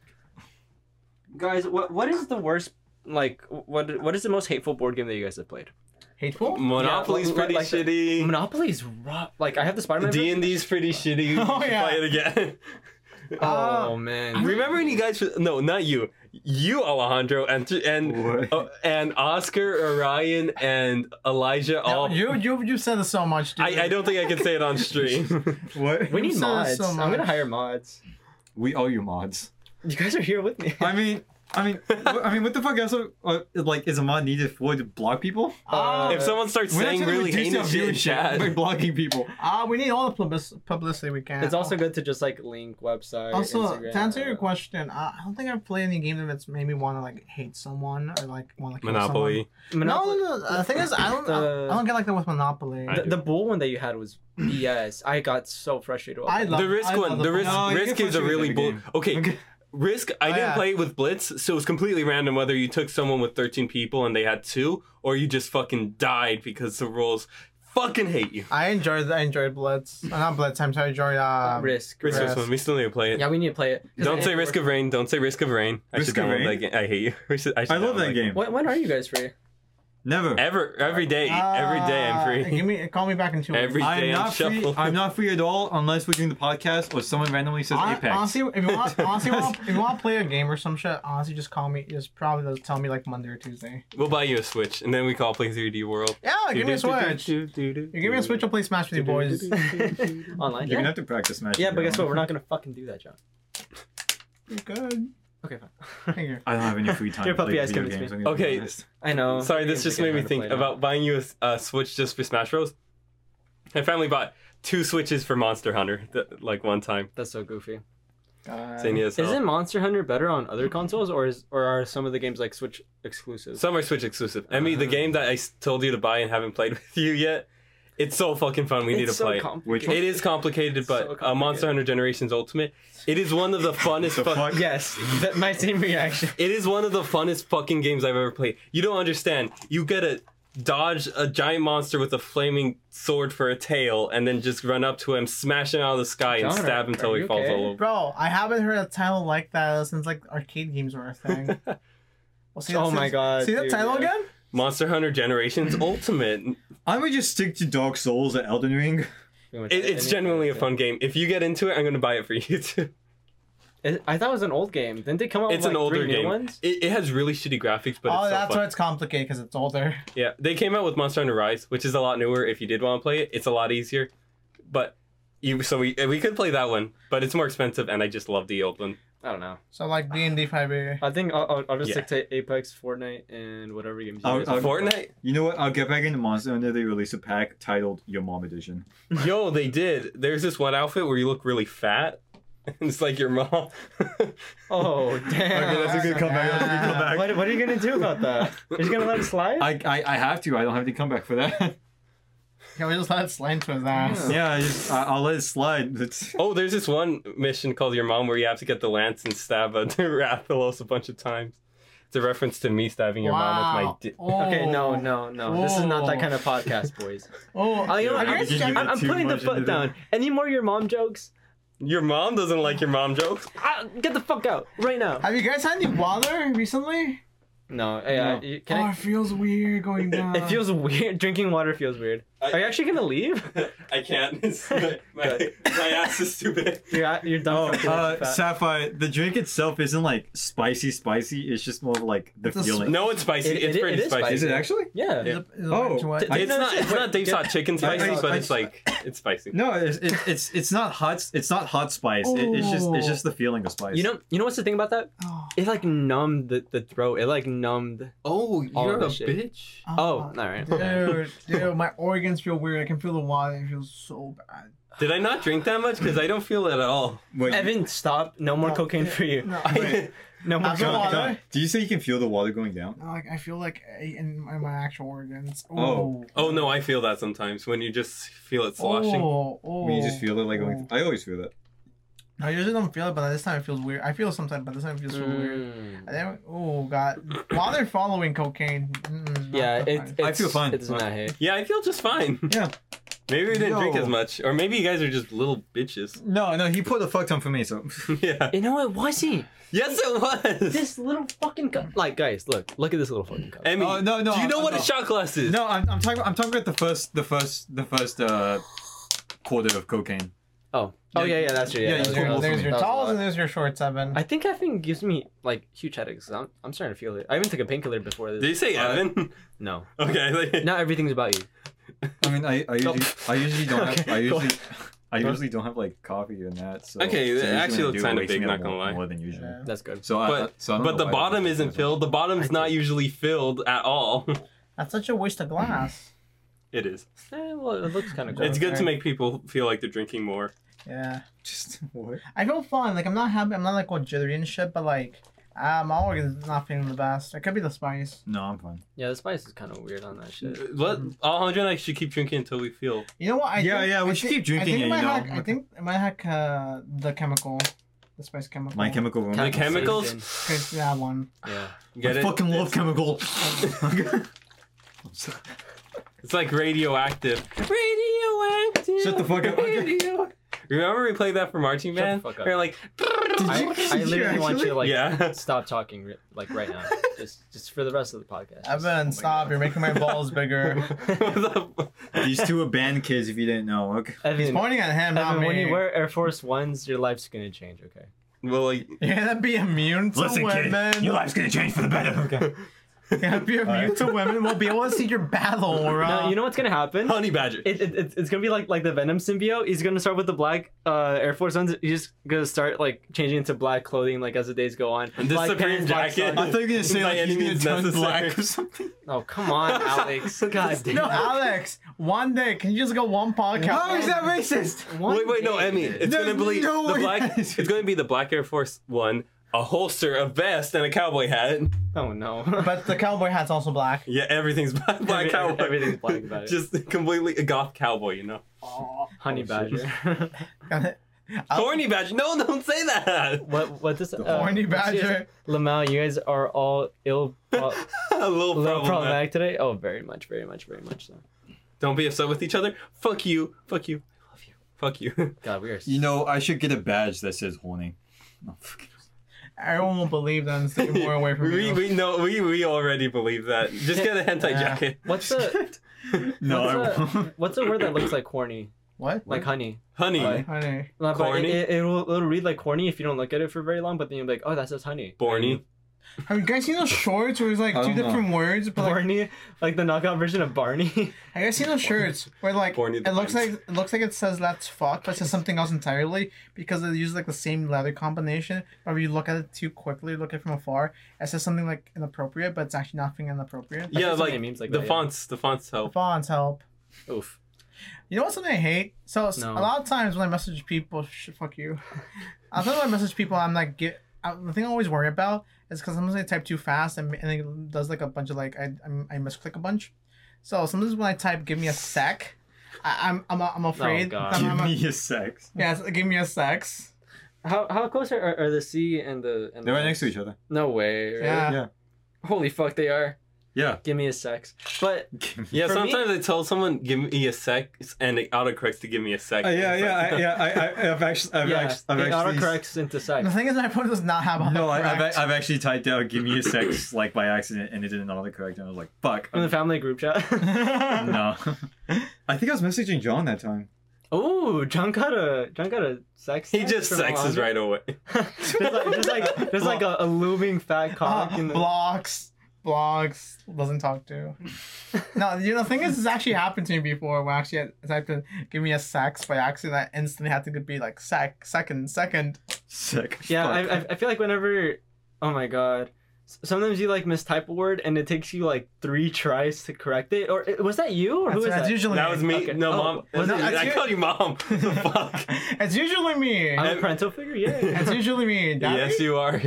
S5: Guys, what what is the worst? Like, what what is the most hateful board game that you guys have played?
S2: Hateful.
S3: Monopoly's
S5: like-
S3: pretty
S5: like the-
S3: shitty.
S5: Monopoly's rough. Like, I have the Spider Man.
S3: D and D's pretty shitty. You
S2: Oh,
S3: should
S2: yeah.
S3: Play it again.
S5: Oh
S6: Ah.
S2: Uh,
S5: man.
S3: Remember when you guys? No, not you. You, Alejandro, and and
S6: What?
S3: uh, and Oscar, Orion, and Elijah. All
S2: You you you said this so much, dude.
S3: I, I don't think I can say it on stream.
S6: What?
S5: We need
S2: so-
S5: mods.
S2: so
S5: I'm gonna
S2: much.
S5: hire mods.
S6: We owe you mods.
S5: You guys are here with me.
S6: I mean, I mean, wh- I mean, what the fuck else? Are, uh, like, is a mod needed for to block people?
S5: Uh,
S3: if someone starts
S6: We're not
S3: saying
S6: trying to
S3: really
S6: reduce our
S3: heinous shit in
S6: viewership
S3: chat,
S6: by blocking people.
S2: Ah, we need all the public- publicity we can.
S5: it's also good to just like link website.
S2: Oh. Also,
S5: Instagram,
S2: to answer your
S5: uh,
S2: question, I I don't think I've played any game that's made me want to like hate someone or like want to kill
S3: Monopoly.
S5: Monopoly.
S2: Monopoly. No, no, no. The thing is, I don't,
S5: The-
S2: I don't get like that with Monopoly.
S3: I
S5: The,
S3: do.
S5: the bull one that you had was BS. I got so frustrated. with
S2: I
S5: it.
S2: love
S3: the risk
S2: I
S3: one.
S2: love
S3: The risk.
S6: No, you
S3: risk
S6: can
S3: is a
S6: push it
S3: really
S6: in
S3: bull.
S6: the
S3: Okay.
S6: Okay.
S3: Risk. I
S2: Oh,
S3: didn't
S2: yeah.
S3: play it with Blitz, so it was completely random whether you took someone with 13 people and they had two, or you just fucking died because the rules fucking hate you.
S2: I enjoyed. I enjoyed Blitz. uh, not Blitz. I'm sorry. I enjoyed um,
S5: risk.
S3: Risk was
S2: Risk.
S3: one. We still need to play it.
S5: Yeah, we need to play it. 'Cause
S3: Don't
S5: I-
S3: say Risk of Rain. Don't say Risk of Rain. I
S6: Risk of
S3: should download
S6: Rain?
S3: that game. I hate you. We should- I, should
S6: I love that
S3: download
S6: game.
S5: When, when are you guys free?
S6: Never.
S3: Ever, every day, every day
S2: uh,
S6: Ah,
S3: I'm free.
S2: Give me. Call me back in two.
S3: Every
S2: weeks.
S6: I'm
S3: day I'm
S6: not free.
S3: shuffled.
S6: I'm not free at all unless we're doing the podcast or someone randomly says
S2: Hon-
S6: Apex.
S2: Honestly, if you want, honestly, want, if you want to play a game or some shit, honestly, just call me. Just probably just tell me like Monday or Tuesday.
S3: We'll buy you a Switch, and then we call play 3D World.
S2: Yeah, give me a switch. You give me a switch. I'll play Smash with you boys.
S5: Online.
S6: You're
S5: Yeah.
S6: gonna have to practice magic.
S5: yeah, but guess what? We're not gonna fucking do that, John.
S2: Good.
S5: Okay, fine.
S2: Thank you.
S6: I don't have any free time.
S5: Your
S6: to
S5: puppy
S6: play
S5: eyes
S6: video
S5: convinced
S6: games,
S5: me.
S6: I'm gonna be
S3: Okay.
S6: honest.
S5: I know.
S3: Sorry, this just made me think
S5: Play now.
S3: about buying you a s- a Switch just for Smash Bros. My family bought two Switches for Monster Hunter, th- like one time.
S5: That's so goofy. Uh,
S2: God.
S3: Saying yes,
S5: Isn't Monster Hunter better on other consoles, or is or are some of the games like Switch exclusives?
S3: some are Switch exclusive. I mean, the
S5: Uh-huh.
S3: game that I s- told you to buy and haven't played with you yet, it's so fucking fun. We need to
S5: It's so
S3: play. it.
S6: Which
S5: complicated.
S3: it is complicated,
S5: so
S3: but Uh, Monster
S5: complicated.
S3: Hunter Generations Ultimate, it is one of the funnest.
S6: The
S3: fuck-
S6: fuck?
S5: Yes, that, my same reaction.
S3: It is one of the funnest fucking games I've ever played. You don't understand. You get to dodge a giant monster with a flaming sword for a tail, and then just run up to him, smash him out of the sky, and
S5: John, are-
S3: stab him until
S5: are
S3: he
S5: you
S3: falls
S5: okay?
S3: all over.
S2: Bro, I haven't heard a title like that since like arcade games were a thing. Well, see,
S5: Oh
S2: see-
S5: my god.
S2: See that
S5: dude,
S2: title
S5: yeah.
S2: again?
S3: Monster Hunter Generations Ultimate.
S6: I would just stick to Dark Souls and Elden Ring.
S5: Pretty much
S3: It, it's
S5: any-
S3: genuinely a fun game. If you get into it, I'm gonna buy it for you too.
S5: It- I thought it was an old game. Didn't they come out
S3: It's
S5: with
S3: an
S5: Oh, like,
S3: older
S5: three new
S3: game.
S5: ones?
S3: It, it has really shitty graphics, but
S2: oh,
S3: it's so
S2: that's
S3: fun.
S2: why it's complicated because it's older.
S3: Yeah, they came out with Monster Hunter Rise, which is a lot newer. If you did want to play it, it's a lot easier. But you, so we we could play that one, but it's more expensive, and I just love the old one.
S5: I don't know.
S2: So like D and D five A.
S5: I think I'll, I'll, I'll just
S3: Yeah. Oh.
S5: stick to Apex, Fortnite, and whatever games. You
S1: I'll-
S5: guys
S1: I'll-
S3: Fortnite?
S1: You know what? I'll get back into Monster Hunter. They release a pack titled Your Mom Edition.
S3: Yo, they did. There's this one outfit where you look really fat. it's like your mom.
S5: Oh damn!
S1: Okay, that's a good comeback. That's a good comeback.
S5: What, what are you gonna do about that? Are you gonna let it slide?
S1: I, I, I have to. I don't have to come back for that.
S2: Can we just let it slide to his ass?
S1: yeah, I just, I, I'll let it slide. It's,
S3: oh, there's this one mission called Your Mom where you have to get the lance and stab a Rathalos a bunch of times. It's a reference to me stabbing your mom with my
S2: Wow.
S3: dick.
S2: Oh.
S5: Okay, no, no, no. This is not that
S2: Oh.
S5: kind of podcast, boys.
S2: Oh,
S5: Oh, you know,
S1: Yeah,
S5: what?
S1: I
S5: I'm,
S1: think you
S5: I'm,
S1: got
S5: I'm
S1: too
S5: putting the
S1: much
S5: foot
S1: into that.
S5: down. Any more your mom jokes?
S3: Your mom doesn't like your mom jokes?
S5: Ah, get the fuck out right now.
S2: have you guys had any water recently?
S5: No, hey, uh,
S1: No.
S5: you-
S2: oh,
S5: can
S2: it feels weird going down.
S5: I, it feels weird. Drinking water feels weird.
S3: I-
S5: Are you actually gonna leave?
S3: I can't. my,
S5: Good.
S3: ass is too big.
S5: You're at- you're done.
S1: oh, uh, Sapphire, the drink itself isn't like spicy, spicy. It's just more of like the
S2: It's a
S1: feeling.
S3: No, it's spicy.
S5: It-
S3: it's
S5: it-
S3: pretty
S5: it is
S3: spicy.
S1: is it actually?
S5: yeah.
S2: Is it- is it
S1: Oh.
S2: wet?
S5: Did-
S3: It's
S5: No,
S3: not.
S5: no,
S3: It's
S5: wait,
S3: not Dave's
S5: get-
S3: hot chicken
S1: I- I-
S3: spicy, but
S1: I-
S3: it's like it's spicy.
S1: No, it's it's it's, it's not hot. It's not hot spice. It, it's just it's just the feeling of spice.
S5: You know, you know what's the thing about that?
S2: Oh.
S5: It like numbed the, the throat. It like numbed.
S3: Oh,
S5: All you're of a this shit.
S3: bitch.
S5: Oh, all right.
S2: Dude, dude, my organs feel weird. I can feel the water. It feels so bad.
S3: Did I not drink that much? Because I don't feel it at all.
S1: Wait,
S5: Evan, stop! No more
S2: No,
S5: cocaine for you.
S2: No,
S3: I,
S5: No more
S2: Have some
S5: cocaine.
S2: water.
S1: John, do you say you can feel the water going down?
S2: no, like I feel like a- in my, my actual organs.
S1: Oh.
S3: oh no, I feel that sometimes when you just feel it sloshing.
S2: Oh, oh.
S1: When you just feel it like going. I always feel that.
S2: I usually don't feel it, but this time it feels weird. I feel sometimes, but this time it feels so weird.
S5: Mm.
S2: And then, oh god, while they're following cocaine. Mm, not
S5: Yeah,
S2: so
S5: it,
S2: fun.
S5: it's,
S1: I feel fine.
S5: It's not hate.
S3: Yeah, I feel just fine.
S1: Yeah.
S3: Maybe I didn't drink
S1: Yo.
S3: as much, or maybe you guys are just little bitches.
S1: No, no, he put a fuck ton for me. So
S3: yeah.
S5: You know what? Why is he?
S3: Yes, it was.
S5: This little fucking cup. Like, guys, look, look at this little fucking cup.
S3: Emmy,
S1: Oh, no, no,
S3: do you know
S1: I'm
S3: what a
S1: not.
S3: shot glass is?
S1: no, I'm, I'm talking. I'm talking about the first, the first, the first uh, quarter of cocaine.
S5: Oh, oh yeah, yeah, that's true.
S1: Yeah,
S5: Yeah, that
S1: you can-
S5: was- that
S2: There's,
S5: was-
S2: there's
S1: me.
S2: your
S5: that was a
S2: towels
S5: lot.
S2: and there's your shorts, Evan.
S5: I think caffeine gives me like huge headaches. I'm, I'm starting to feel it. I even took a painkiller before this.
S3: Did you say
S5: Uh,
S3: Evan?
S5: No.
S3: Okay. Like,
S5: Not everything's about you.
S1: I mean, I, I usually, I usually don't have,
S5: Okay,
S1: I
S5: go
S1: usually, I usually don't have like coffee and that. So
S3: Okay,
S1: so
S3: that
S1: usually
S3: actually
S1: when I
S3: looks
S1: do, it
S3: kinda
S1: wakes
S3: big,
S1: me
S3: not
S1: up
S3: gonna
S1: more-
S3: lie.
S1: More than usual.
S2: Yeah.
S5: That's good.
S1: So, I,
S3: But-
S1: so I don't
S3: but
S1: know
S3: the
S1: why I
S3: bottom
S1: don't
S3: isn't
S1: drink that
S3: filled. The bottom's not usually filled at all.
S2: That's such a waste of glass.
S3: It is.
S5: Eh, well, it looks kind of cool.
S3: It's good to
S2: Okay.
S3: make people feel like they're drinking more.
S2: yeah,
S1: much. Just what?
S2: I feel fine. Like I'm not happy. I'm not like all jittery and shit, but like. Uh, my organs not feeling the best. It could be the spice.
S1: No, I'm fine.
S5: Yeah, the spice is kind of weird on that
S1: Uh,
S5: shit.
S3: Let
S1: mm.
S3: Alejandro and I should keep drinking until we feel.
S2: You know what? I
S1: Yeah,
S2: think,
S1: yeah, we
S2: I
S1: should
S2: think-
S1: keep drinking
S2: I think
S1: it,
S2: my
S1: you know?
S2: hack- I think my hack uh, the chemical, the spice chemical.
S1: My Chemical Romance.
S3: The chemicals?
S2: Cause that one.
S5: Yeah.
S3: Get
S1: I
S3: it?
S1: fucking love
S3: It's-
S1: Chemical.
S3: It's like radioactive. Radioactive.
S1: Shut the fuck up, okay.
S3: Radio- Remember we played that for marching
S5: Shut the
S3: band?
S5: fuck up.
S3: We're like,
S5: I, I
S1: Did you
S5: literally want you to like
S3: yeah.
S5: stop talking ri- like right now, just just for the rest of the podcast. Just- oh
S2: Evan,
S5: my
S2: stop!
S5: God.
S2: You're making my balls bigger.
S3: What the-
S1: These two are band kids. If you didn't know, okay.
S2: He's
S5: Evan,
S2: pointing at him, not
S5: Evan,
S2: me.
S5: when you wear Air Force Ones, your life's gonna change. Okay.
S3: well, like,
S2: You're gonna be immune to women.
S1: life's gonna change for the better. Okay.
S2: You're gonna be immune
S1: Alright.
S2: to women. We'll be able to see your battle, bro.
S5: No, you know what's gonna happen?
S3: honey badger.
S5: It, it, it's- it's gonna be like like the Venom symbiote. He's gonna start with the black uh, Air Force Ones. He's just gonna start like changing into black clothing like as the days go on.
S3: And this
S5: Black
S3: Supreme
S5: pants, black
S3: jacket.
S1: I
S5: socks.
S1: thought you were gonna say
S3: By
S1: like
S3: any
S1: he's gonna
S3: means
S1: turn
S3: necessary.
S1: black or something.
S5: Oh come on, Alex! God damn.
S2: No, Alex. One day, can you just go one podcast?
S1: How is that racist?
S5: One
S3: wait, wait, no,
S5: day.
S3: Emmy. It's
S1: There's
S3: gonna be
S1: no
S3: the
S1: way
S3: black.
S1: that is-
S3: It's gonna be the black Air Force one, a holster, a vest, and a cowboy hat.
S5: Oh no.
S2: But the cowboy hat's also black.
S3: Yeah, everything's black, black
S5: Every-
S3: cowboy.
S5: everything's black about it.
S3: Just completely a goth cowboy, you know. Oh,
S5: Honey badger.
S1: Uh,
S3: Horny badger. No, don't say that.
S5: what? What does? Uh,
S2: Horny
S5: what's your-
S2: badger.
S5: Lamau, you guys are all ill, uh,
S3: a little,
S5: little
S3: problematic.
S5: problematic today. Oh, very much, very much, very much. So,
S3: Don't be upset with each other. Fuck you. Fuck you. I love you. Fuck you.
S5: God, we are.
S1: You know, I should get a badge that says horny. No, fuck.
S2: Everyone will believe that and stay more away from
S3: we
S2: you.
S3: we know we we already believe that. Just get a hentai
S2: Yeah.
S3: jacket.
S5: What's the
S1: No, I
S5: What's
S1: won't.
S5: what's a word that looks like corny?
S2: what?
S5: Like honey.
S3: Honey.
S5: Like-
S2: Honey.
S5: Like, but
S3: Corny?
S5: It, it, will it'll read like corny if you don't look at it for very long, but then you're like, oh, that says honey.
S3: Borny.
S5: And-
S2: Have you guys seen those shorts where it's like
S1: I
S2: two
S1: don't know.
S2: different words? But like,
S5: Barney, like the knockout version of Barney.
S2: have you guys seen those shorts where like
S3: Barney
S2: it
S3: the
S2: looks like
S3: Bronx.
S2: it looks like it says "Let's fuck" but it says something else entirely because they use like the same letter combination. But if you look at it too quickly, look at it from afar, it says something like inappropriate, but it's actually nothing inappropriate.
S3: yeah,
S5: so many
S3: like,
S5: memes like
S3: the
S5: that, yeah.
S3: fonts, the fonts help.
S2: Fonts help.
S5: Oof.
S2: You know what's something I hate? So s-
S5: No.
S2: a lot of times when I message people, sh- fuck you. I think when I message people, I'm like, get. I, the thing I always worry about is because sometimes I type too fast and, and it does like a bunch of like I I'm- I misclick a bunch. So sometimes when I type, give me a sec. I, I'm I'm I'm afraid.
S5: Oh, God.
S2: I'm-
S1: Give
S2: I'm-
S1: me a sex.
S2: yeah, so give me a sex.
S5: How how close are, are, are the sea and the and
S1: They're
S5: the
S1: right next to each other.
S5: No way. Right?
S2: Yeah.
S1: Yeah.
S5: Holy fuck, they are.
S1: Yeah.
S5: Give me a sex. But
S3: Yeah,
S5: For me-
S3: sometimes I tell someone, give me a sec, and it autocorrects to give me a sec.
S1: Uh, yeah,
S3: It's
S1: yeah,
S3: like-
S1: I, yeah. I, I, I've actually, I've
S5: yeah,
S1: actually, I've
S5: it
S1: actually,
S5: autocorrects into sex.
S2: The thing is, my phone does not have a
S1: No, I,
S2: correct.
S1: I've, I've actually typed out "give me a sex" like by accident, and it didn't autocorrect, and I was like, "Fuck."
S5: In the family group chat.
S1: no. I think I was messaging John that time.
S5: oh, John got a John got a sex.
S3: He
S5: text
S3: just
S5: from
S3: sexes
S5: Alondra.
S3: right away.
S5: just like just like just like a, a looming fat cock
S2: Uh,
S5: in the
S2: blocks, blocks, doesn't talk to. no, you know, the thing is, this actually happened to me before when I actually had, I typed in, give me a sex by accident. I instantly had to be like, sec, second, second.
S1: Sick.
S5: Yeah,
S1: Fuck.
S5: I, I I feel like whenever, oh my god, S- sometimes you like mistype a word and it takes you like three tries to correct it. Or was that you or who
S2: That's,
S5: was
S2: that's
S5: that?
S2: usually
S3: That
S2: me.
S3: was me.
S5: Okay.
S3: No,
S5: Oh,
S3: mom.
S5: was
S2: it-
S3: I called you mom. Fuck.
S2: It's usually me.
S5: I'm a parental figure. Yeah.
S2: It's usually me. Daddy?
S3: Yes, you are.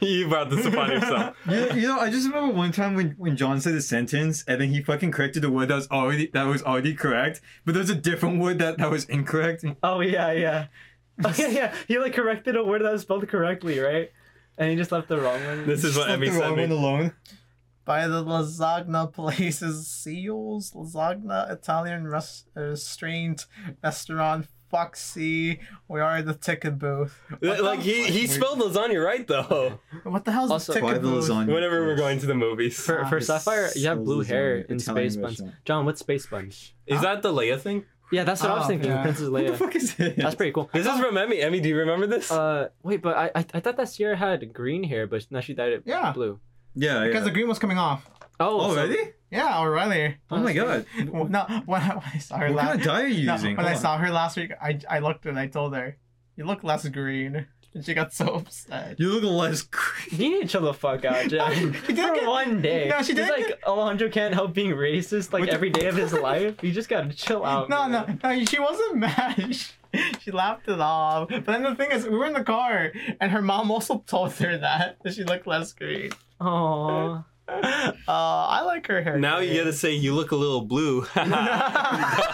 S3: you brought this upon yourself.
S1: You, you know, I just remember one time when, when John said a sentence and then he fucking corrected a word that was already that was already correct, but there's a different word that, that was incorrect.
S5: oh yeah, yeah. Oh yeah, yeah. He like corrected a word that was spelled correctly, right? And he just left the wrong one.
S3: This is
S1: Just
S3: what
S1: left
S3: Emmy
S1: the wrong
S3: sent
S1: one
S3: me.
S1: alone.
S2: By the lasagna places, seals, lasagna, Italian res- uh, restraint, restaurant, Foxy. We are the ticket booth. What
S3: Like
S2: the-
S3: he he spelled lasagna right though.
S2: What the hell's
S5: Also-
S2: the ticket booth?
S3: Whenenever we're going to the movies,
S5: For, for
S1: It's
S5: Sapphire, you have
S1: so
S5: blue hair
S1: lasagna,
S5: in
S1: Italian
S5: Space Sponge.
S1: restaurant.
S5: John, what's Space Sponge?
S3: is that the Leia thing?
S5: Yeah, that's what I was
S2: Oh,
S5: thinking.
S2: yeah.
S5: Princess
S1: What the
S5: Leia.
S1: fuck is it?
S5: That's pretty cool.
S3: This is from Emmy. Emmy, do you remember this?
S5: Uh, wait, but I, I I thought that Sierra had green hair, but now she dyed it
S2: Yeah.
S5: blue.
S1: yeah, yeah.
S2: Because the green was coming off.
S5: Oh,
S1: oh,
S5: so-
S1: really?
S2: Yeah, already.
S1: Oh my god.
S2: No, when I, when I saw her
S1: What kind
S2: last,
S1: of dye are you
S2: no,
S1: using?
S2: when I
S1: Hold on.
S2: saw her last week, I, I looked and I told her, "You look less green," and she got so upset.
S1: You look less green.
S5: You need to chill the fuck out, Jack.
S2: She
S5: For
S2: didn't get-
S5: one day.
S2: No, she
S5: He's
S2: didn't
S5: like, Alejandro can't help being racist like every day of his life. You just gotta chill out.
S2: No, no,
S5: man.
S2: no, she wasn't mad. She, she laughed it off. But then the thing is, we were in the car, and her mom also told her that that she looked less green.
S5: Aww.
S2: Uh, I like her hair.
S3: now you
S2: green.
S3: gotta say you look a little blue.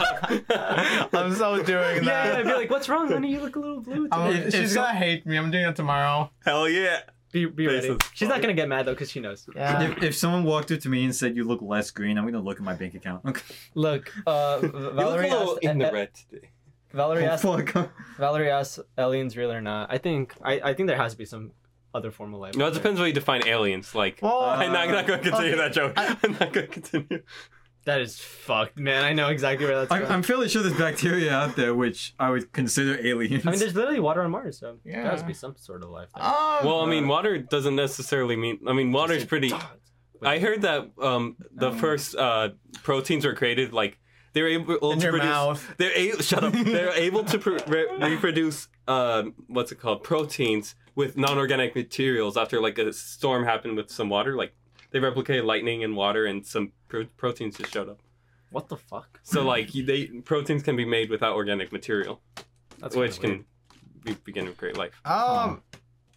S2: I'm so doing
S5: Yeah, yeah,
S2: that.
S5: I'd be like, what's wrong, honey? You look a little blue today.
S2: I'm-
S1: Um, If- if
S2: she's
S1: so-
S2: gonna hate me. I'm doing it tomorrow.
S3: Hell yeah.
S5: be be
S3: Face
S5: ready.
S3: is
S5: She's not
S3: fine.
S5: gonna get mad though, because she knows.
S2: Yeah.
S1: If, if someone walked up to me and said you look less green, I'm gonna look at my bank account. Okay.
S5: Look, uh, V-
S3: You look a
S5: Valerie
S3: little
S5: asked,
S2: uh,
S3: in
S5: eh,
S3: the
S5: eh,
S3: red today.
S5: Valerie
S1: Oh,
S5: asked,
S1: fuck.
S5: Valerie asked, aliens real or not? I think, I, I think there has to be some other form of life.
S3: No,
S5: out
S3: it
S5: there.
S3: depends what you define aliens. Like,
S2: Well,
S1: Uh,
S3: I'm not, I'm not going to continue
S2: okay.
S3: that joke. I,
S2: I-
S3: am not going to continue.
S5: That is fucked, man. I know exactly where that's
S1: I'm,
S5: going.
S1: I'm fairly sure there's bacteria out there which I would consider aliens.
S5: I mean, there's literally water on Mars, so there has to
S2: Yeah.
S5: be some sort of life. There.
S2: um,
S3: Well, I mean, water doesn't necessarily mean. I mean, water's pretty. I heard that um, the first uh, proteins were created like they're able
S2: in
S3: to
S2: your
S3: produce.
S2: mouth.
S3: They're able. Shut up. They're able to pr re- reproduce. Um, what's it called? Proteins with non-organic materials after like a storm happened with some water. Like they replicated lightning and water, and some pro- proteins just showed up.
S5: What the fuck?
S3: So like they proteins can be made without organic material,
S5: That's
S3: which
S5: kinda weird.
S3: can be, begin to create life.
S2: Um,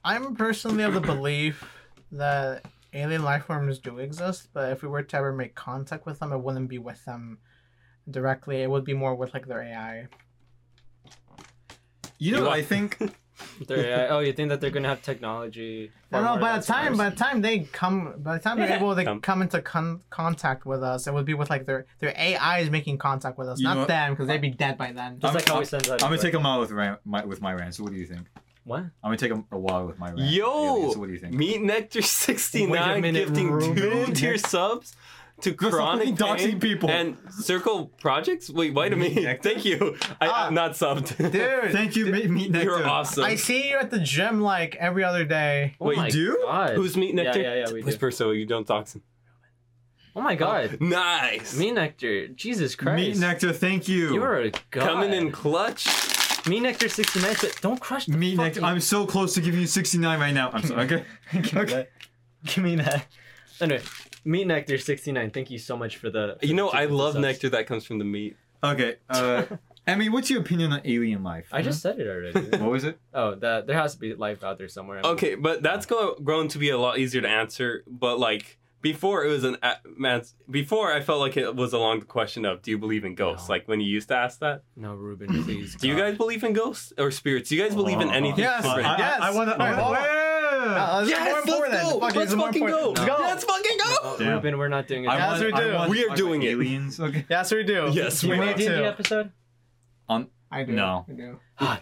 S2: I'm personally of the belief that alien life forms do exist, but if we were to ever make contact with them, it wouldn't be with them directly. It would be more with like their AI.
S1: you know,
S3: You
S1: I
S3: are-
S1: think
S5: They're- yeah, oh, you think that they're gonna have technology?
S2: No,
S5: far
S2: no.
S5: more
S2: By the
S5: advanced
S2: time,
S5: than
S2: by
S5: ours?
S2: the time they come, by the time they're
S3: Yeah.
S2: able to
S3: Come.
S2: come into con- contact with us, it would be with like their their AI is making contact with us,
S1: You know
S2: not
S1: what?
S2: them, because they'd be dead by then.
S5: just
S1: I'm-
S5: like how we send that.
S1: I'm gonna take a mile with ran- my, with my rant. So what do you think?
S5: what?
S1: I'm gonna take a, a while with my rant.
S3: Yo,
S1: aliens, so what do you think?
S3: Meat Nectar
S5: Wait a
S3: 69
S5: minute,
S3: gifting
S5: Ruben.
S3: two tier subs. to
S1: You're suddenly
S3: chronic pain
S1: doxing people.
S3: and circle projects. Wait, wait a minute. Thank you. I,
S2: Ah.
S3: I'm not subbed.
S2: Dude,
S1: Thank you, meat, meat nectar.
S3: You're awesome.
S2: I see you at the gym like every other day.
S5: Oh
S3: Wait,
S5: my
S1: do?
S5: God.
S3: Who's meat nectar?
S5: Yeah, yeah, yeah, we do.
S3: Whisper so you don't toxin.
S5: Oh my God.
S3: Nice.
S5: Meat nectar. Jesus Christ.
S1: Meat nectar, thank you.
S5: You are a god.
S3: Coming in clutch.
S5: Meat nectar 69. so- Don't crush the
S1: meat nectar.
S5: fucking...
S1: I'm so close to giving you 69 right now. I'm sorry. Okay. okay.
S5: Give me that. Anyway, Meat Nectar 69, thank you so much for the.
S3: You know, I love
S5: subs.
S3: nectar that comes from the meat.
S1: Okay. Uh, Emmy, what's your opinion on alien life?
S5: I just said it already.
S1: What was it?
S5: oh, that there has to be life out there somewhere. I mean,
S3: Okay, but that's go- grown to be a lot easier to answer. But like before, it was an a- man's- before I felt like it was along the question of do you believe in ghosts?
S5: No.
S3: Like when you used to ask that,
S5: No, Ruben, please.
S3: do you
S5: God.
S3: guys believe in ghosts or spirits? Do you guys believe in
S1: Oh.
S3: anything?
S2: Yes,
S1: I,
S3: different?
S1: I-
S2: Yes.
S1: I, want to.
S2: Wait, hold on. Uh, this is more
S3: Yes,
S2: important.
S3: let's go.
S2: Fuck it, this
S3: Let's
S2: is more
S3: fucking go.
S2: important. Let's go.
S3: Let's fucking go.
S1: Damn.
S5: Ruben, we're not doing it.
S1: I
S2: Yes,
S1: want-
S2: we
S1: I
S2: do.
S1: want
S3: We
S1: to
S3: are
S1: talk
S3: doing
S1: about
S3: it.
S1: Aliens. Okay.
S2: Yes, we do.
S3: Yes,
S5: Do
S3: we
S5: you
S2: we
S5: want
S2: need
S5: to do the
S2: to.
S5: episode?
S2: I do.
S1: No.
S2: I do.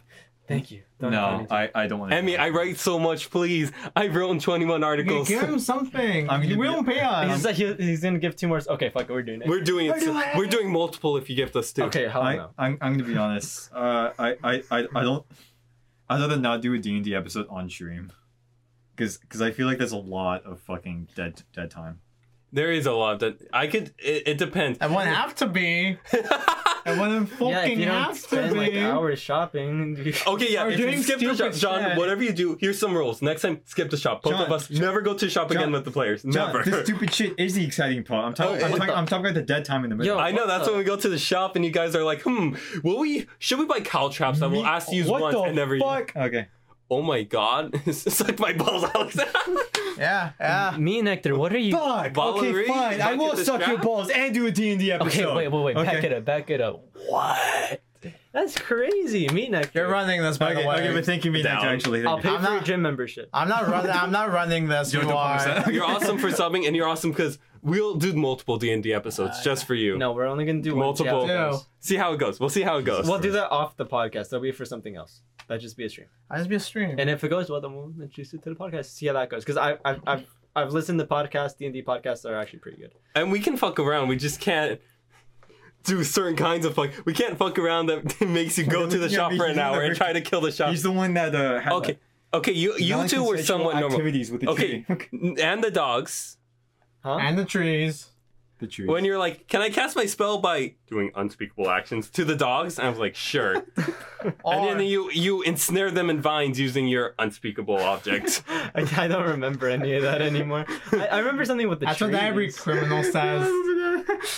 S5: Thank you. Don't
S1: No, I, I don't want to.
S3: Emmy, I write so much. Please, I've written 21
S2: Okay,
S3: articles.
S2: give him something.
S1: I'm
S2: you
S1: gonna
S2: will pay
S5: He's,
S2: us.
S5: like, he- he's gonna give two more. s- Okay, fuck it, we're doing it.
S3: We're doing
S2: We're doing
S3: it.
S2: it.
S3: We're doing multiple if you gift us two.
S5: okay, hell
S1: I,
S5: no.
S1: I'm, I'm gonna be honest. Uh, I, I, I, I don't. I'd rather not do a D and D episode on stream, because I feel like there's a lot of fucking dead dead time.
S3: There is a lot that I could. It, it depends.
S2: I wouldn't have to be. I wouldn't fucking
S5: Yeah, if you don't
S2: have to
S5: spend
S2: be.
S5: like hours shopping, you-
S3: Okay, yeah.
S2: We're
S3: If you
S2: doing
S3: skip the shop,
S2: stupid
S3: John,
S2: shit.
S3: whatever you do, here's some rules. Next time, skip the shop. Both
S1: John,
S3: of us
S1: John-
S3: never go to shop again
S1: John,
S3: with the players.
S1: John,
S3: never.
S1: This stupid shit is the exciting part. I'm
S3: Oh,
S1: talking. I'm,
S3: what
S1: talking
S5: the-
S1: I'm talking about the dead time in the middle.
S5: Yo,
S3: I know
S5: What
S3: that's
S5: the-
S3: when we go to the shop and you guys are like, hmm, will we? Should we buy cow traps that we'll ask to use
S1: what
S3: once
S1: the
S3: and never use?
S1: fuck? Okay.
S3: Oh my god, suck my balls, Alex.
S2: Yeah, yeah.
S5: Me and Hector, what are you?
S1: Fuck.
S3: Valerie,
S1: okay, fine. I
S3: back
S1: will
S3: at the
S1: suck your
S3: strap?
S1: balls and do a D and D episode.
S5: Okay, wait, wait, wait.
S1: Okay.
S5: Back it up, back it up.
S3: what?
S5: That's crazy. Meat Nectar.
S2: You're running this, by
S1: Okay,
S2: the way.
S1: okay, but thank you, Meat Nectar.
S3: Down.
S1: Actually,
S5: I'll pay
S2: I'm
S5: for your
S2: not-
S5: gym membership.
S2: I'm not running. I'm not running this. You, are.
S3: You're awesome for subbing, and you're awesome because we'll do multiple D and D episodes just for you.
S5: No, we're only gonna do
S3: Multiple.
S5: One. Yeah,
S2: Two.
S3: See how it goes. We'll see how it goes.
S5: We'll do that off the podcast. That'll be for something else. That'll just be a stream.
S2: I just be a stream.
S5: And if it goes well, then we'll introduce it to the podcast. See how that goes. Because I, I've, I've, I've listened to podcasts. D and D podcasts are actually pretty good.
S3: and we can fuck around. We just can't do certain kinds of fuck. We can't fuck around that makes you go to the
S1: Yeah,
S3: shop for an
S1: he's
S3: hour and
S1: the-
S3: try to kill the shop.
S1: he's the one that uh. Had
S3: Okay, okay, you you
S1: like,
S3: two were
S1: non-consensual
S3: somewhat normal.
S1: Activities with the
S3: Okay,
S1: tree.
S3: and the dogs.
S5: Huh?
S2: And the trees.
S1: the tree.
S3: When you're like, can I cast my spell by doing unspeakable actions to the dogs? And I was like, sure. and
S2: Or-
S3: then you you ensnare them in vines using your unspeakable object.
S5: I, I don't remember any of that anymore. I, I remember something with the
S2: That's
S5: trees.
S2: what every criminal says.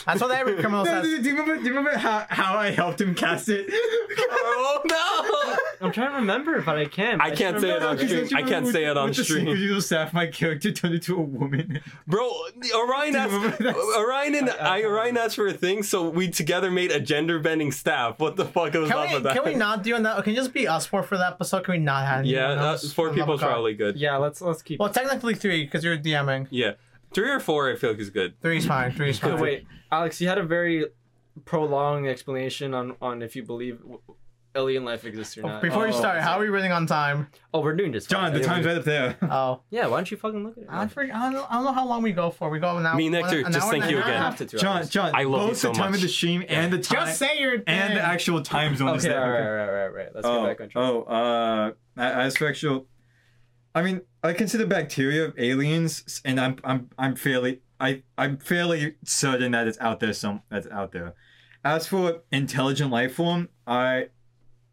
S2: That's what every criminal
S1: No,
S2: says.
S1: do, do you remember, do you remember how, how I helped him cast it?
S3: oh no!
S5: I'm trying to remember, but I can't.
S3: I can't
S5: just
S3: say it
S5: remember-
S3: on stream. I can't say it on
S1: with
S3: stream.
S1: The secret evil staff, my character turned into a woman.
S3: Bro, Orion asked,
S1: remember that?
S3: Orion and
S5: I-
S3: I,
S5: I-
S3: Orion asked for a thing, so we together made a gender bending staff. What the fuck was up
S2: Can we,
S3: with that?
S2: can we not do that? Can it just be us four for that episode? Can we not have
S3: yeah,
S2: anyone
S3: uh,
S2: else?
S3: four
S2: For the love
S3: people
S2: of God.
S3: probably good.
S5: Yeah, let's let's keep.
S2: Well, technically three because you're DMing.
S3: Yeah, three or four, I feel like is good.
S2: Three's fine. Three's fine.
S5: Oh, wait, Alex, you had a very prolonged explanation on on if you believe w- alien life exists or not.
S2: Before you
S1: Oh.
S2: start, how are we running on time?
S5: oh, we're doing this.
S1: John, the time's right up there.
S2: Oh,
S5: Yeah, why don't you fucking look at it?
S2: I forg- I don't, I don't know how long we go for. We go an hour.
S3: Me, Nectar,
S2: an
S3: just
S2: hour and a
S3: thank you
S2: half.
S3: again.
S5: Half to two
S1: John,
S5: hours.
S1: John,
S3: I love you
S1: both
S3: so
S1: the time
S3: much.
S1: of the stream and the time
S2: Just say your thing.
S1: and the actual time zone. is
S5: Okay,
S1: there.
S5: all right, all right, all right, right. Let's
S1: oh,
S5: get back on track.
S1: oh, uh, a- as for actual, I mean, I consider bacteria aliens, and I'm, I'm, I'm fairly, I, I'm fairly certain that it's out there. Some that's out there. As for intelligent life form, I,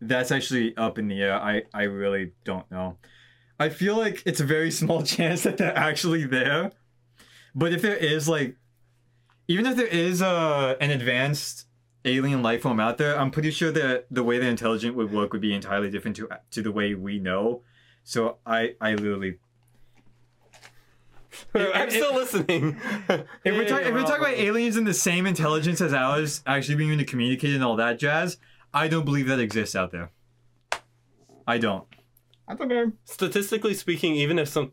S1: that's actually up in the air. I, I really don't know. I feel like it's a very small chance that they're actually there, but if there is like, even if there is uh, an advanced alien life form out there, I'm pretty sure that the way they're intelligent would work would be entirely different to to the way we know. So I I literally
S3: I'm still listening.
S1: if we're,
S5: Yeah,
S1: talk,
S5: yeah,
S1: if
S5: we're
S1: we're
S5: all
S1: talking about
S5: learning.
S1: aliens and the same intelligence as ours actually being able to communicate and all that jazz, I don't believe that exists out there. I don't.
S2: That's okay.
S3: Statistically speaking, even if some,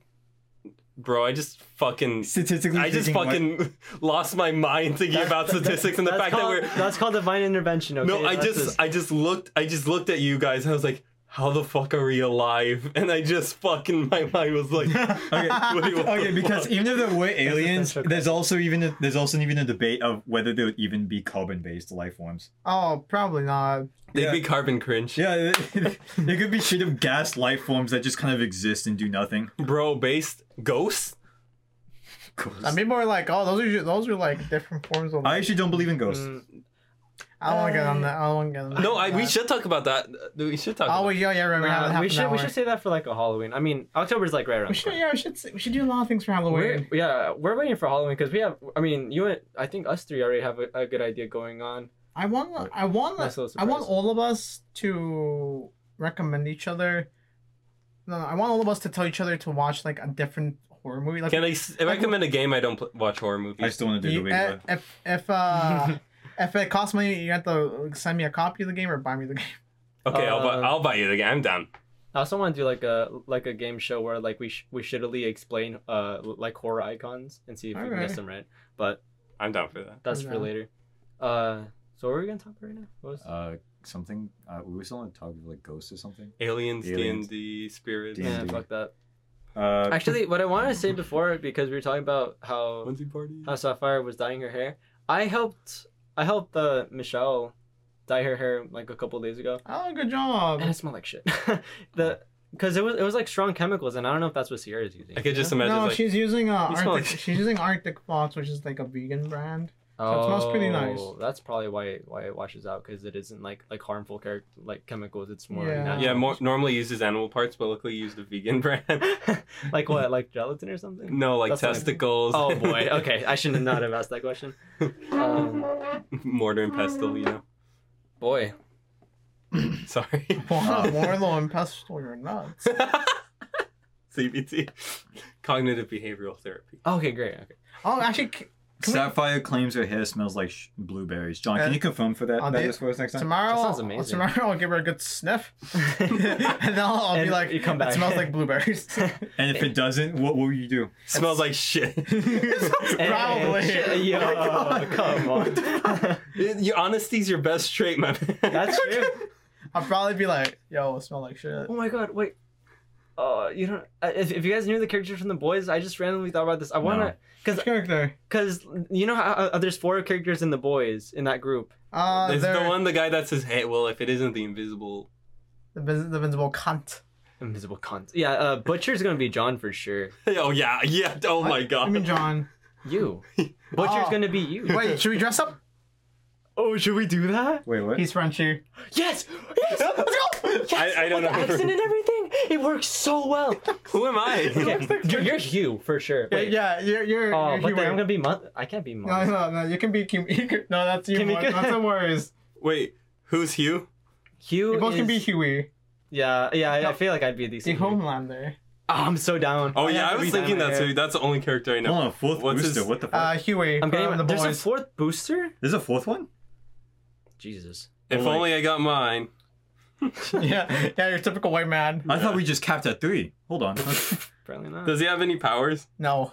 S3: bro, I just fucking.
S1: Statistically,
S3: I just
S1: speaking, what-
S3: fucking lost my mind thinking about statistics and oh. the
S5: that's
S3: fact
S5: called,
S3: that we're
S5: that's called divine intervention. Okay?
S3: No, I
S5: That's
S3: just
S5: just-
S3: I just looked I just looked at you guys and I was like, how the fuck are we alive? And I just fucking my mind was like,
S1: Okay.
S3: wait, what
S1: okay,
S3: the
S1: because
S3: fuck?
S1: even if there were aliens,
S5: essential
S1: there's also even a, there's also even a debate of whether there would even be carbon-based life forms.
S2: Oh, probably not.
S3: they'd
S1: yeah.
S3: be carbon cringe,
S1: Yeah, it, it, could be shit of gas life forms that just kind of exist and do nothing.
S3: bro. Based ghosts.
S2: I mean, more like, oh, those are ju- those are like different forms of.
S1: I
S2: I,
S1: actually don't believe in ghosts.
S5: Mm,
S2: don't want to get on that. I don't want to get on that.
S3: No, I we should talk about that. We should talk.
S2: Oh,
S3: about
S2: we, yeah, yeah, right. we have a
S5: nah,
S2: half
S5: we
S2: an
S5: should we
S2: hour.
S5: should say that for like a Halloween. I mean, October's like right around.
S2: We
S5: the
S2: should,
S5: corner.
S2: yeah, we should, s- we should do a lot of things for Halloween.
S5: We're, yeah, we're waiting for Halloween because we have. I mean, you and I think us three already have a, a good idea going on.
S2: I want, I want,
S5: Nice little
S2: I want
S5: surprise.
S2: all of us to recommend each other. No, no, I want all of us to tell each other to watch like a different horror movie. Like,
S3: Can I s- recommend a game I don't pl- watch horror movies?
S1: I still want to do
S2: you,
S1: the
S2: eh,
S1: Ouija.
S2: if if uh, if it costs money, you have to send me a copy of the game or buy me the game.
S3: okay, I'll, buy,
S5: Uh,
S3: I'll buy you the game. I'm down.
S5: I also want to do like a like a game show where like we sh- we shittily explain uh like horror icons and see if we can
S2: Alright.
S5: guess them right. But
S3: I'm down for that.
S5: that's
S2: I'm
S5: for
S2: down.
S5: later. Uh, so what are we gonna talk about right now? What was
S1: Uh, something. Uh, we were still on talk of like ghosts or something.
S3: Aliens,
S1: Aliens.
S3: D&D, spirits.
S1: D&D.
S5: yeah,
S1: D&D.
S5: fuck that.
S1: Uh,
S5: Actually, what I wanted to say before because we were talking about how
S3: Onesie party.
S5: how Sapphire was dyeing her hair. I helped I helped uh, Michelle dye her hair like a couple days ago.
S2: Oh, good job.
S5: and it smelled like shit. the because it was it was like strong chemicals, and I don't know if that's what Sierra's using.
S3: I could just imagine
S2: No,
S3: like
S2: she's using uh,
S3: You smell
S2: Arctic,
S3: like-
S2: she's using Arctic Fox, which is like a vegan brand. So it smells pretty nice.
S5: Oh, That's probably why why it washes out because it isn't like like harmful char- like chemicals. It's more
S2: Yeah.
S5: natural.
S3: yeah, more, normally uses animal parts, but luckily used a vegan brand.
S5: like what like gelatin or something.
S3: no, like
S5: That's what I-
S3: testicles.
S5: Oh boy. Okay, I should not have asked that question. Um,
S3: Mortar and pestle, you know.
S5: boy,
S3: Sorry.
S2: Wow, Warlow and Pestle, you're nuts.
S3: CBT. Cognitive behavioral therapy.
S5: okay, great. Okay,
S2: Oh, actually, c- Can we-
S1: Sapphire claims her hair smells like sh- blueberries. John,
S2: Uh,
S1: can you confirm for that?
S2: I'll
S1: That
S2: do-
S1: is for us next time.
S2: tomorrow,
S5: That sounds amazing.
S2: tomorrow I'll give her a good sniff, and then I'll, I'll be
S5: And
S2: like,
S5: you come
S2: "It
S5: back."
S2: smells like blueberries."
S1: And if it doesn't, what will you do?
S3: Smells like shit.
S2: Probably.
S5: Eh, yo,
S2: Oh my God.
S5: come on.
S3: your honesty's your best trait, man.
S5: That's true.
S2: I'll probably be like, "Yo, it smells like shit."
S5: Oh my god, wait. Uh, you don't. I- If, if you guys knew the character from the boys, I just randomly thought about this. I wanna, cause,
S2: Character.
S5: cause you know how uh, there's four characters in the boys in that group.
S2: Uh,
S3: It's the
S2: they're-
S3: one, the guy that says, hey, well, if it isn't the invisible.
S2: The, vis- the invincible cunt.
S5: Invisible cons. Yeah, uh, butcher's gonna be John for sure.
S3: Oh, yeah, yeah. Oh, my
S5: Uh,
S2: I mean,
S3: God.
S2: John.
S5: You, butcher's
S2: Oh.
S5: gonna be you.
S2: Wait, should we dress up?
S5: oh, should we do that?
S1: Wait, what?
S2: He's Frenchy.
S5: Yes, yes, let's go. Yes,
S3: I- I don't
S5: with the
S3: know.
S5: accent and everything. It works so well.
S3: Who am I?
S5: Okay, you're, you're Hugh for sure. Wait,
S2: Yeah, you're you're.
S5: Oh,
S2: you're
S5: but then I'm
S2: Huey.
S5: gonna be Mon. I can't be Mon.
S2: No, no, no. You can be Kim. You can, no, that's you.
S5: Kimiko.
S2: That's the worries.
S3: Wait, who's Hugh?
S5: Hugh.
S2: You both can
S5: is-
S2: be Huey.
S5: Yeah, yeah. I,
S2: No.
S5: I feel like I'd be a
S2: The
S5: decent. Hugh.
S2: Homelander.
S5: Oh, I'm so down.
S3: Oh, yeah,
S5: have
S3: I
S5: to
S3: was
S5: be
S3: thinking
S5: down
S3: that's
S5: there.
S3: who. That's the only character I know.
S1: Hold on, fourth
S3: What's
S1: booster.
S3: his-
S1: What the fuck?
S2: Uh, Huey.
S5: I'm
S2: from
S5: getting.
S2: the
S5: There's a
S2: boys.
S5: fourth booster.
S1: There's a fourth one?
S5: Jesus.
S3: if
S1: like-
S3: only I got mine.
S2: yeah, yeah, your typical white man.
S1: I thought we just capped at three. Hold on.
S5: Apparently not.
S3: Does he have any powers?
S2: No.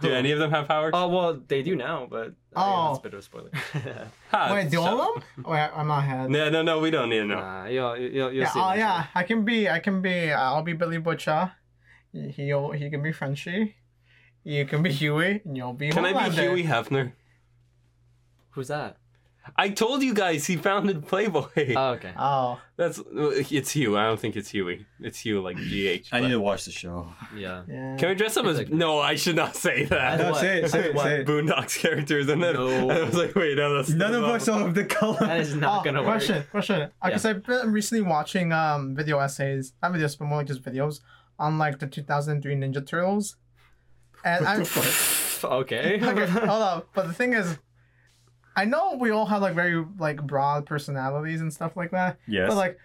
S3: Do
S5: Who?
S3: any of them have powers?
S5: Oh well, they do now, but
S2: Oh.
S5: oh, that's a bit of a spoiler.
S3: Ha,
S2: Wait, do
S3: shut
S2: all
S3: up.
S2: of them? Wait, I'm not ahead.
S3: Uh, No, no, no, we don't need to know.
S5: nah, you'll you'll, you'll
S2: yeah,
S5: see.
S2: oh
S5: it next
S2: yeah,
S5: week.
S2: I can be, I can be, uh, I'll be Billy Butcher. He he'll- he can be Frenchie. You can be Huey, and you'll be.
S3: Can I be
S2: Homelander.
S3: Huey Hefner?
S5: Who's that?
S3: I told you guys he founded Playboy.
S5: Oh, okay.
S2: Oh,
S3: That's it's Hugh. I don't think it's Huey. It's Hugh like GH.
S1: I
S3: but-
S1: need to watch the show.
S5: Yeah.
S2: yeah.
S3: Can we dress up as?
S5: It's like-
S3: No, I should not say that.
S5: No, say
S1: it, say
S3: What? Boondocks characters, and then
S5: No.
S3: I was like, wait, no, that's
S1: None of us are of the
S5: That
S1: color.
S5: is not
S2: oh,
S5: gonna work.
S2: question, Question, Because I've been recently watching um video essays, not videos, but more like just videos on like the 2003 Ninja Turtles. And I'm
S5: Okay.
S2: okay, hold up. But the thing is, I know we all have like very like broad personalities and stuff like that.
S1: Yes.
S2: But like,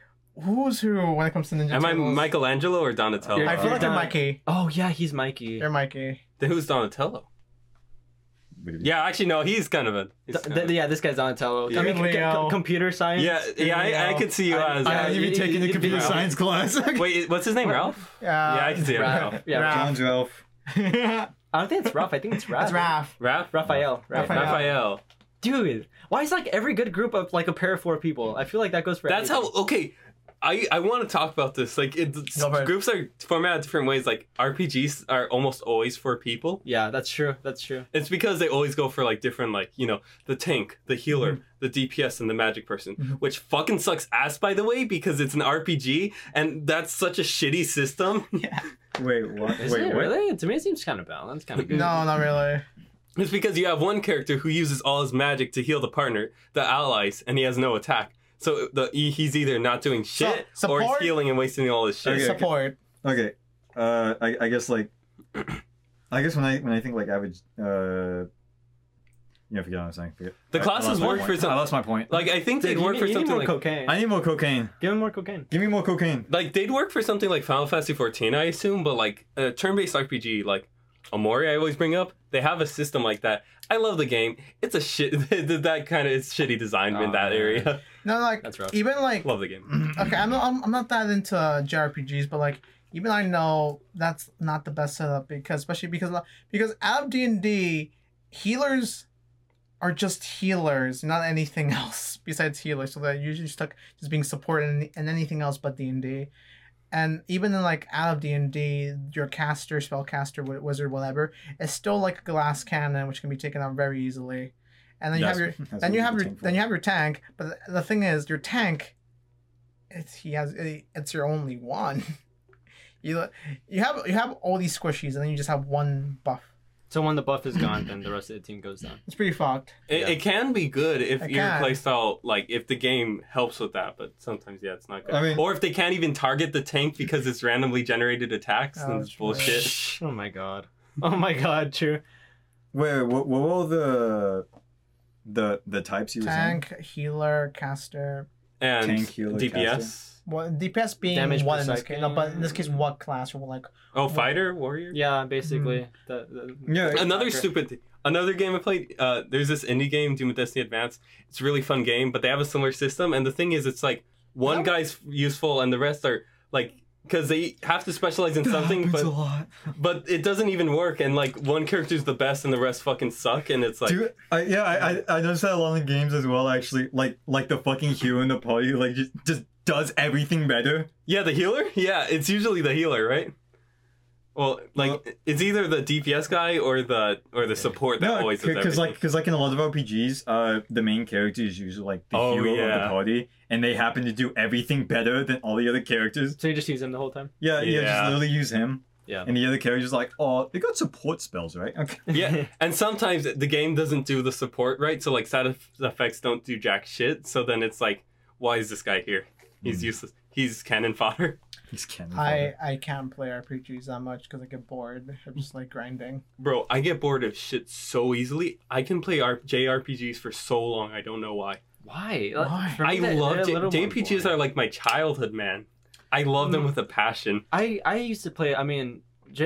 S2: who's who when it comes to Ninja
S3: Am I
S2: Turtles?
S3: Michelangelo or Donatello?
S2: I feel like I'm
S5: You're
S2: Mikey.
S5: oh yeah, he's Mikey.
S2: You're Mikey.
S3: Then Who's Donatello? Yeah, actually, no, he's kind of a. he's
S5: Th-
S3: kind
S5: th-
S3: of-
S5: yeah, this guy's Donatello.
S3: Yeah.
S5: I mean, c- c-
S2: Leo.
S5: computer science.
S3: yeah, yeah, I, I could see you
S5: I'm-
S3: as.
S5: I'm-
S1: I haven't even
S5: Yeah,
S1: taken
S5: you-
S1: the
S5: you-
S1: computer
S5: you-
S1: science class.
S3: Wait, what's his name? Ralph?
S2: Uh,
S3: yeah, I can see it. Ralph.
S5: Yeah.
S2: Ralph.
S1: John's Ralph.
S5: I don't think it's Ralph. I think it's Raph.
S2: That's Raph.
S3: Ralph.
S5: Raphael. Raph.
S2: Raphael.
S3: Raphael.
S5: Dude, why is like every good group of like a pair of four people? I feel like that goes for.
S3: That's how. Okay, I, I want to talk about this. Like, it,
S4: Go for it.
S3: groups are formatted different ways. Like, RPGs are almost always for people.
S5: Yeah, that's true. That's true.
S3: It's because they always go for like different, like you know, the tank, the healer, the DPS, and the magic person, which fucking sucks ass, by the way, because it's an RPG and that's such a shitty system.
S1: Wait, what?
S5: Is
S1: Wait,
S5: it
S1: what?
S5: really? To me, it seems kind of balanced, kind of
S2: No,
S5: good.
S2: not really.
S3: It's because you have one character who uses all his magic to heal the partner, the allies, and he has no attack. So the he- he's either not doing shit or he's
S2: support-
S3: healing and wasting all his shit.
S1: Okay.
S2: Support.
S1: Okay. Uh, I, I guess like, I guess when I when I think like average, uh, you know, forget what I'm saying. Forget.
S3: The
S1: I- I
S3: classes
S1: lost my
S3: work
S1: point.
S3: for some-
S1: I lost my point.
S3: Like I think
S5: Dude,
S3: they'd
S5: you
S3: work
S5: need-
S3: for
S5: you need
S3: something
S5: more
S3: like
S5: cocaine.
S1: I need more cocaine.
S5: Give him more cocaine.
S1: Give me more cocaine.
S3: like they'd work for something like Final Fantasy 14, I assume, but like a turn-based RPG like Amori, I always bring up. They have a system like that. I love the game. It's a shit that kind of it's shitty design in
S5: Aw,
S3: that
S5: man.
S3: area.
S2: No, like
S5: That's rough.
S2: even like
S3: love the game.
S2: okay, I'm not, I'm, I'm not that into uh, JRPGs, but like even I know that's not the best setup because especially because because out of D and D, healers are just healers, not anything else besides healers. So they're usually stuck just being support and, and anything else but D and D. And even in like out of D and D, your caster, spellcaster, wi- wizard, whatever, is still like a glass cannon which can be taken out very easily. And then you
S1: That's-
S2: have your
S1: That's
S2: then
S1: what
S2: you
S1: we
S2: have your
S1: cocaine for.
S2: then you have your tank but th- the thing is your tank it's he has it- it's your only one you you have you have all these squishies and then you just have one buff
S5: So when the buff is gone, then the rest of the team goes down.
S2: it's pretty fucked
S3: It, it can be good if
S2: It
S3: your
S2: can.
S3: playstyle, like if the game helps with that, but sometimes yeah, it's not good.
S1: I mean-
S3: or if they can't even target the tank because it's randomly generated attacks,
S2: Oh,
S3: then it's
S2: that's
S3: bullshit.
S5: Oh my god. Oh my god. True.
S1: Wait, what, what were all the the the types you were
S2: tank healer caster
S3: And
S1: Tank, healer,
S3: DPS.
S2: well dps being
S5: Damage per
S2: one in this case,
S5: second.
S2: no, but in this case what class or like
S3: Oh, fighter, warrior.
S5: Yeah, basically.
S3: Mm-hmm.
S5: The, the,
S1: Yeah,
S5: the-
S3: another stupid thi- another game i played uh, there's this indie game doom of destiny advance it's a really fun game but they have a similar system and the thing is it's like one
S2: That-
S3: guy's useful and the rest are like because they have to specialize in
S1: saying?
S3: something
S1: Happens a
S3: but
S1: lot.
S3: but it doesn't even work and like one character's the best and the rest fucking suck and it's like
S1: Dude, I, yeah, I, I I noticed that a lot in games as well. Actually, like like the fucking hero in the party, like just just does everything better.
S3: yeah the healer yeah it's usually the healer right well like
S1: Well-
S3: it's either the dps guy or the or the support that always does
S1: because like
S3: everything.
S1: because like in a lot of RPGs, uh, the main character is usually like the
S3: Oh,
S1: hero of
S3: yeah.
S1: the party, and they happen to do everything better than all the other characters.
S5: So you just use him the whole time?
S1: Yeah, yeah,
S3: Yeah.
S1: just literally use him.
S5: Yeah.
S1: and the other character's like, oh, they got support spells, right? Okay.
S3: yeah, and sometimes the game doesn't do the support right, so like side eff- effects don't do jack shit. So then it's like, why is this guy here? He's
S5: Hmm.
S3: useless. He's cannon fodder.
S1: He's canon.
S2: i i can't play rpgs that much because i get bored i'm just like grinding
S3: Bro, I get bored of shit so easily. I can play R- JRPGs for so long. I don't know why.
S5: Why?
S2: Why?
S3: I love J- JRPGs are like my childhood, man. I love
S5: Hmm.
S3: them with a passion.
S5: I I used to play. I mean,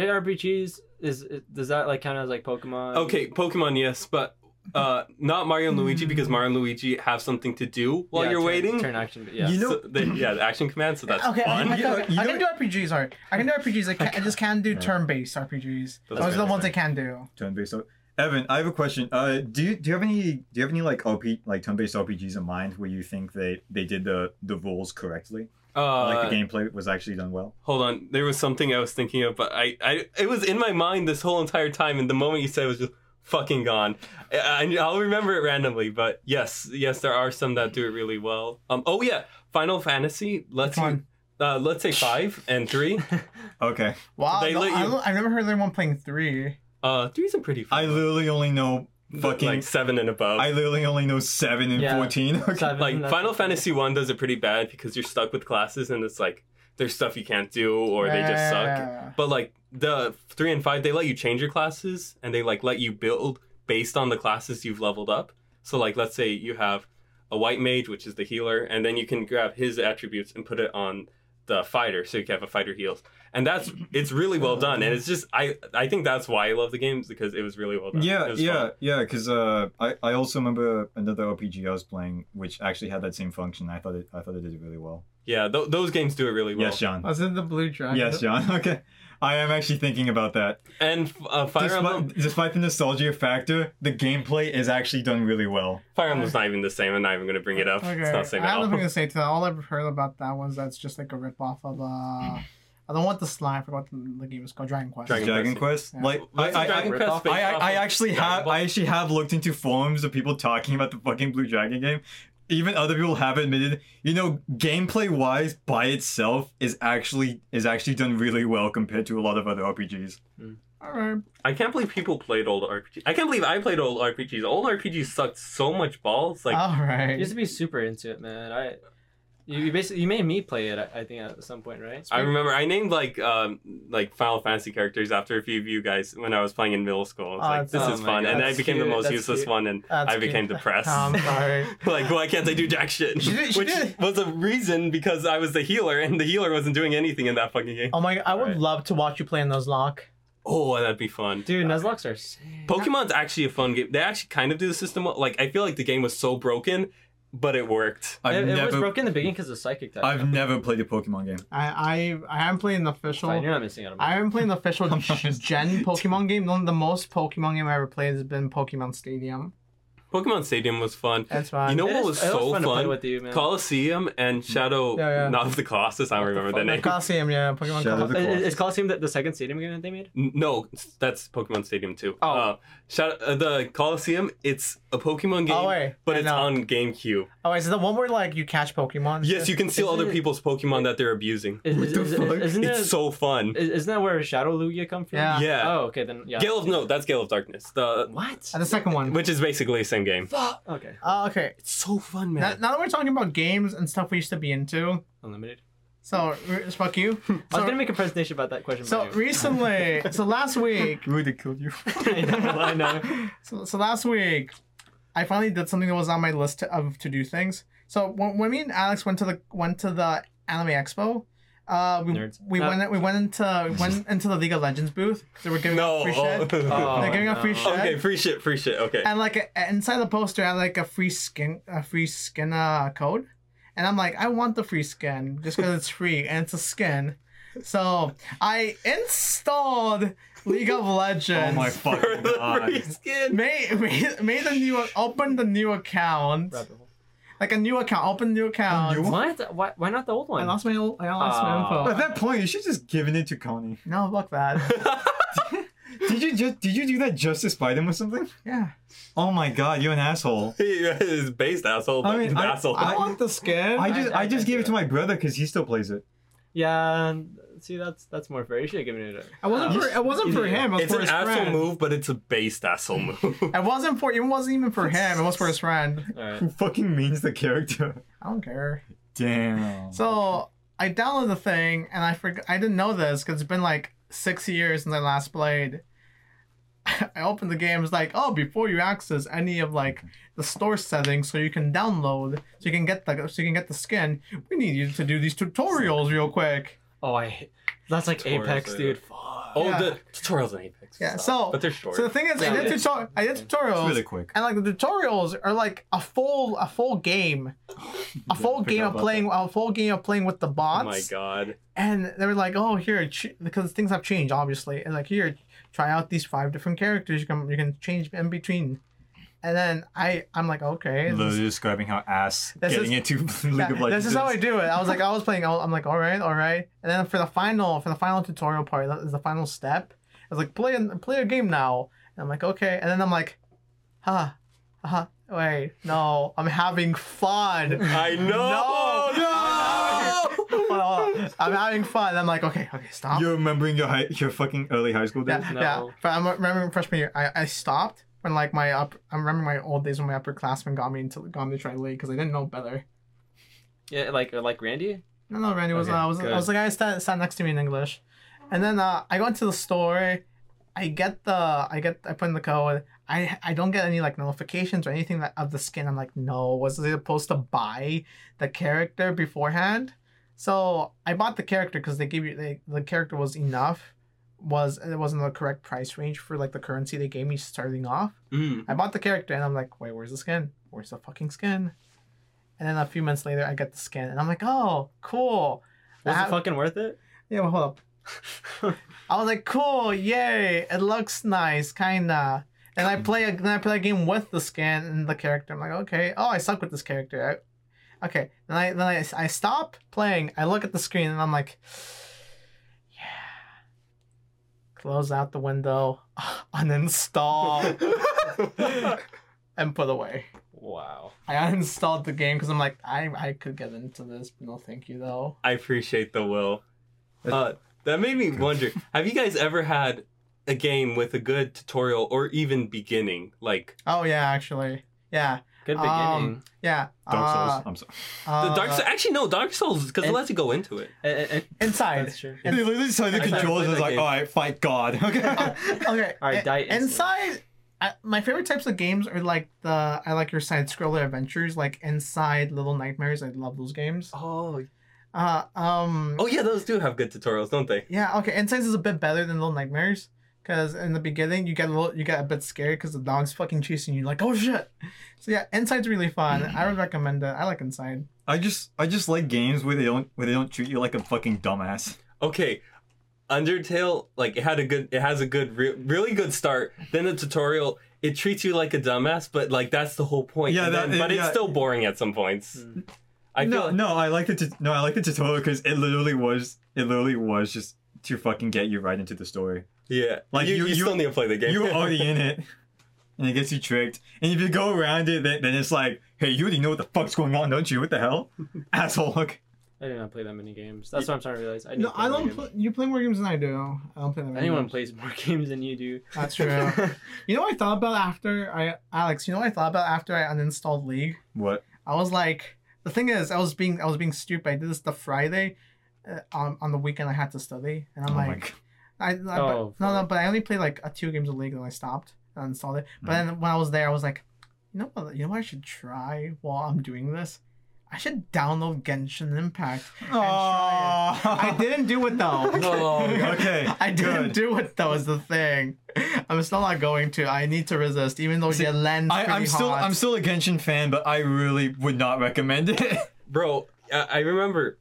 S5: JRPGs is does that like kind of like Pokemon?
S3: Okay, Pokemon, yes, but uh, not Mario and Luigi because Mario and Luigi have something to do while
S5: Hmm. Yeah,
S3: you're
S5: turn-
S3: waiting.
S5: turn action. but Yeah.
S1: You
S3: So they- yeah, the action command. So that's
S2: okay, I,
S3: fun.
S2: I, can-
S1: You know- you
S2: I
S1: know-
S2: can do RPGs. Sorry, I can do RPGs. I, can, I just can do turn-based RPGs.
S3: Those
S2: Those,
S3: are
S2: are the
S3: good.
S2: ones I can do.
S1: turn-based. R- Evan, I have a question. Uh, do you do you have any do you have any like RP like turn-based RPGs in mind where you think they they did the the rules correctly? like
S3: Uh,
S1: the gameplay was actually done well.
S3: Hold on, there was something I was thinking of, but I, I, it was in my mind this whole entire time, and the moment you said it was just fucking gone. I, I- I'll remember it randomly, but yes, yes, there are some that do it really well. Um, oh yeah, Final Fantasy, let's
S2: Which
S3: you, uh, let's say five and three.
S1: Okay,
S2: Wow,
S3: They
S2: no,
S3: let
S2: I
S3: you-
S2: don't- I've never heard anyone playing three.
S3: Uh, three's a pretty fun.
S1: I literally only know
S3: one.
S1: fucking.
S3: like seven and above.
S1: I literally only know seven and
S5: Yeah.
S1: fourteen. Okay.
S5: Seven,
S3: like
S5: that's-
S3: Final Fantasy one does it pretty bad because you're stuck with classes, and it's like there's stuff you can't do or they just suck.
S2: Yeah.
S3: But like the three and five, they let you change your classes and they like let you build based on the classes you've leveled up. So like let's say you have a white mage, which is the healer, and then you can grab his attributes and put it on the fighter, so you can have a fighter heals. And that's it's really well done. And it's just I I think that's why I love the games because it was really well done. It
S1: Yeah,
S3: was
S1: yeah,
S3: fun.
S1: yeah. Because uh, I I also remember another RPG I was playing, which actually had that same function. I thought it I thought it did it really well.
S3: Yeah, th- those games do it really well.
S1: Yes, John.
S2: Was it the blue dragon?
S1: Yes, John. Okay. I am actually thinking about that.
S3: And uh, Fire Emblem,
S1: Despite, despite the nostalgia factor, the gameplay is actually done really well.
S3: Fire Emblem's not even the same. I'm not even gonna bring it up.
S2: Okay.
S3: It's not the same
S2: I
S3: at
S2: have
S3: all.
S2: nothing to say to that. All I've heard about that was that's just like a ripoff of uh, I don't want the slime. I forgot what the, the game is called. Dragon Quest.
S3: Dragon
S1: Dragon Quest.
S2: Yeah.
S1: Like I,
S3: Wasn't
S1: I, I,
S3: Dragon
S5: I-
S3: Quest
S5: I-
S3: based
S1: I,
S3: off
S1: I
S3: of
S1: actually
S3: Dragon
S1: have
S3: Ball?
S1: I actually have looked into forums of people talking about the fucking Blue Dragon game. Even other people have admitted, you know, gameplay wise by itself is actually is actually done really well compared to a lot of other RPGs.
S2: All right.
S3: I can't believe people played old RPGs. I can't believe I played old RPGs. Old RPGs sucked so much balls. Like
S2: All
S5: I used
S2: right.
S5: to be super into it, man. I you, you basically you made me play it. I, I think at some point, right?
S3: I remember I named like um like Final Fantasy characters after a few of you guys when I was playing in middle school. I was
S2: Oh, that's-
S3: like, this
S5: oh
S3: is
S5: my
S3: fun,
S5: God,
S3: and I
S5: that's
S3: became the
S5: cute,
S3: most
S5: that's
S3: useless
S5: cute.
S3: one, and
S2: That's
S3: I became
S2: cute.
S3: depressed.
S2: Oh, I'm sorry.
S3: like why can't I do jack shit?
S2: She did- she
S3: Which
S2: did.
S3: was a reason because I was the healer, and the healer wasn't doing anything in that fucking game.
S2: Oh my! God, I would
S1: Alright.
S2: love to watch you play in those lock.
S3: Oh, that'd be fun.
S5: Dude, Nuzlocke's are sick.
S3: Pokemon's actually a fun game. They actually kind of do the system. well. Like I feel like the game was so broken, but it worked.
S1: I've
S5: It, it was
S1: never
S5: broken in the beginning because of psychic type.
S1: I've never played a Pokemon game.
S2: I I I haven't played an official.
S5: Fine, you're not missing out on
S2: I
S5: much.
S2: haven't played an official
S1: Come on.
S2: gen Pokemon game. The the most Pokemon game I ever played has been Pokemon Stadium.
S3: Pokemon Stadium was fun.
S2: That's why.
S3: You know
S5: It
S3: what
S5: is-
S3: was
S5: it
S3: so
S5: fun,
S3: fun?
S5: to play with you, man.
S3: Coliseum and Shadow,
S2: Yeah, yeah.
S3: not of the Colossus. I don't remember the,
S5: fuck?
S3: name.
S2: Coliseum, yeah, Pokemon
S1: Shadow of
S2: Coliseum.
S1: the
S5: It- it-
S1: Colossus.
S5: Is Coliseum that the second stadium game that they made?
S3: N- No, that's Pokemon Stadium too.
S5: Oh.
S3: Uh, Shadow, uh, the Coliseum. It's a Pokemon game,
S2: Oh, wait,
S3: but
S2: I
S3: it's
S2: know.
S3: on GameCube.
S2: Oh, is it the one where like you catch Pokemon?
S3: Yes, you can steal
S5: Isn't
S3: other
S5: it-
S3: people's Pokemon that they're abusing.
S5: Is, is,
S1: the
S5: is,
S1: fuck?
S5: Isn't it?
S3: It's so fun.
S5: is- isn't that where Shadow Lugia come from?
S2: Yeah.
S3: Yeah.
S5: Oh, okay then. Yeah.
S3: Gale of no, that's Gale of Darkness. The
S5: What?
S2: And Uh, the second one.
S3: which is basically the same game.
S5: Okay.
S2: Oh, okay.
S3: It's so fun, man.
S2: Now, now that we're talking about games and stuff we used to be into,
S5: Unlimited.
S2: so re- fuck you. So,
S5: I was gonna make a presentation about that question.
S2: so
S5: but anyway.
S2: recently, so last week,
S1: Who would have killed you?
S5: I know. I know.
S2: so, so last week, I finally did something that was on my list to, of to do things. So when, when me and Alex went to the went to the anime expo, uh, we
S5: Nerds.
S2: we
S5: Uh,
S2: went we went into we went into the League of Legends booth. 'cause They were giving out
S3: no.
S2: free shit.
S3: oh.
S2: They're giving out free
S5: no.
S2: shit.
S3: okay, free shit, free shit. Okay.
S2: and like a, inside the poster, I had like a free skin, a free skin uh, code, and I'm like, I want the free skin just because it's free and it's a skin. So I installed League of
S1: Oh
S2: Legends.
S1: my
S3: For
S1: fucking
S3: the free
S1: god.
S3: skin.
S2: Made, made made a new opened a new account
S5: Rabbit hole.
S2: like a new account open new account.
S1: new one?
S5: What? Why, why not the old
S2: I
S5: one?
S2: lost my old, I lost my
S5: Aw.
S3: Ah.
S1: At
S2: info.
S1: that point, you should just given it to Connie.
S2: No, fuck that.
S1: Did you just did you do that just to spite him or something?
S2: Yeah,
S1: Oh my god, you're an asshole.
S3: He's uh, based asshole.
S1: I
S3: but
S1: mean, I-
S3: asshole.
S2: I
S1: I-
S2: want the skin.
S1: I just
S5: I-
S1: I,
S5: I
S1: just
S5: can
S1: gave
S5: do
S1: it to
S5: it.
S1: my brother because he still plays it.
S5: Yeah. See, that's that's more fair. You should have given it. A,
S2: I wasn't
S5: Oh.
S2: for it wasn't for him. It was
S3: it's
S2: for
S3: an
S2: his
S3: asshole
S2: friend.
S3: move, but it's a based asshole move.
S2: It wasn't for it wasn't even for him. It was for his friend.
S5: All right.
S1: Who fucking means the character?
S2: I don't care.
S1: Damn.
S2: So I downloaded the thing, and I forgot. I didn't know this because it's been like six years since I last played. I opened the game. It's like, oh, before you access any of like the store settings, so you can download, so you can get the, so you can get the skin. We need you to do these tutorials real quick.
S5: Oh, I. hate- That's like
S3: Taurus,
S5: Apex,
S3: uh,
S5: dude.
S3: Oh,
S2: Yeah.
S3: the tutorials on Apex.
S2: Yeah,
S3: suck,
S2: so-
S3: but they're short.
S2: So the thing is, I did
S5: Yeah.
S2: tutorial, I did
S1: It's
S2: tutorials,
S1: really quick.
S2: and like the tutorials are like a full, a full game, a full
S1: forgot
S2: game of
S1: about
S2: playing, a full game of playing with the
S3: oh
S2: bots.
S3: my god.
S2: and they were like, "Oh, here, ch-, because things have changed, obviously." And like, here, try out these five different characters. You can you can change in between. And then I I'm like, okay, this,
S1: Literally describing how ass
S2: This
S1: getting
S2: is-
S1: into League
S2: yeah,
S1: of
S2: this
S1: Legends.
S2: is how I do it. I was like, I was playing. I'm like, all right, all right. And then for the final for the final tutorial part, that is the final step. I was like, play a, play a game now. And I'm like, okay. And then I'm like, huh, huh. Wait, no, I'm having fun.
S3: I know.
S2: Hold on, hold on. I'm having fun. I'm like, okay, okay, stop.
S1: You're remembering your high, your fucking early high school days.
S2: Yeah,
S5: No.
S2: yeah. But I'm remembering freshman year, I, I stopped when like my up. I'm remembering my old days when my upperclassmen got me into got me to try league because I didn't know better.
S5: Yeah, like like Randy.
S2: No, no, Randy was
S5: Okay,
S2: uh, was
S5: good.
S2: was the guy that sat, sat next to me in English, and then uh, I go into the store, I get the I get I put in the code. I I don't get any like notifications or anything that, of the skin. I'm like, no, was I supposed to buy the character beforehand? So I bought the character because they gave you they, the character was enough, was it wasn't the correct price range for like the currency they gave me starting off.
S3: Mm.
S2: I bought the character and I'm like, wait, where's the skin? Where's the fucking skin? And then a few months later, I get the skin, and I'm like, oh, cool. I
S5: Was
S2: have-
S5: it fucking worth it?
S2: Yeah, well, hold up. I was like, cool, yay! It looks nice, kinda. And I play a then I play a game with the skin and the character. I'm like, okay, oh, I suck with this character. I, okay, then I then I, I stop playing. I look at the screen and I'm like, yeah. Close out the window, uninstall, and put away.
S5: wow.
S2: I uninstalled the game because I'm like, I I could get into this, but no, thank you though.
S3: I appreciate the will. Uh, that made me wonder have you guys ever had a game with a good tutorial or even beginning? Like,
S2: Oh yeah, actually, yeah,
S5: Good beginning.
S2: Um, yeah.
S1: Dark
S2: uh,
S1: Souls. I'm sorry.
S2: Uh,
S3: the Dark Souls. Actually, no, Dark Souls, because it lets you go into it.
S5: Eh, eh, eh,
S2: Inside.
S5: that's true.
S1: They literally saw the
S3: I tried to play
S1: controls and was
S3: that
S1: like,
S3: game.
S1: all right, fight God. Okay.
S2: Okay.
S5: All right,
S2: i-
S5: die instantly.
S2: Inside. I, my favorite types of games are like the I like your side scroller adventures, like Inside, Little Nightmares. I love those games.
S3: Oh,
S2: Uh, um.
S3: oh yeah, those do have good tutorials, don't they?
S2: Yeah. Okay. Inside is a bit better than Little Nightmares. Cause in the beginning you get a little, you get a bit scared because the dog's fucking chasing you. Like, oh shit! So yeah, Inside's really fun. I would recommend it. I like Inside.
S1: I just I just like games where they don't where they don't treat you like a fucking dumbass.
S3: okay undertale like it had a good it has a good re- really good start then the tutorial it treats you like a dumbass but like that's the whole point
S1: Yeah,
S3: And
S1: that-
S3: then- but
S1: yeah.
S3: it's still boring at some points i feel
S1: no,
S3: like,
S1: no, I like the tut- no, I like the tutorial because it literally was it literally was just to fucking get you right into the story.
S3: yeah
S1: Like,
S3: like you,
S1: you-
S3: you,
S1: you-
S3: still need to play the game
S1: You're already in it, and it gets you tricked. And if you go around it, then, then it's like, hey, you already know what the fuck's going on, don't you? What the hell, asshole? Look,
S5: I do not play that many games. That's what I'm trying to realize. I need
S2: No,
S5: to play
S2: I
S5: more
S2: don't.
S5: games.
S2: Pl- you play more games than I do. I don't play that many.
S5: Anyone
S2: games.
S5: plays more games than you do.
S2: That's true. You know what I thought about after I Alex, you know what I thought about after I uninstalled League?
S1: what?
S2: I was like the thing is I was being I was being stupid. I did this the Friday uh, on, on the weekend I had to study and I'm
S1: oh my
S2: like
S1: god.
S2: I, I but-
S5: Oh,
S2: no no
S5: fuck.
S2: but I only played like uh, two games of League and I stopped and uninstalled it. But
S5: Mm.
S2: then when I was there I was like you know what you know what I should try while I'm doing this? I should download Genshin Impact. and try it. I didn't do it though.
S3: Oh,
S1: Okay.
S2: I didn't
S1: good.
S2: do it though. Is the thing. I'm still not going to. I need to resist, even though your lens.
S1: I, I'm
S2: pretty
S1: still
S2: hot.
S1: I'm still a Genshin fan, but I really would not recommend it.
S3: bro I, I remember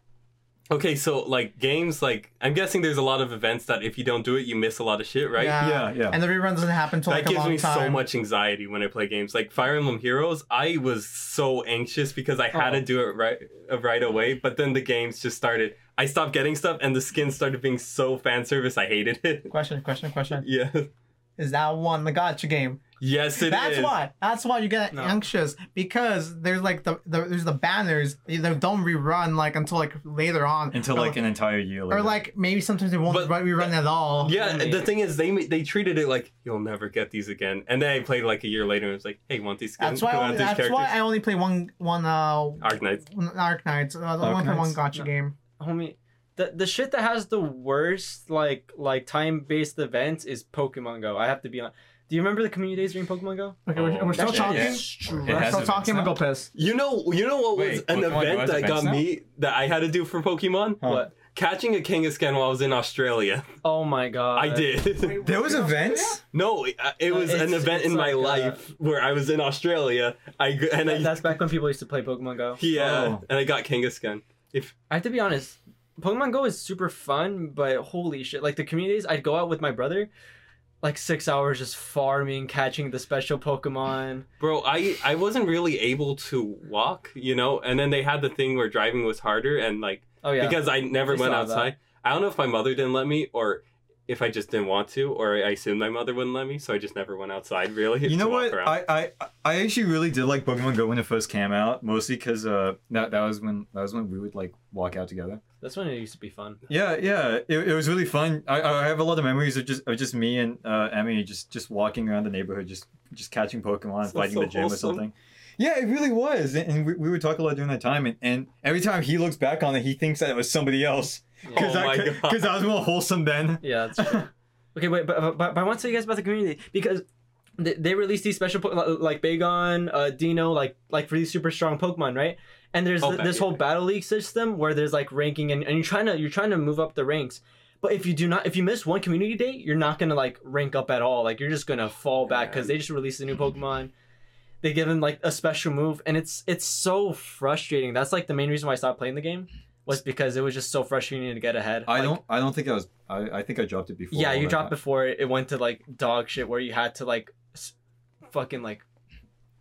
S3: okay so like games like i'm guessing there's a lot of events that if you don't do it you miss a lot of shit right
S1: Yeah, yeah.
S2: And the rerun doesn't happen until like
S3: that
S2: a
S3: gives
S2: long
S3: me
S2: time.
S3: so much anxiety when I play games like Fire Emblem Heroes. I was so anxious because I had
S5: Oh.
S3: to do it right uh, right away, but then the games just started. I stopped getting stuff, and the skins started being so fan service. I hated it.
S2: Question, question, question.
S3: yeah,
S2: Is that one the gotcha game?
S3: yes, it is.
S2: That's why. That's why you get
S5: No.
S2: anxious because there's like the, the there's the banners that don't rerun like until like later on.
S1: Until
S2: Or-
S1: like an entire year later.
S2: Oh. or like maybe sometimes they won't
S3: But-
S2: run- rerun at all.
S3: Yeah,
S5: Only-
S3: the thing is, they ma- they treated it like you'll never get these again, and then I played like a year later, and it was like, hey, want these skins?
S2: That's why.
S3: You
S2: I
S3: want
S2: only,
S3: these
S2: that's
S3: characters?
S2: why I only play one one uh
S3: Arknights.
S2: Arknights. Uh, I only play one
S1: Arknights?
S2: gotcha
S5: No.
S2: game.
S5: Homie, the the shit that has the worst like like time based events is Pokemon Go. I have to be on. Do you remember the community days during Pokemon Go?
S2: Okay, we're,
S3: Oh,
S2: we're still
S5: That shit
S2: talking.
S5: is
S1: It
S2: We're
S1: has
S2: still
S1: events
S2: talking. I'm
S1: now?
S2: gonna go piss.
S3: You know, you know what was
S1: Wait,
S3: an
S1: Pokemon Go
S3: event
S1: has
S3: that got
S1: events now?
S3: me that I had to do for Pokemon.
S1: Huh.
S5: What?
S3: Catching a Kangaskhan while I was in Australia.
S5: Oh my god.
S3: I did.
S1: there was events?
S3: No, it, uh, it
S5: No,
S3: was an
S5: it's-
S3: event
S5: it's
S3: in my
S5: like, uh,
S3: life where I was in Australia. I g- and
S5: That-
S3: I
S5: that's back when people used to play Pokemon Go.
S3: yeah,
S1: Oh.
S3: and I got Kangaskhan.
S5: I have to be honest. Pokemon Go is super fun, but holy shit! Like the communities, I'd go out with my brother, like six hours just farming, catching the special Pokemon.
S3: Bro, I I wasn't really able to walk, you know. And then they had the thing where driving was harder, and like
S5: Oh yeah,
S3: because I never
S5: We
S3: went
S5: saw that.
S3: outside. I don't know if my mother didn't let me or if I just didn't want to, or I assumed my mother wouldn't let me, so I just never went outside. Really,
S1: You
S3: to
S1: know
S3: walk
S1: what?
S3: around.
S1: I, I I actually really did like Pokemon Go when it first came out, mostly because uh that, that was when that was when we would like walk out together.
S5: that's when it used to be fun.
S1: Yeah, yeah, it, it was really fun. I, I have a lot of memories of just of just me and uh, Emmy just just walking around the neighborhood, just just catching Pokemon,
S3: Sounds
S1: fighting
S3: so
S1: the gym or
S3: wholesome.
S1: something. Yeah, it really was, and, and we, we would talk a lot during that time. And, and every time he looks back on it, he thinks that it was somebody else
S5: Yeah,
S1: because
S3: Oh my
S1: I
S3: God.
S1: because I was more wholesome then.
S5: yeah that's true. okay, wait, but, but but I want to tell you guys about the community because. They, they released these special po- li- like Bagon, uh, Dino, like like really super strong Pokemon, right? And there's
S3: Oh,
S5: th-
S3: ba-
S5: this
S3: yeah,
S5: whole
S3: yeah.
S5: battle league system where there's like ranking and, and you're trying to you're trying to move up the ranks. But if you do not if you miss one community day, you're not gonna like rank up at all. Like you're just gonna fall back because they just released a new Pokemon. they give him like a special move, and it's it's so frustrating. That's like the main reason why I stopped playing the game was because it was just so frustrating to get ahead.
S1: I
S5: Like,
S1: don't. I don't think I was. I, I think I dropped it before.
S5: Yeah,
S1: all
S5: you
S1: that.
S5: dropped before it, it went to like dog shit where you had to like, s- fucking like.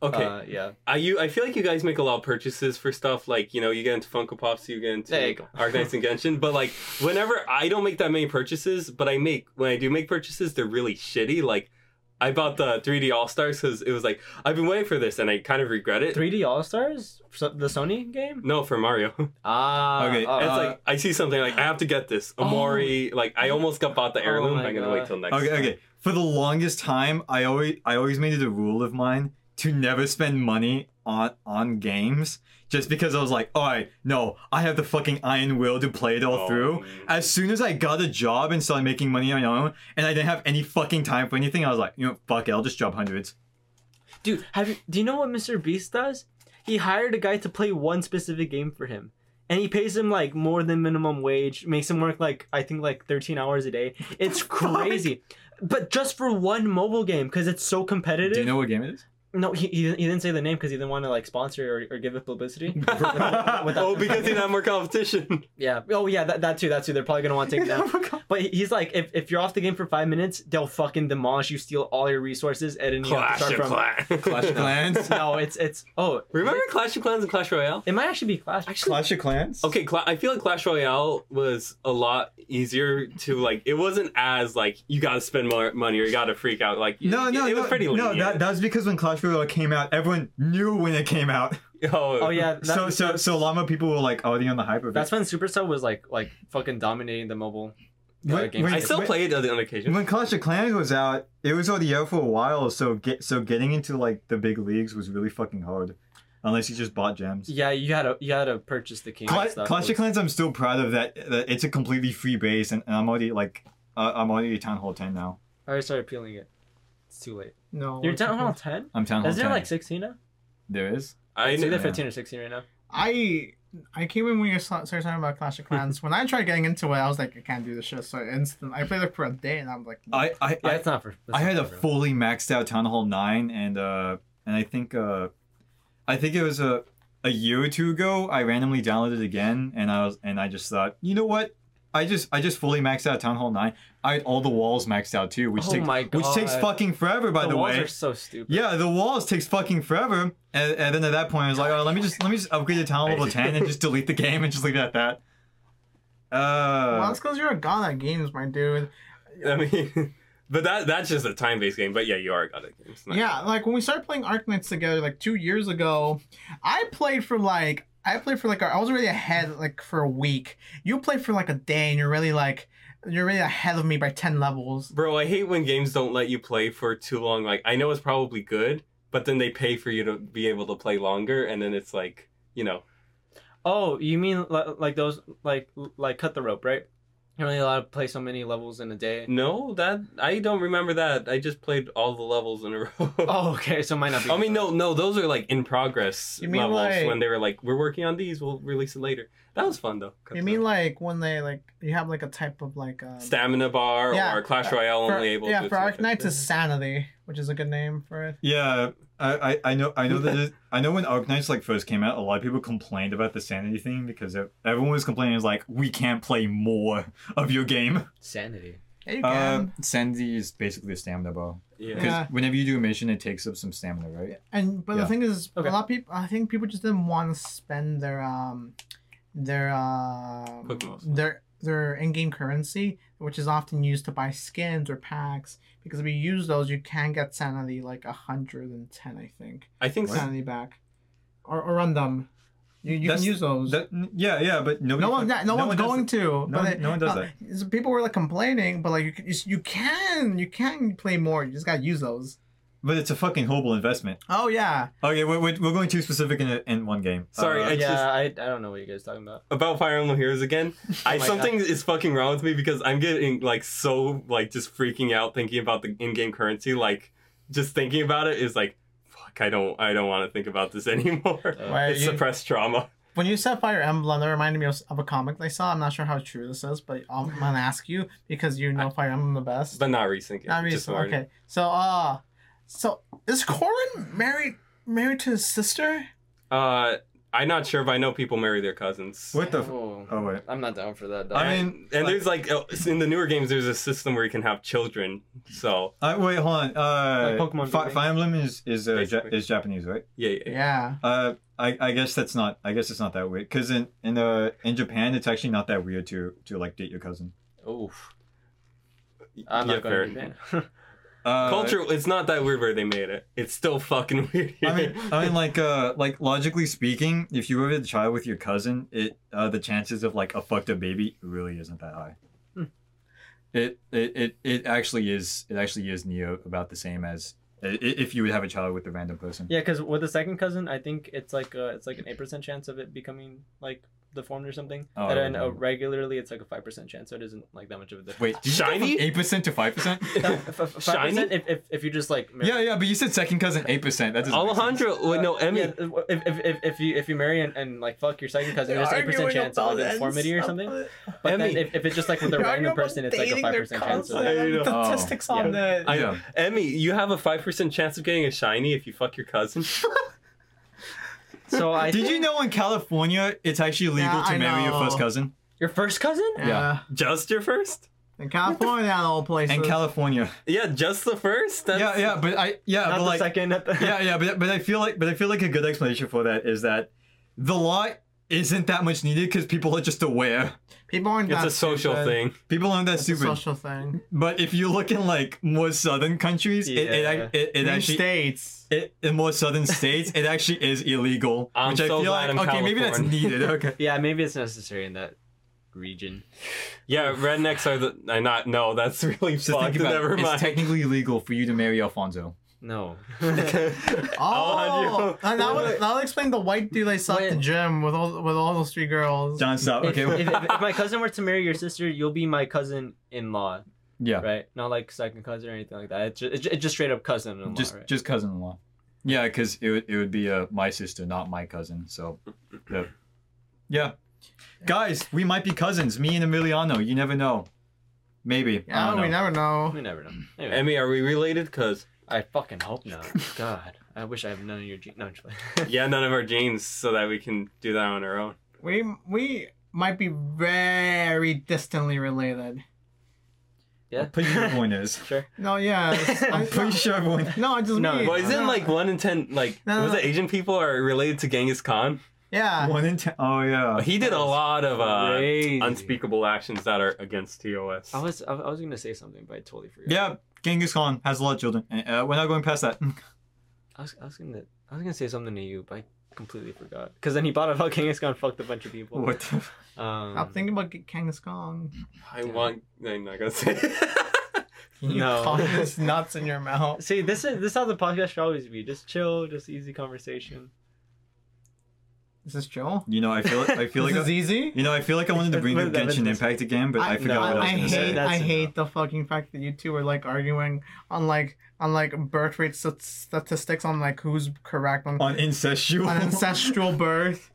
S3: Okay,
S5: Uh, yeah.
S3: I you I feel like you guys make a lot of purchases for stuff like you know you get into Funko Pops, you get into
S5: There you go.
S3: Arknights and Genshin, but like whenever I don't make that many purchases, but I make when I do make purchases, they're really shitty. Like I bought the 3D All Stars because it was like I've been waiting for this and I kind of regret it.
S5: 3D All Stars, so, the Sony game.
S3: no, for Mario, it's
S5: Ah.
S1: Okay,
S5: oh,
S1: Uh,
S3: like I see something like I have to get this
S1: oh.
S3: Amori. Like I almost got bought the heirloom.
S5: Oh my
S3: I'm gonna
S5: God.
S3: wait till next.
S1: Okay,
S3: time.
S1: okay. For the longest time, I always I always made it a rule of mine to never spend money on on games just because I was like, all right, no, I have the fucking iron will to play it all
S3: Oh,
S1: through.
S3: man.
S1: As soon as I got a job and started making money on my own, and I didn't have any fucking time for anything, I was like, you know, fuck it, I'll just drop hundreds.
S5: Dude, have you, do you know what Mr. Beast does? He hired a guy to play one specific game for him. And he pays him like more than minimum wage, makes him work like I think like 13 hours a day. It's crazy. But just for one mobile game cuz it's so competitive.
S1: Do you know what game it is?
S5: no, he, he, didn't- he didn't say the name cuz he didn't want to like sponsor or, or give it publicity.
S3: oh, because you have more competition.
S5: yeah. Oh yeah, that, that too, that too. They're probably going to want to take it
S2: Oh
S5: down. But he- he's like if, if you're off the game for 5 minutes, they'll fucking demolish you, steal all your resources and then you have to
S3: Clash
S5: start
S3: of
S5: from
S3: Clans.
S1: Clash of Clans.
S5: No, it's it's oh,
S3: Remember Clash of Clans and Clash Royale?
S5: it might actually be Clash.
S1: Clash of Clans.
S3: Okay, Cla- I feel like Clash Royale was a lot easier to like. It wasn't as like you got to spend more money or you got to freak out. Like
S1: No,
S3: it,
S1: no,
S3: it
S1: no,
S3: was pretty
S1: no.
S3: lenient.
S1: That, that was because when Clash Royale came out, everyone knew when it came out.
S3: oh,
S5: Oh yeah, that-
S1: so, so, so llama people were like, "Oh, they on the hype of it."
S5: That's when Supercell was like like fucking dominating the mobile uh,
S1: Wait,
S5: game.
S1: wait,
S3: I
S5: scene.
S3: still
S1: Wait.
S3: play it on occasion.
S1: When Clash of Clans was out, it was already out for a while, so get so getting into like the big leagues was really fucking hard, unless you just bought gems.
S5: yeah, you gotta you gotta purchase the king. and
S1: Cla-
S5: stuff.
S1: Clash of Clans, I'm still proud of that. That it's a completely free base, and, and I'm already like uh, I'm already Town Hall 10 now.
S5: I started peeling it. Oh, It's too late.
S2: No.
S5: You're down on ten.
S1: I'm Town Hall
S5: Isn't
S1: 10.
S5: there like sixteen now?
S1: there is.
S3: I
S5: It's
S3: knew
S5: either
S3: that.
S1: Yeah.
S5: fifteen or sixteen right now.
S2: I I came in when you saw- started talking about Clash of Clans. when I tried getting into it, I was like, I can't do this shit. So instant, I played it for a day, and I'm like,
S1: I I
S5: Yeah,
S1: I,
S5: it's not for.
S1: I had a
S5: full.
S1: fully maxed out Town Hall 9, and uh and I think uh I think it was a a year or two ago. I randomly downloaded it again, and I was and I just thought, you know what? I just I just fully maxed out Town Hall 9. I had all the walls maxed out too, which
S5: Oh
S1: takes
S5: my
S1: which takes
S5: God.
S1: fucking forever. By
S5: The,
S1: the,
S5: walls
S1: way,
S5: are so stupid.
S1: yeah, the walls takes fucking forever. And, and then at that point, I was like, oh, let me just let me just upgrade to Town Hall level 10 and just delete the game and just leave it at that. Uh,
S2: well, that's because you're a god at games, my dude.
S3: I mean, but that that's just a time based game. But yeah, you are got it. It's not-
S2: Yeah, like when we started playing Arknights together like two years ago, I played for like I played for like I was already ahead like for a week. You played for like a day, and you're really like you're really ahead of me by ten levels.
S3: Bro, I hate when games don't let you play for too long. Like I know it's probably good, but then they pay for you to be able to play longer, and then it's like you know.
S5: Oh, you mean like, like those like like cut the rope, right? You're only allowed to play so many levels in a day.
S3: No, that I don't remember that. I just played all the levels in a row.
S5: Oh, okay, so it might not be.
S3: I mean, no, no, those are like in progress
S2: You mean
S3: levels
S2: like-
S3: when they were like, we're working on these, we'll release it later. That was fun though.
S2: You mean like when they like you have like a type of like um,
S3: stamina bar
S2: Yeah,
S3: or Clash Royale
S2: for,
S3: only able
S2: yeah
S3: to.
S2: for Arknights is sanity, which is a good name for it.
S1: Yeah, I, I, I know I know that it, I know when Arknights like first came out, a lot of people complained about the sanity thing because ev- everyone was complaining it was like we can't play more of your game.
S5: sanity.
S2: Yeah, you
S1: Uh,
S2: can.
S1: sanity is basically a stamina bar
S3: Yeah.
S1: because
S2: Yeah.
S1: whenever you do a mission, it takes up some stamina, right?
S2: and but
S1: yeah.
S2: the thing is,
S5: Okay.
S2: a lot of people. I think people just didn't want to spend their um their um
S3: Pokeballs.
S2: their their in-game currency, which is often used to buy skins or packs. Because if you use those, you can get sanity like hundred and ten, I think,
S3: I think so.
S2: sanity back, or or run them. You, you can
S1: That's-
S2: use those.
S1: That- yeah, yeah, but nobody.
S2: no one, no,
S1: fuck-
S2: no, one's
S1: one does
S2: going
S1: that.
S2: to. but
S1: one-
S2: it-
S1: no one does
S2: uh, so People were like complaining, but like you, can- you, s- you can, you can play more. You just gotta use those.
S1: But it's a fucking horrible investment.
S2: Oh yeah,
S1: Okay, we're, we're, we're going too specific in, a, in one game.
S3: Sorry,
S1: Uh,
S3: I
S5: yeah,
S3: just-
S5: I, I don't know what you guys are talking about.
S3: About Fire Emblem Heroes again,
S2: Oh
S3: I
S5: my
S3: something is fucking wrong with me because I'm getting like so like just freaking out thinking about the in-game currency. Like just thinking about it is like, fuck, I don't, I don't want to think about this anymore.
S2: Why,
S3: it's
S2: you-
S3: suppressed trauma.
S2: When you said Fire Emblem, that reminded me of, of a comic I saw. I'm not sure how true this is, but I'm gonna ask you because you know Fire Emblem the best.
S3: But not recent.
S2: Not
S3: games,
S2: really.
S3: just
S2: so-
S3: modern.
S2: Okay, so uh, so is Corrin married married to his sister?
S3: Uh, I'm not sure, but I know people marry their cousins.
S1: What the? F-
S5: Oh,
S1: oh wait.
S5: I'm not down for that. Dog.
S1: I mean-
S3: And, and there's like uh, in the newer games, there's a system where you can have children. So
S1: Uh, wait, hold on. Uh,
S5: Like Pokemon
S1: Fi-
S5: Go.
S1: Fire Emblem is is uh, ja-
S3: Basically.
S1: is Japanese, right?
S3: yeah, yeah.
S2: Yeah.
S1: Uh, I, I guess that's not. I guess it's not that weird. Cause in in uh, in Japan, it's actually not that weird to to like date your cousin.
S5: Oof. I'm
S3: Yeah,
S5: not going
S3: fair.
S5: to do that.
S1: Uh,
S3: Culture, it's not that weird where they made it. It's still fucking weird.
S1: I mean, I mean, like, uh, like logically speaking, if you were a child with your cousin, it uh, the chances of like a fucked up baby really isn't that high. Hmm. It, it it it actually is. It actually is Neo about the same as i- i- if you would have a child with a random person.
S5: yeah, because with the second cousin, I think it's like uh it's like an eight percent chance of it becoming like deformed or something.
S1: Oh,
S5: and then
S1: okay.
S5: uh, regularly, it's like a five percent chance, so it isn't like that much of a difference.
S1: Wait, did you
S3: Shiny?
S1: eight percent to five percent?
S5: F- f- five
S3: Shiny?
S5: percent if, if if you just like marry-
S1: Yeah, yeah, but you said second cousin eight percent. That doesn't. make sense.
S3: Alejandro, wait, no, Emmy.
S5: Uh, Yeah, if, if, if, if you if you marry and, and like fuck your second cousin, there's eight percent chance of like, deformity or something. But
S3: Emmy.
S5: then if, if it's just like with a random person, it's like a five percent chance. Of it.
S2: The
S1: Oh.
S2: statistics on that.
S3: I-
S1: Yeah.
S3: Emmy, you have a five percent chance of getting a shiny if you fuck your cousin.
S5: So I
S1: Did you know in California it's actually legal
S2: Yeah,
S1: to
S2: I
S1: marry
S2: know.
S1: your first cousin?
S5: your first cousin?
S1: Yeah.
S3: just your first?
S2: In California, and all places.
S1: In California.
S3: Yeah, just the first. That's,
S1: Yeah, yeah, but I yeah,
S5: Not
S1: but
S5: the
S1: like
S5: second. At the...
S1: yeah, yeah, but but I feel like but I feel like a good explanation for that is that the law isn't that much needed because people are just aware.
S2: People aren't
S3: It's
S2: that
S3: a social
S2: stupid.
S3: thing.
S1: People aren't that
S2: It's a
S1: stupid.
S2: social thing.
S1: But if you look in like more southern countries, it it,
S5: Yeah.
S1: ac- it, it
S2: In
S1: actually
S2: states.
S1: it, in more southern states it actually is illegal,
S3: I'm
S1: which I
S3: so
S1: feel
S3: glad
S1: like
S3: I'm
S1: okay, maybe that's
S3: California.
S1: needed. Okay.
S5: Yeah, maybe it's necessary in that region.
S3: Yeah, rednecks are the. I not. No, that's really
S1: Just think
S3: fucked.
S1: about
S3: Never
S1: it.
S3: mind.
S1: It's technically illegal for you to marry Alfonso.
S5: No.
S2: Oh,
S3: Alejandro.
S1: Oh!
S2: and Oh, that would that would explain the white dude I saw at the
S5: Wait.
S2: gym with all with all those three girls.
S1: John, stop.
S5: if,
S1: Okay.
S5: if, if, if my cousin were to marry your sister, you'll be my cousin in law,
S1: yeah.
S5: right? Not like second cousin or anything like that. It's just, it's just straight up cousin in law,
S1: just
S5: right?
S1: just cousin-in-law. Yeah, because it would it would be uh, my sister, not my cousin. So, the- yeah, guys, we might be cousins. Me and Emiliano. You never know. Maybe. I
S2: Yeah, we
S1: don't know.
S2: never know.
S5: We never know. Anyway,
S3: Emmy, are we related? Cause
S5: I fucking hope not. God, I wish I have none of your genes. No, I'm just like-
S3: yeah, none of our genes, so that we can do that on our own.
S2: We we might be very distantly related.
S5: yeah.
S1: Pretty sure everyone is.
S2: No, yeah. it's-
S1: I'm pretty sure everyone.
S2: No, I just
S5: No,
S2: mean.
S3: Well, isn't
S2: no.
S3: like one in ten like
S2: No, no,
S3: was
S2: no.
S3: it Asian people are related to Genghis Khan? Uh,
S2: yeah.
S1: One in ten. Oh yeah.
S3: He did a lot of uh,
S5: Crazy.
S3: unspeakable actions that are against TOS.
S5: I was I, I was gonna say something, but I totally forgot.
S1: Yeah, Genghis Khan has a lot of children. Uh, we're not going past that.
S5: I was, I was gonna I was gonna say something to you, but I completely forgot. Because then he bought a fucking it's gonna fucked a bunch of people.
S1: what? The...
S5: Um,
S2: I'm thinking about Kangas Kong.
S3: I want. I'm not gonna say.
S2: You
S5: No.
S2: Kangas nuts in your mouth.
S5: See, this is this is how the podcast should always be. Just chill, just easy conversation.
S2: Is this Joel?
S1: You know, I feel I feel like
S2: this is
S1: I,
S2: easy.
S1: you know I feel like I wanted to bring up
S5: That was-
S1: Genshin Impact again, but I, forgot what I was
S2: I
S1: going to
S2: hate,
S1: say.
S2: I
S5: That's
S2: hate the fucking fact that you two were like arguing on like on like birth rate st- statistics on like who's correct on,
S1: On incestual.
S2: on ancestral birth.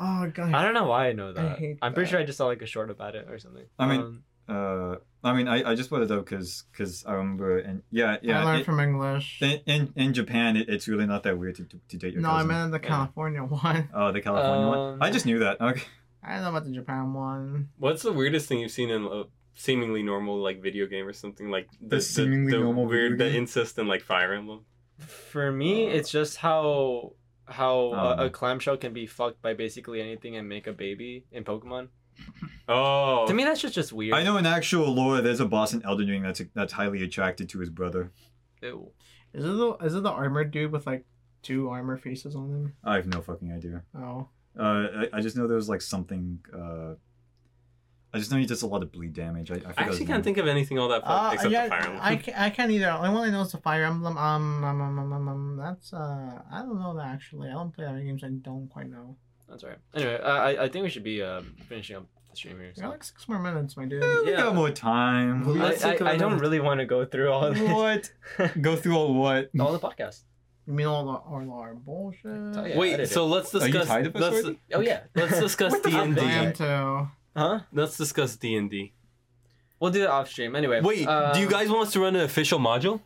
S2: Oh god.
S5: I don't know why I know that.
S2: hate
S5: I'm pretty
S2: that.
S5: sure I just saw like a short about it or something.
S1: I mean-
S5: um,
S1: uh i mean i i just brought it up because i remember and yeah
S2: I
S1: yeah
S2: learned
S1: it-
S2: from English.
S1: in, in in japan it, it's really not that weird to, to, to date your
S2: no, I
S1: cousin
S2: meant the
S5: Yeah.
S2: California one.
S1: oh the california
S5: Um,
S1: one i just knew that okay
S2: I don't know about the Japan one.
S3: What's the weirdest thing you've seen in a seemingly normal like video game or something like
S1: The seemingly normal
S3: weird
S1: video
S3: the
S1: game?
S3: incest and like Fire Emblem?
S5: for me, it's just how how
S1: I don't
S5: a, a
S1: know.
S5: clamshell can be fucked by basically anything and make a baby in Pokemon.
S3: Oh,
S5: To me, that's just just weird.
S1: i know in actual lore there's a boss in elden ring that's that's highly attracted to his brother
S5: Ew.
S2: Is it the is it the armored dude with like two armor faces on him?
S1: i have no fucking idea
S2: Oh.
S1: uh i, I just know there was like something uh i just know he does a lot of bleed damage i, I, forgot
S3: I
S1: his
S3: actually
S1: name.
S3: can't think of anything all that fun
S2: Uh,
S3: except
S2: yeah,
S3: the Fire Emblem.
S2: I, ca- I can't either. Only one I know is the Fire Emblem. Um, um, um, um, um, um, that's uh, I don't know that actually. I don't play that many games. I don't quite know.
S5: That's alright. Anyway, I I- I think we should be um, finishing up the stream here.
S2: We got
S5: So.
S2: like six more minutes, my dude.
S1: Eh, we
S5: Yeah.
S1: got more
S5: I,
S1: time
S5: I, I don't really want to go through all the,
S1: what go through all what
S5: all the podcast.
S2: You mean all the all our bullshit?
S5: Tell ya.
S3: Wait,
S5: edit
S3: so let's
S1: Are you
S3: discuss.
S1: tired of us
S3: let's,
S1: already?
S5: Oh yeah.
S3: let's discuss D
S2: I
S3: and
S2: am
S3: D.
S2: too.
S5: Huh?
S3: Let's discuss D and D.
S5: We'll do it off stream anyway.
S3: Wait, do you
S5: um,
S3: guys want us to run an official module?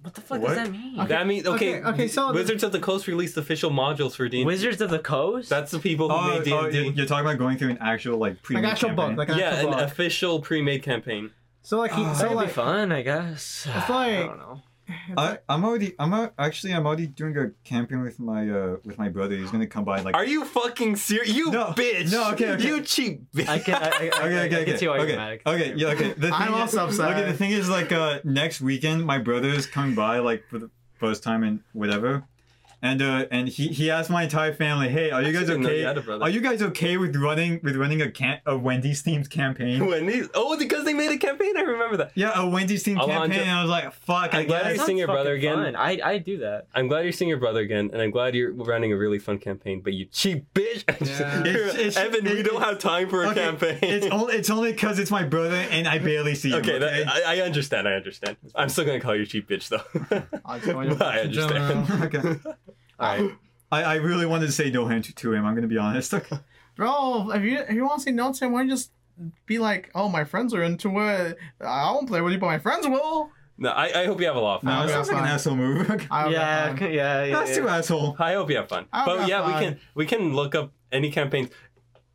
S5: What the fuck
S1: What?
S5: does that mean?
S2: Okay.
S3: That means okay.
S2: okay, okay, so-
S3: Wizards of the Coast released official modules for D.
S5: Wizards of the Coast.
S3: That's the people who
S1: Oh,
S3: made D.
S1: oh, you- you're talking about going through an actual like pre
S2: Like actual book, like an
S3: yeah,
S2: actual
S3: an
S2: book.
S3: official pre-made campaign.
S2: so like he,
S5: Ah, That'd
S2: so like
S5: be fun, I guess.
S2: It's
S5: I
S2: like-
S5: don't know.
S1: I, I'm already. I'm al- actually. I'm already doing a camping with my uh with my brother. He's gonna come by like.
S3: Are you fucking serious? You
S1: No.
S3: bitch.
S1: No, okay, okay.
S3: You cheap bitch.
S5: I can. I, I, I,
S1: okay,
S5: I
S1: okay,
S5: can
S1: okay.
S5: see why
S1: okay,
S5: you're mad.
S1: okay, yeah, okay. The
S2: I'm
S1: thing is-
S2: also upset.
S1: Okay, the thing is, like, uh, next weekend, my brother is coming by, like, for the first time and whatever, and uh, and he he asked my entire family, "Hey, are you
S3: I
S1: guys
S3: didn't know
S1: okay?
S3: you had a brother."
S1: are you guys okay with running with running a camp a Wendy's themed campaign?
S3: When these- oh, because they made a campaign. I remember that.
S1: yeah, a Wendy's themed
S3: Alejandro-
S1: campaign. And I was like, "Fuck, I
S3: I'm glad
S1: guess."
S3: you're seeing your
S5: Fucking
S3: brother again.
S5: Fun. I I do that.
S3: I'm glad you're seeing your brother again, and I'm glad you're running a really fun campaign. But you cheap bitch,
S1: It's- it's-
S3: Evan, we
S1: it-
S3: don't have time for a
S1: Okay,
S3: campaign.
S1: It's only it's only because it's my brother and I barely see him.
S3: okay, that, I, I understand. I understand. I'm still gonna call you cheap bitch though.
S2: I'll just go in-
S3: But I understand.
S1: okay. Oh.
S5: All right.
S1: I, I really wanted to say no hand to, to him. I'm gonna be honest. Okay.
S2: bro, if you if you want to say no to him, why don't you just be like, oh, my friends are into it. I won't play with you, but my friends will.
S3: No, I, I hope you have a lot of fun.
S1: No, it
S2: Okay,
S1: sounds like an
S2: fine.
S1: asshole move. Okay.
S2: I don't
S5: yeah,
S2: know.
S5: c- yeah, yeah.
S1: That's
S5: yeah.
S1: too asshole.
S3: I hope you have fun.
S2: I hope
S3: But
S2: you
S3: yeah,
S2: have
S3: we
S2: fun.
S3: can we can look up any campaigns.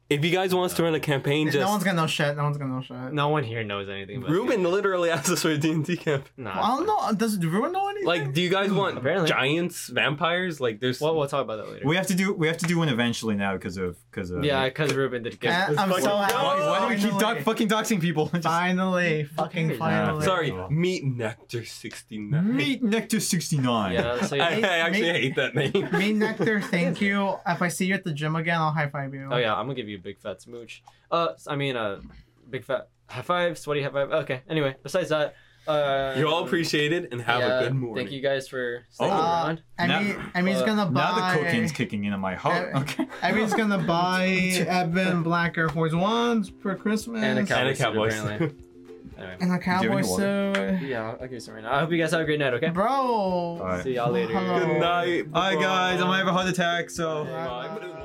S3: If you guys want us to run a campaign,
S2: no one's
S3: just
S2: gonna know shit. No one's gonna know shit.
S5: No one here knows anything about
S3: Ruben literally asked us for a D and D camp.
S5: No.
S2: I don't know. Does Ruin know anything?
S3: Like, do you guys want
S5: Apparently.
S3: giants, vampires? Like, there's
S5: Well, we'll talk about that later.
S1: We have to do. We have to do one eventually now because of because of.
S5: yeah, because Ruben did
S2: Eh,
S5: get.
S2: I'm so happy.
S1: Why, why do we keep doc-
S2: Finally.
S1: fucking doxing people? Just-
S2: Finally, fucking
S5: cares?
S2: finally.
S3: sorry, meat nectar sixty nine.
S1: Meat Nectar sixty nine.
S5: Yeah, so
S3: I, I
S5: yeah.
S3: actually hate that name.
S2: Me nectar, thank you. If I see you at the gym again, I'll high five you.
S5: Oh yeah, I'm gonna give you a big fat smooch. Uh, s- I mean, uh, big fat high five, sweaty high five. Okay. Anyway, besides that, uh,
S3: You all appreciate it and have
S5: yeah,
S3: a good morning.
S5: Thank you guys for sticking
S1: Oh.
S5: around.
S1: Now-
S2: Emmy, Emmy's
S5: uh,
S2: gonna
S1: Now
S2: buy.
S1: the cocaine's kicking into my heart.
S2: Uh,
S1: Okay.
S2: Emmy's gonna buy Evan Black Air Force Ones for Christmas.
S5: And a cowboy,
S3: And a cowboy
S5: suit,
S3: suit.
S5: apparently. anyway.
S2: And a cowboy
S1: Doing
S2: suit.
S5: Yeah, I'll I'll give some right now. I hope you guys have a great night. Okay.
S2: Bro.
S1: Alright.
S5: See y'all later.
S2: Hello.
S3: Good night.
S1: All right, guys. I'm gonna have a heart attack. So.
S2: Bye.
S3: Bye.